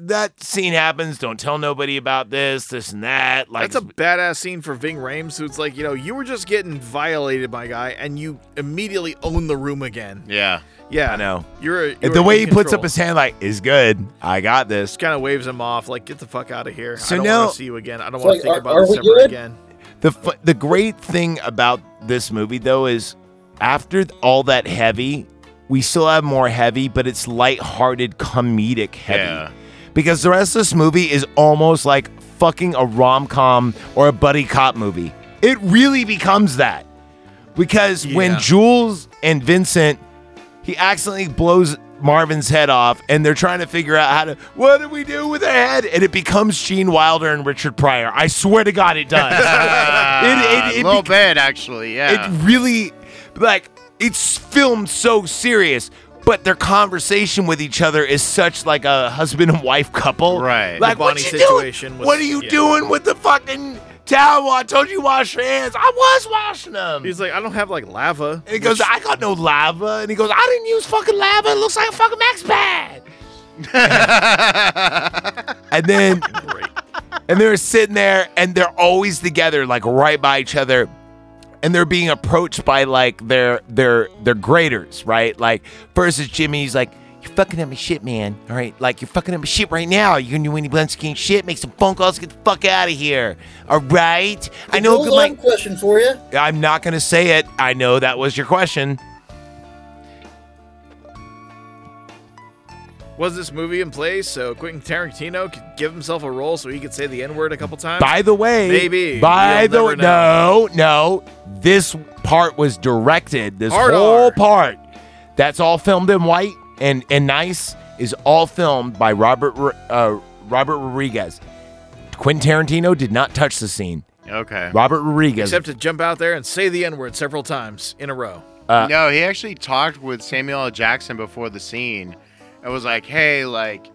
that scene happens. Don't tell nobody about this, this and that. Like That's a badass scene for Ving Rhames, who's like, you know, you were just getting violated by a guy, and you immediately own the room again. Yeah. Yeah, I know. You're, a- you're the way he in puts up control. his hand, like is good. I got this. just kind of waves him off, like, get the fuck out of here. So I don't now- want to see you again. I don't want to think Like, are- uh, about are this we ever good? again. The fu- the great thing about this movie though is after th- all that heavy, we still have more heavy, but it's lighthearted comedic heavy. Yeah. Because the rest of this movie is almost like fucking a rom-com or a buddy cop movie. It really becomes that. Because Yeah. when Jules and Vincent he accidentally blows Marvin's head off and they're trying to figure out how to what do we do with the head and it becomes Gene Wilder and Richard Pryor. I swear to god it does. it, it, Uh, a it, little bec- bit actually. Yeah. it really like it's filmed so serious but their conversation with each other is such like a husband and wife couple Right. like The what Bonnie you situation doing? was- what are you yeah. doing with the fucking towel i told you wash your hands i was washing them He's like, I don't have, like, lava. and he goes i got no lava and he goes i didn't use fucking lava it looks like a fucking max pad and then and they were sitting there and they're always together like right by each other and they're being approached by like their their their graders right like first is jimmy's like you're fucking up my shit man all right like you're fucking up my shit right now you're gonna do any blunt skin shit make some phone calls get the fuck out of here all right i know hold good on, like question for you. i'm not gonna say it i know that was your question Was this movie in place so Quentin Tarantino could give himself a role so he could say the N word a couple times? By the way, Maybe. By You'll the never way, no, no. This part was directed. This Hard whole R. part, that's all filmed in white and and nice, is all filmed by Robert Ro- uh, Robert Rodriguez. Quentin Tarantino did not touch the scene. okay. Robert Rodriguez. Except to jump out there and say the N word several times in a row. no, he actually talked with Samuel L. Jackson before the scene. and was like, hey, like,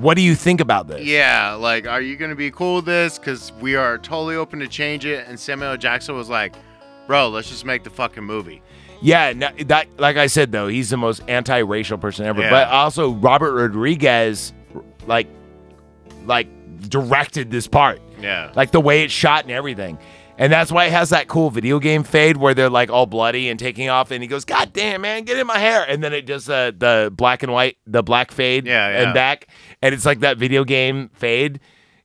what do you think about this? yeah, like, are you gonna be cool with this? Because we are totally open to change it. And Samuel L. Jackson was like, bro, let's just make the fucking movie. Yeah, no, that like I said though, he's the most anti-racial person ever. Yeah. But also Robert Rodriguez, like, like directed this part. Yeah. like the way it's shot and everything. And that's why it has that cool video game fade where they're like all bloody and taking off, and he goes, "God damn, man, get in my hair!" And then it does uh, the black and white, the black fade, Yeah, yeah. and back, and it's like that video game fade.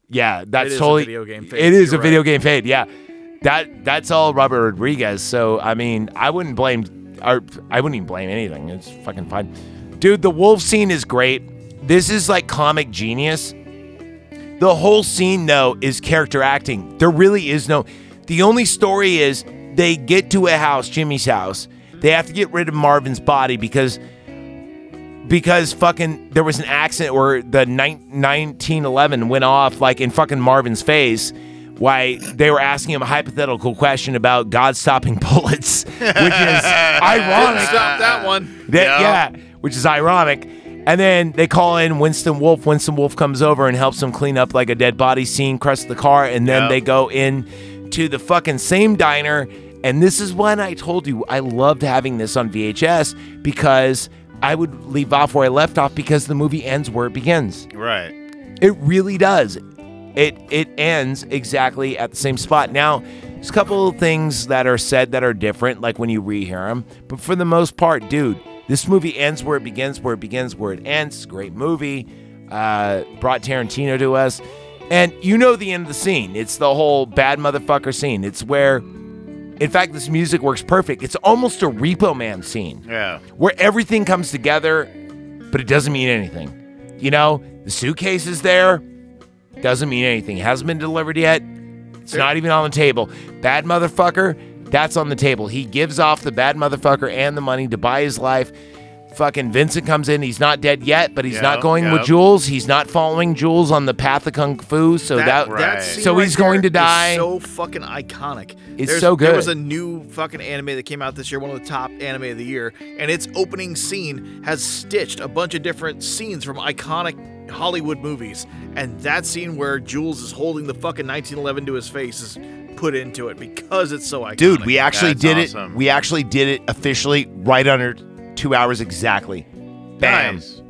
Yeah, that's is a totally video game fade, It is you're a video game fade. Yeah, that that's all Robert Rodriguez. So I mean, I wouldn't blame, or I wouldn't even blame anything. It's fucking fine, dude. The wolf scene is great. This is like comic genius. The whole scene, though, is character acting. There really is no. The only story is they get to a house, Jimmy's house. They have to get rid of Marvin's body because because fucking there was an accident where the nine- 1911 went off like in fucking Marvin's face. Why they were asking him a hypothetical question about God stopping bullets, which is Oh, ironic. Stop that one. That- Yeah, which is ironic. And then they call in Winston Wolf. Winston Wolf comes over and helps them clean up like a dead body scene, crust the car, and then Yeah. they go in to the fucking same diner. And this is when I told you I loved having this on VHS because I would leave off where I left off because the movie ends where it begins. Right. It really does. It it ends exactly at the same spot. Now, There's a couple of things that are said that are different, like when you rehear them. But for the most part, dude, this movie ends where it begins, where it begins, where it ends. Great movie. Uh, brought Tarantino to us. And you know the end of the scene. It's the whole bad motherfucker scene. It's where, in fact, this music works perfect. It's almost a Repo Man scene Yeah. where everything comes together, but it doesn't mean anything. You know, the suitcase is there, doesn't mean anything. It hasn't been delivered yet. It's not even on the table. Bad motherfucker, that's on the table. He gives off the bad motherfucker and the money to buy his life. Fucking Vincent comes in. He's not dead yet, but he's not Yeah, going yeah. with Jules. He's not following Jules on the path of kung fu. So that, Right. scene So he's going to there die. Is so fucking iconic. It's There's- so There was good. a new fucking anime that came out this year, one of the top anime of the year, and its opening scene has stitched a bunch of different scenes from iconic Hollywood movies, and that scene where Jules is holding the fucking 1911 to his face is put into it because it's so iconic. Dude, we actually That's did awesome. it. We actually did it officially right under two hours exactly. Bam. Nice.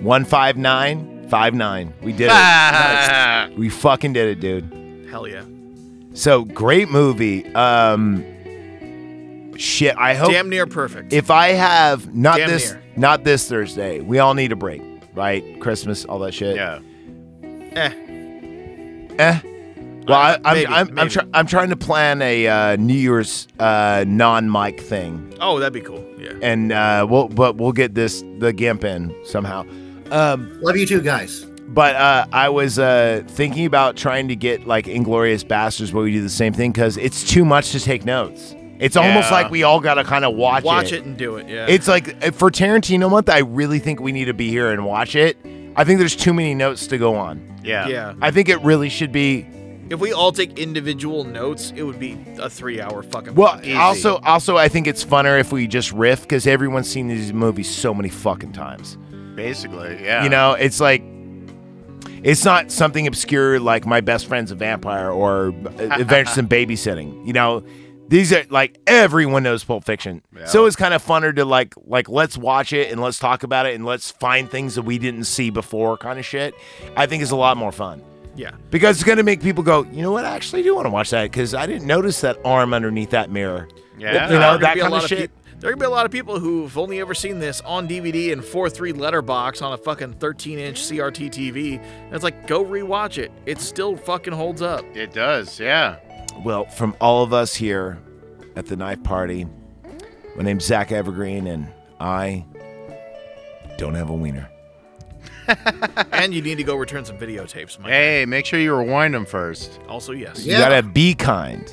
One five nine five nine. We did it. Ah. We fucking did it, dude. hell yeah. So great movie. Um, shit. I hope Damn near perfect. if I have not Damn this near. not this Thursday. We all need a break, right? Christmas, all that shit. Yeah. Eh. Eh. Well, I, I'm, Maybe, I'm, I'm, maybe. try- I'm trying to plan a uh, New Year's uh, non-mic thing. Oh, that'd be cool. Yeah. and uh, we'll but we'll get this the gimp in somehow. Um, Love you too, guys. but uh, I was uh, thinking about trying to get like Inglorious Bastards where we do the same thing because it's too much to take notes. It's almost Yeah. like we all got to kind of watch, Watch it and do it. Yeah. It's like uh, for Tarantino month, I really think we need to be here and watch it. I think there's too many notes to go on. Yeah. yeah. I think it really should be If we all take individual notes, it would be a three-hour fucking. well. Easy. Also, also I think it's funner if we just riff because everyone's seen these movies so many fucking times. Basically, yeah. You know, it's like it's not something obscure like my best friend's a vampire or uh, Adventures in Babysitting. You know, these are like everyone knows Pulp Fiction, so it's kind of funner to like like let's watch it and let's talk about it and let's find things that we didn't see before, kind of shit. I think is a lot more fun Yeah. because it's gonna make people go, you know what? I actually do want to watch that because I didn't notice that arm underneath that mirror. Yeah. You know, There are gonna that be a kind of lot shit. peop- there are gonna be a lot of people who've only ever seen this on DVD in 4.3 letterbox on a fucking 13-inch CRT TV, and it's like, go rewatch it. It still fucking holds up. It does, yeah. Well, from all of us here at the knife party, my name's Zach Evergreen, and I don't have a wiener. and you need to go return some videotapes, Mike. Hey, make sure you rewind them first. Also, yes. You Yeah. gotta be kind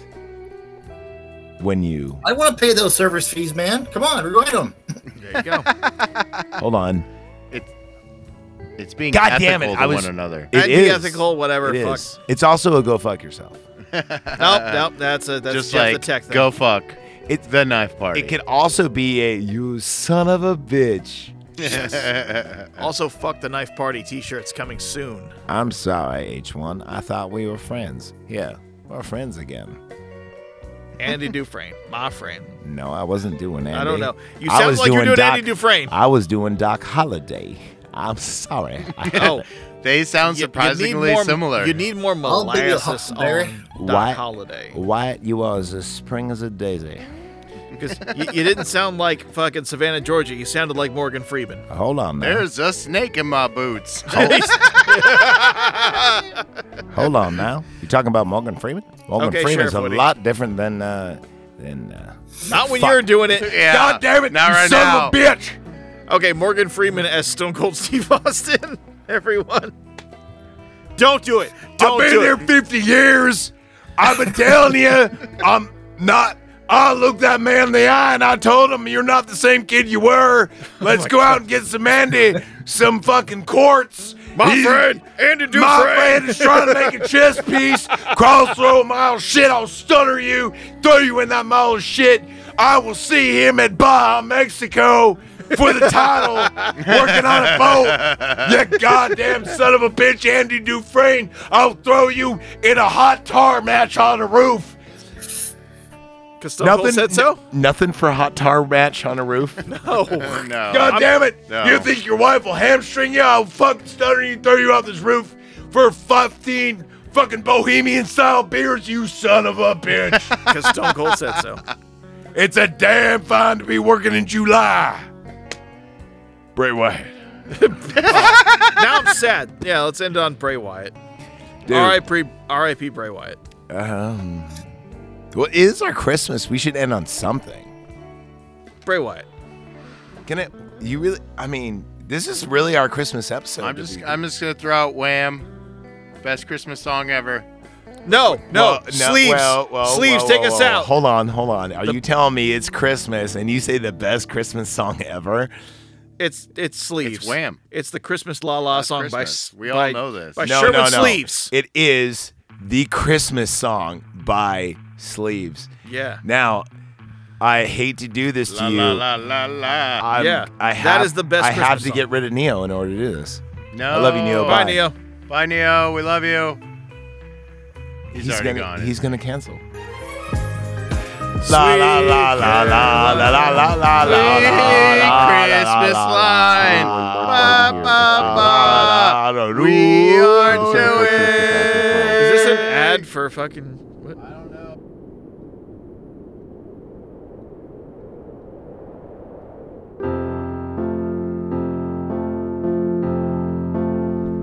when you I want to pay those service fees, man. Come on, rewind them. There you go. hold on. It's being God ethical damn it, to I was- one another. It I'd be is. ethical, whatever. It fuck. is. It's also a go fuck yourself. Nope, nope. That's a that's Just just, like a tech thing. go fuck. It- the knife party. It could also be a you son of a bitch. Also, fuck the knife party T-shirts coming soon. I'm sorry, H1. I thought we were friends. Yeah, we're friends again. Andy Dufresne, my friend. No, I wasn't doing Andy. I don't know. You I sound was like you're doing Doc, Andy Dufresne. I was doing Doc Holiday. I'm sorry. Oh, they sound you- you need surprisingly more- similar. You need more I'll be a molasses Huckleberry. on Why- Doc Holiday Wyatt, you are as spring as a daisy. because you, you didn't sound like fucking Savannah, Georgia. You sounded like Morgan Freeman. Hold on, now. There's a snake in my boots. Hold on now. You talking about Morgan Freeman? Morgan Okay, Freeman's Sheriff a Woody. lot different than uh, than. Uh, Not when Fuck. you're doing it. yeah. God damn it! Not you right son now. of a bitch! Okay, Morgan Freeman as Stone Cold Steve Austin. Everyone, don't do it. Don't I've been do here it. 50 years. I've been telling you, I'm not. I looked that man in the eye and I told him, You're not the same kid you were. Oh Let's go out and get some Andy, some fucking quartz. My friend, Andy Dufresne. My friend is trying to make a chess piece. Cross throw mile shit. I'll stutter you, throw you in that mile of shit. I will see him at Baja, Mexico for the title, working on a boat. You goddamn son of a bitch, Andy Dufresne. I'll throw you in a hot tar match on a roof. Because Stone Cold said so. Nothing for a hot tar match on a roof. Oh, no. God damn it! No. You think your wife will hamstring you? I'll fucking stutter you, throw you off this roof for 15 fucking bohemian style beers, you son of a bitch. because Stone Cold said so. it's a damn fine to be working in July. Bray Wyatt. Now I'm sad. Yeah, let's end on Bray Wyatt. Dude. R.I.P. R.I.P. Bray Wyatt. Um, well, it is our Christmas. We should end on something. Bray Wyatt. Can it? You really? I mean, this is really our Christmas episode. I'm to just be- I'm just gonna throw out Wham, best Christmas song ever. No, no, Well, sleeves. well, well, sleeves, well, take well, us well. out. Hold on, hold on. Are you telling me it's Christmas and you say the best Christmas song ever? It's it's sleeves. It's Wham. It's the Christmas La La That's song by Christmas. S- We by- all know this. By no, Sherman no, no. Sleeves. It is the Christmas song by Sleeves. Yeah. Now, I hate to do this La to you. la la la la. I'm- Yeah, I that have, is the best I have Christmas to song. get rid of Neo in order to do this. No. I love you, Neo. Bye, Bye. Neo. Bye, Neo. We love you. He's, already gonna, gone. He's gonna cancel. La la la la la la la la la la la Christmas line. Ba, ba, la la ba. We are la. doing. Is this an ad for fucking? What?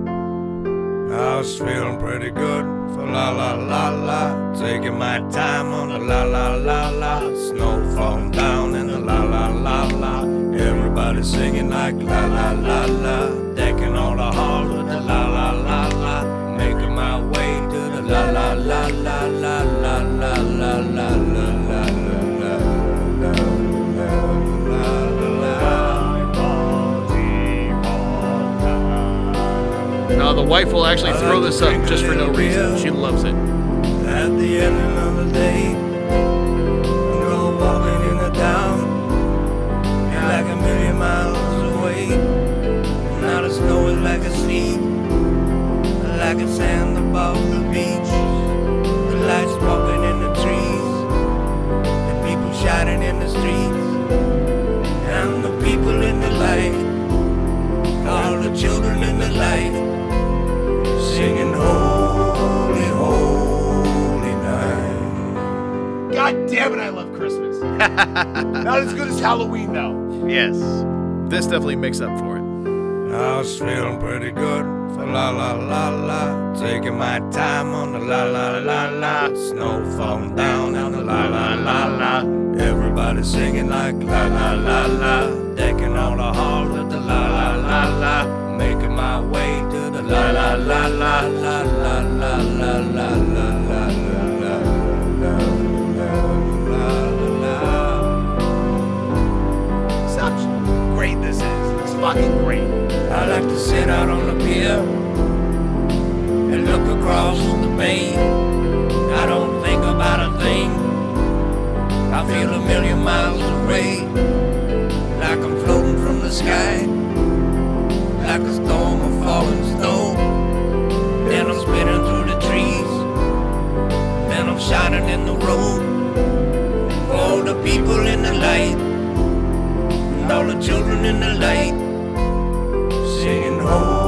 I was feeling pretty good for la la la la. Taking my time on the la la la la. Snow falling down in the la la la la. Everybody singing like la la la la. Decking all the halls with the la la la la. Making my way to the la la la la la la la la la la la la la No, the wife will actually throw this up just for no reason. She loves it. At the end of the day, we're all walking in the town, and like a million miles away. Now the snow is like a sea, like a sand above the beach. The lights walking in the trees, the people shouting in the streets, and the people in the light, all the children in the light singing holy, holy night. God damn it, I love Christmas. Not as good as Halloween though. Yes. This definitely makes up for it. I was feeling pretty good for la la la la, taking my time on the la la la la. Snow falling down on the la la la la. Everybody singing like la la la la, decking all the halls with the la la la la. Making my way to the la la la la la la la la la la la la la la la la. Such great this is. It's fucking great. I like to sit out on the pier and look across the bay. I don't think about a thing. I feel a million miles away, like I'm floating from the sky, like a storm of falling snow. Then I'm spinning through the trees, then I'm shining in the road. For all the people in the light, and all the children in the light singing holy,